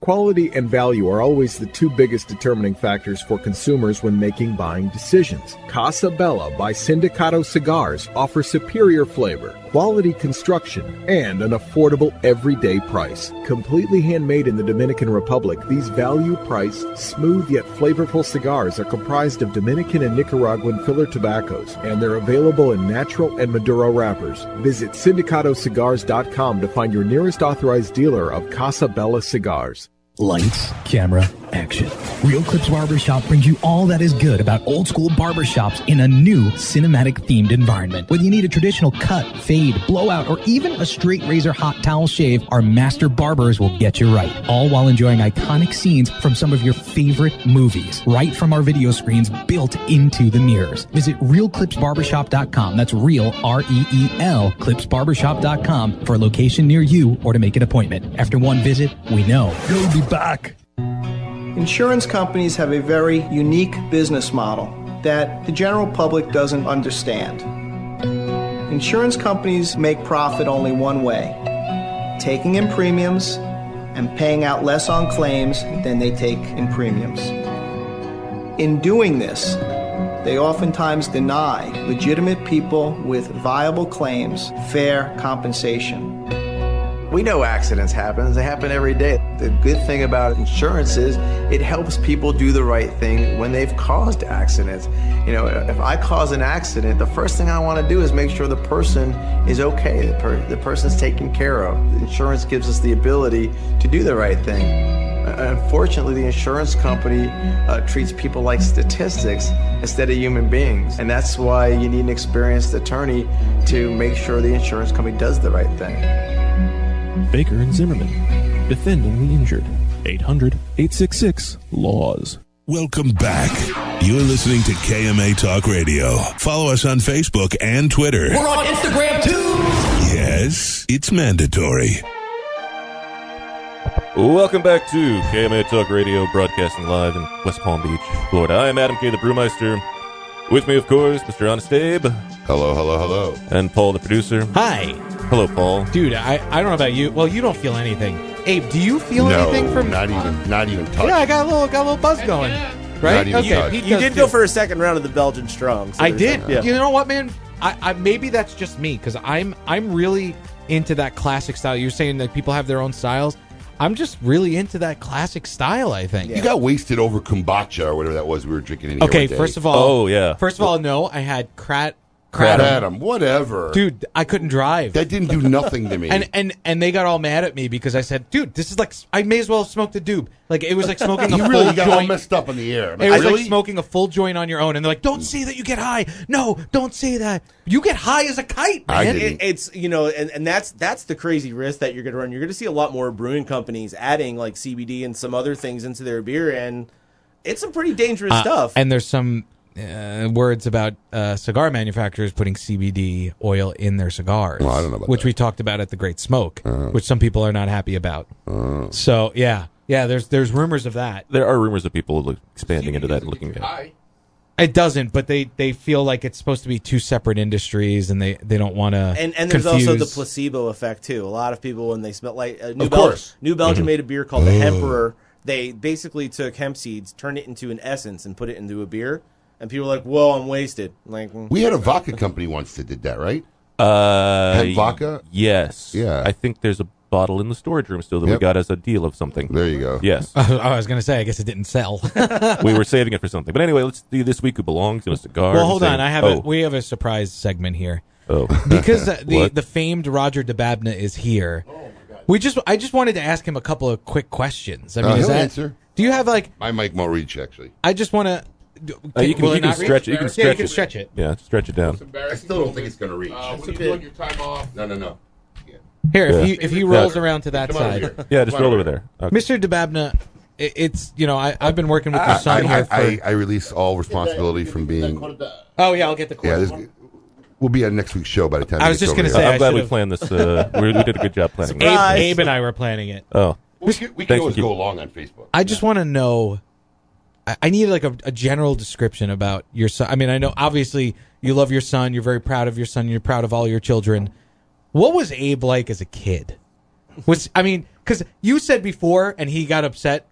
S19: Quality and value are always the two biggest determining factors for consumers when making buying decisions. Casa Bella by Sindicato Cigars offer superior flavor, quality construction, and an affordable everyday price. Completely handmade in the Dominican Republic, these value price, smooth yet flavorful cigars are comprised of Dominican and Nicaraguan filler tobaccos, and they're available in natural and Maduro wrappers. Visit sindicatocigars.com to find your nearest authorized dealer of Casa Bella cigars.
S7: Lights, camera, action. Real Clips Barbershop brings you all that is good about old school barbershops in a new cinematic themed environment. Whether you need a traditional cut, fade, blowout, or even a straight razor hot towel shave, our master barbers will get you right. All while enjoying iconic scenes from some of your favorite movies, right from our video screens built into the mirrors. Visit realclipsbarbershop.com. That's real, R E E L, clipsbarbershop.com for a location near you or to make an appointment. After one visit, we know you'll be back.
S11: Insurance companies have a very unique business model that the general public doesn't understand. Insurance companies make profit only one way taking in premiums and paying out less on claims than they take in premiums. In doing this, they oftentimes deny legitimate people with viable claims fair compensation.
S15: We know accidents happen, they happen every day. The good thing about insurance is it helps people do the right thing when they've caused accidents. You know, if I cause an accident, the first thing I want to do is make sure the person is okay, the, per- the person's taken care of. Insurance gives us the ability to do the right thing. Uh, Unfortunately, the insurance company uh, treats people like statistics instead of human beings. And that's why you need an experienced attorney to make sure the insurance company does the right thing.
S18: Baker and Zimmerman, defending the injured. 800 866 LAWS.
S1: Welcome back. You're listening to KMA Talk Radio. Follow us on Facebook and Twitter.
S2: We're on Instagram too.
S1: Yes, it's mandatory.
S3: Welcome back to KMA Talk Radio, broadcasting live in West Palm Beach, Florida. I am Adam K. the Brewmeister. With me, of course, Mr. Honest Abe.
S4: Hello, hello, hello.
S3: And Paul, the producer.
S5: Hi.
S3: Hello, Paul.
S5: Dude, I, I don't know about you. Well, you don't feel anything. Abe, do you feel
S4: no,
S5: anything from
S4: not even, not even touch.
S5: Yeah, I got a little got a little buzz going. Right?
S4: even touched.
S5: Pete
S4: You
S5: does
S4: did
S5: feel-
S4: go
S21: for a second round of the Belgian Strong. so
S5: I
S21: there's
S5: did.
S21: that. Yeah.
S5: You know what, man? I, I maybe that's just me because I'm I'm really into that classic style. You're saying that people have their own styles. I'm just really into that classic style. I think.
S4: You got wasted over kombucha or whatever that was we were drinking in here
S5: okay,
S4: one day.
S5: first of
S21: Oh,
S5: all, First of all, no, I had Krat
S4: Kratom.
S5: Kratom.
S4: whatever.
S5: Dude, I couldn't drive.
S4: That didn't do nothing to me.
S5: And and and they got all mad at me because I said, "Dude, this is like I may as well have smoked a doob. Like it was like smoking a
S4: You
S5: full
S4: really got all
S5: joint.
S4: messed up in the air. I'm
S5: It was
S4: really?
S5: like smoking a full joint on your own, and they're like, "Don't say that you get high. No, don't say that. You get high as a kite, man."
S21: It- it's you know, and, and that's that's the crazy risk that you're going to run. You're going to see a lot more brewing companies adding like CBD and some other things into their beer, and it's some pretty dangerous
S5: Uh,
S21: stuff.
S5: And there's some uh, words about uh, cigar manufacturers putting CBD oil in their cigars.
S4: Well, I don't know about Uh-huh.
S5: which we talked about at the Great Smoke, which some people are not happy about. Uh,
S4: Uh.
S5: So yeah, yeah. There's there's rumors of that.
S3: There are rumors of people like, expanding into that and looking at it.
S5: It doesn't, but they, they feel like it's supposed to be two separate industries, and they, they don't want to.
S21: and and there's also the placebo effect too. A lot of people when they smell like uh, New,
S5: Of
S21: Bel-
S5: course.
S21: New Belgium
S5: Mhm.
S21: made a beer called the
S5: Oh.
S21: Emperor. They basically took hemp seeds, turned it into an essence, and put it into a beer. And people were like, "Whoa, I'm wasted!" I'm Like mm.
S4: we had a vodka company once that did that, right?
S3: Uh,
S4: Hemp vodka?
S3: Yes.
S4: Yeah.
S3: I think there's a bottle in the storage room still that we
S4: Yep.
S3: got as a deal of something.
S4: There you go.
S3: Yes.
S5: Oh, I was going to say, I guess it didn't sell.
S3: we were saving it for something. But anyway, let's do this week who belongs in a cigar.
S5: Well, hold on. I have
S3: oh,
S5: a we have a surprise segment here.
S3: Oh.
S5: because uh, the
S3: What?
S5: the famed Roger DeBabna is here. Oh my god. We just I just wanted to ask him a couple of quick questions. I
S4: No,
S5: mean, is
S4: Uh, he'll
S5: that
S4: answer.
S5: do you have like
S4: My mic won't reach actually.
S5: I just want to.
S3: Uh, you can, you can stretch it. You can stretch
S5: yeah,
S3: it.
S5: you can stretch it.
S3: Yeah, stretch it down.
S4: I still don't think it's going to reach. Uh, when you want your time off? No, no, no.
S5: Here,
S3: Yeah.
S5: if he if he rolls
S3: Yeah.
S5: around to that
S4: Come on over
S5: side,
S4: here.
S3: Yeah, just roll over there. Okay.
S5: Mr. DeBabna, i- it's you know I I've been working with your
S4: I,
S5: son
S4: I,
S5: here
S4: I,
S5: for.
S4: I release all responsibility from being.
S5: Oh yeah, I'll get the
S4: Yeah,
S5: cord.
S4: this, we'll be on next week's show by the time.
S5: I
S4: it
S5: was
S4: gets
S5: just gonna
S4: over
S5: say
S4: here.
S5: I I'm glad we should've-
S3: Plan this. Uh, we, we did a good job planning. this.
S5: Abe, Abe and I were planning it.
S3: Oh,
S4: We can, we can
S3: Thanks,
S4: always
S3: Keith.
S4: go along on Facebook.
S5: I just want to know. I, I need like a, a general description about your son. I mean, I know obviously you love your son. You're very proud of your son. You're proud of all your children. What was Abe like as a kid? Was I mean, because you said before, and he got upset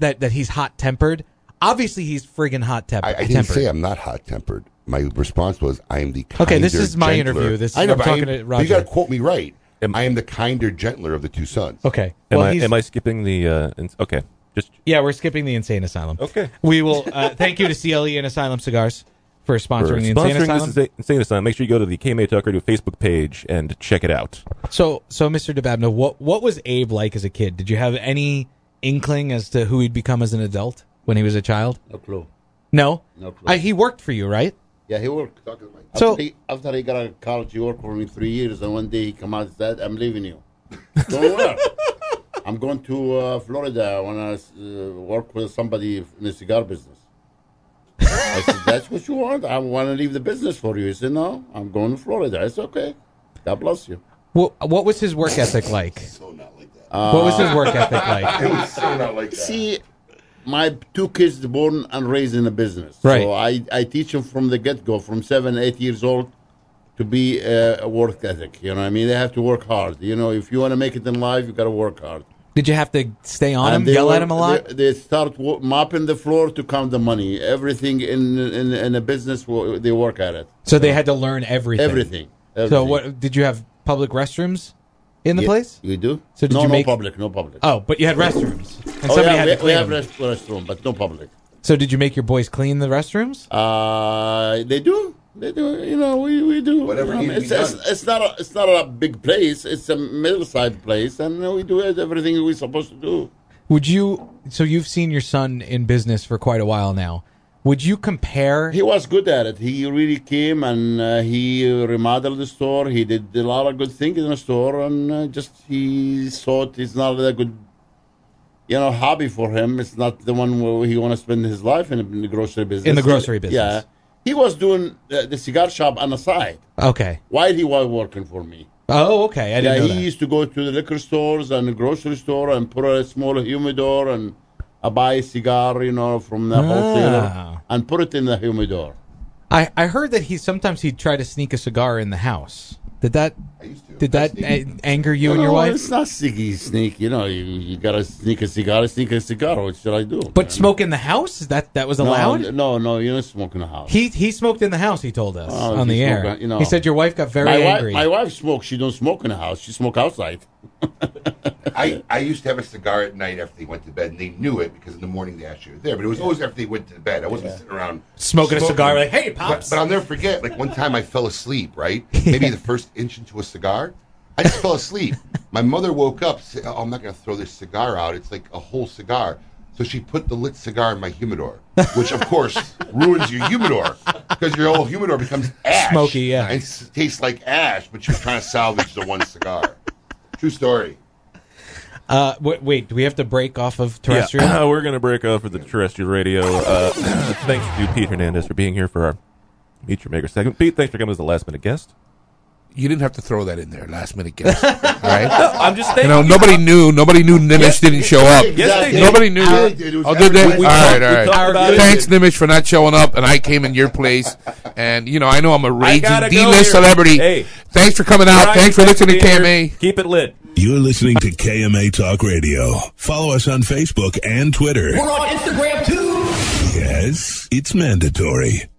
S5: that that he's hot tempered. Obviously, he's friggin' hot temp-
S4: I didn't
S5: tempered.
S4: say I'm not hot tempered. My response was I am the kinder,
S5: Okay, this is my
S4: gentler-
S5: interview. This-
S4: I know,
S5: I'm
S4: but I
S5: talking
S4: am-
S5: to
S4: but You
S5: Roger.
S4: got to quote me right. I am the kinder, gentler of the two sons.
S5: Okay.
S3: Am
S5: Well,
S3: I
S5: he's-
S3: am I skipping the? Uh, ins- okay, just
S5: yeah, we're skipping the insane asylum.
S3: Okay.
S5: We will. Uh, thank you to CLE and Asylum Cigars for sponsoring
S3: for
S5: the
S3: sponsoring
S5: insane
S3: this
S5: asylum.
S3: Insa- insane asylum. Make sure you go to the KMA Talk Radio Facebook page and check it out.
S5: So, so Mr. DeBabna, what what was Abe like as a kid? Did you have any inkling as to who he'd become as an adult when he was a child?
S22: No clue.
S5: No.
S22: No clue.
S5: I, he worked for you, right?
S22: Yeah, he worked.
S5: So-
S22: after he, after he got out of college, he worked for me three years, and one day he come out and said, "I'm leaving you. Don't work. I'm going to uh, Florida. I want to uh, work with somebody in the cigar business." I said, "That's what you want. I want to leave the business for you." He said, "No, I'm going to Florida. It's okay. God bless you."
S5: What, what was his work ethic like? What was his work ethic like?
S22: It was so not like that. See, my two kids born and raised in a business.
S5: Right.
S22: So I, I teach them from the get go, from seven, eight years old, to be uh, a work ethic. You know what I mean? They have to work hard. You know, if you want to make it in life, you got to work hard.
S5: Did you have to stay on
S22: And
S5: him,
S22: Uh, they
S5: yell at
S22: were-
S5: him a lot?
S22: They, they start w- mopping the floor to count the money. Everything in in, in a business, wo- they work at it.
S5: So they had to learn everything.
S22: Everything.
S5: So
S22: Everything.
S5: what did you have public restrooms in the
S22: Yeah,
S5: place?
S22: You do.
S5: So did
S22: no,
S5: you
S22: no
S5: make
S22: public, no public.
S5: Oh, but you had restrooms. And
S22: oh,
S5: somebody
S22: yeah,
S5: had
S22: we,
S5: to
S22: we
S5: clean
S22: have
S5: them.
S22: rest- restroom, but no public.
S5: So did you make your boys clean the restrooms?
S22: Uh, they do. They do. You know, we, we do. Whatever
S5: needs to be
S22: it's, it's, it's not a it's not a big place. It's a middle sized place, and we do everything we're supposed to do.
S5: Would you? So you've seen your son in business for quite a while now. Would you compare?
S22: He was good at it. He really came and uh, he remodeled the store. He did a lot of good things in the store, and uh, just he thought it's not a good, you know, hobby for him. It's not the one where he want to spend his life in, in the grocery business.
S5: In the grocery business.
S22: yeah. He was doing uh, the cigar shop on the side
S5: Okay.
S22: while he was working for me.
S5: Oh, okay. I
S22: yeah,
S5: didn't know
S22: he
S5: that.
S22: used to go to the liquor stores and the grocery store and put a small humidor and uh, buy a cigar, you know, from
S5: Ah.
S22: the wholesaler and put it in the humidor.
S5: I, I heard that he sometimes he'd try to sneak a cigar in the house. Did that? Did that a- anger you and your
S22: No,
S5: wife?
S22: It's not sneaky sneak. You know, you, you gotta sneak a cigar, sneak a cigar. What should I do?
S5: But smoke in the house? That that was
S22: no,
S5: allowed?
S22: No, no, you don't smoke in the house.
S5: He he smoked in the house. He told us
S22: Oh,
S5: on
S22: she
S5: the air.
S22: smoke, uh, you know.
S5: He said your wife got very
S22: my wife-
S5: angry.
S22: my wife smokes. She don't smoke in the house. She smoke outside.
S23: I, I used to have a cigar at night after they went to bed, and they knew it because in the morning they actually were there. But it was always after they went to bed. I wasn't sitting around
S5: Smoking a cigar, like, "Hey,
S23: But-
S5: Pops."
S23: But, I'll never forget, like one time I fell asleep. Right, maybe the first inch into a cigar, I just fell asleep. My mother woke up. Said, oh, I'm not going to throw this cigar out. It's like a whole cigar. So she put the lit cigar in my humidor, which of course ruins your humidor because your whole humidor becomes ash, smoky, yeah, and s- tastes like ash. But she was trying to salvage the one cigar. True story.
S5: uh, wait, wait, do we have to break off of terrestrial?
S3: Yeah. We're going to break off with the terrestrial radio. Uh, thanks to Pete Hernandez for being here for our Meet Your Maker segment. Pete, thanks for coming as the last minute guest.
S13: You didn't have to throw that in there, last minute guess. All right,
S3: No, I'm just
S13: You
S3: thinking-
S13: know, nobody knew. Nobody knew Nimish didn't show up.
S23: Yes, they did.
S13: nobody knew.
S23: Yeah, they did. It was
S13: oh, did they?
S23: advertised.
S13: all
S23: We
S13: right, all
S23: talked about
S13: right.
S23: it.
S13: Thanks, Nimish, for not showing up. And I came in your place, and you know, I know I'm a raging
S3: gotta go
S13: D-list
S3: here.
S13: celebrity.
S3: Hey.
S13: thanks for coming out.
S1: Brian,
S13: thanks for
S1: thanks
S13: listening to
S1: for being
S13: KMA.
S3: Keep it lit.
S1: You're listening to KMA Talk Radio. Follow us on Facebook and Twitter.
S6: We're on Instagram too.
S1: Yes, it's mandatory.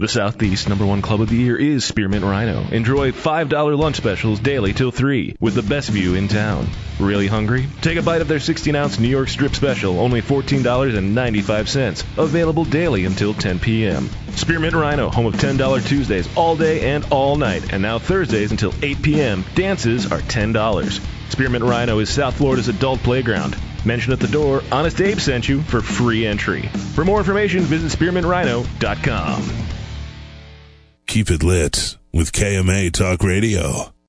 S12: The Southeast number one club of the year is Spearmint Rhino. Enjoy $5 lunch specials daily till 3 with the best view in town. Really hungry? Take a bite of their 16 ounce New York strip special, only $14.95. Available daily until 10 p.m. Spearmint Rhino, home of $10 Tuesdays all day and all night, and now Thursdays until 8 p.m. Dances are $10. Spearmint Rhino is South Florida's adult playground. Mention at the door, Honest Abe sent you for free entry. For more information, visit spearmintrhino.com.
S1: Keep it lit with KMA Talk Radio.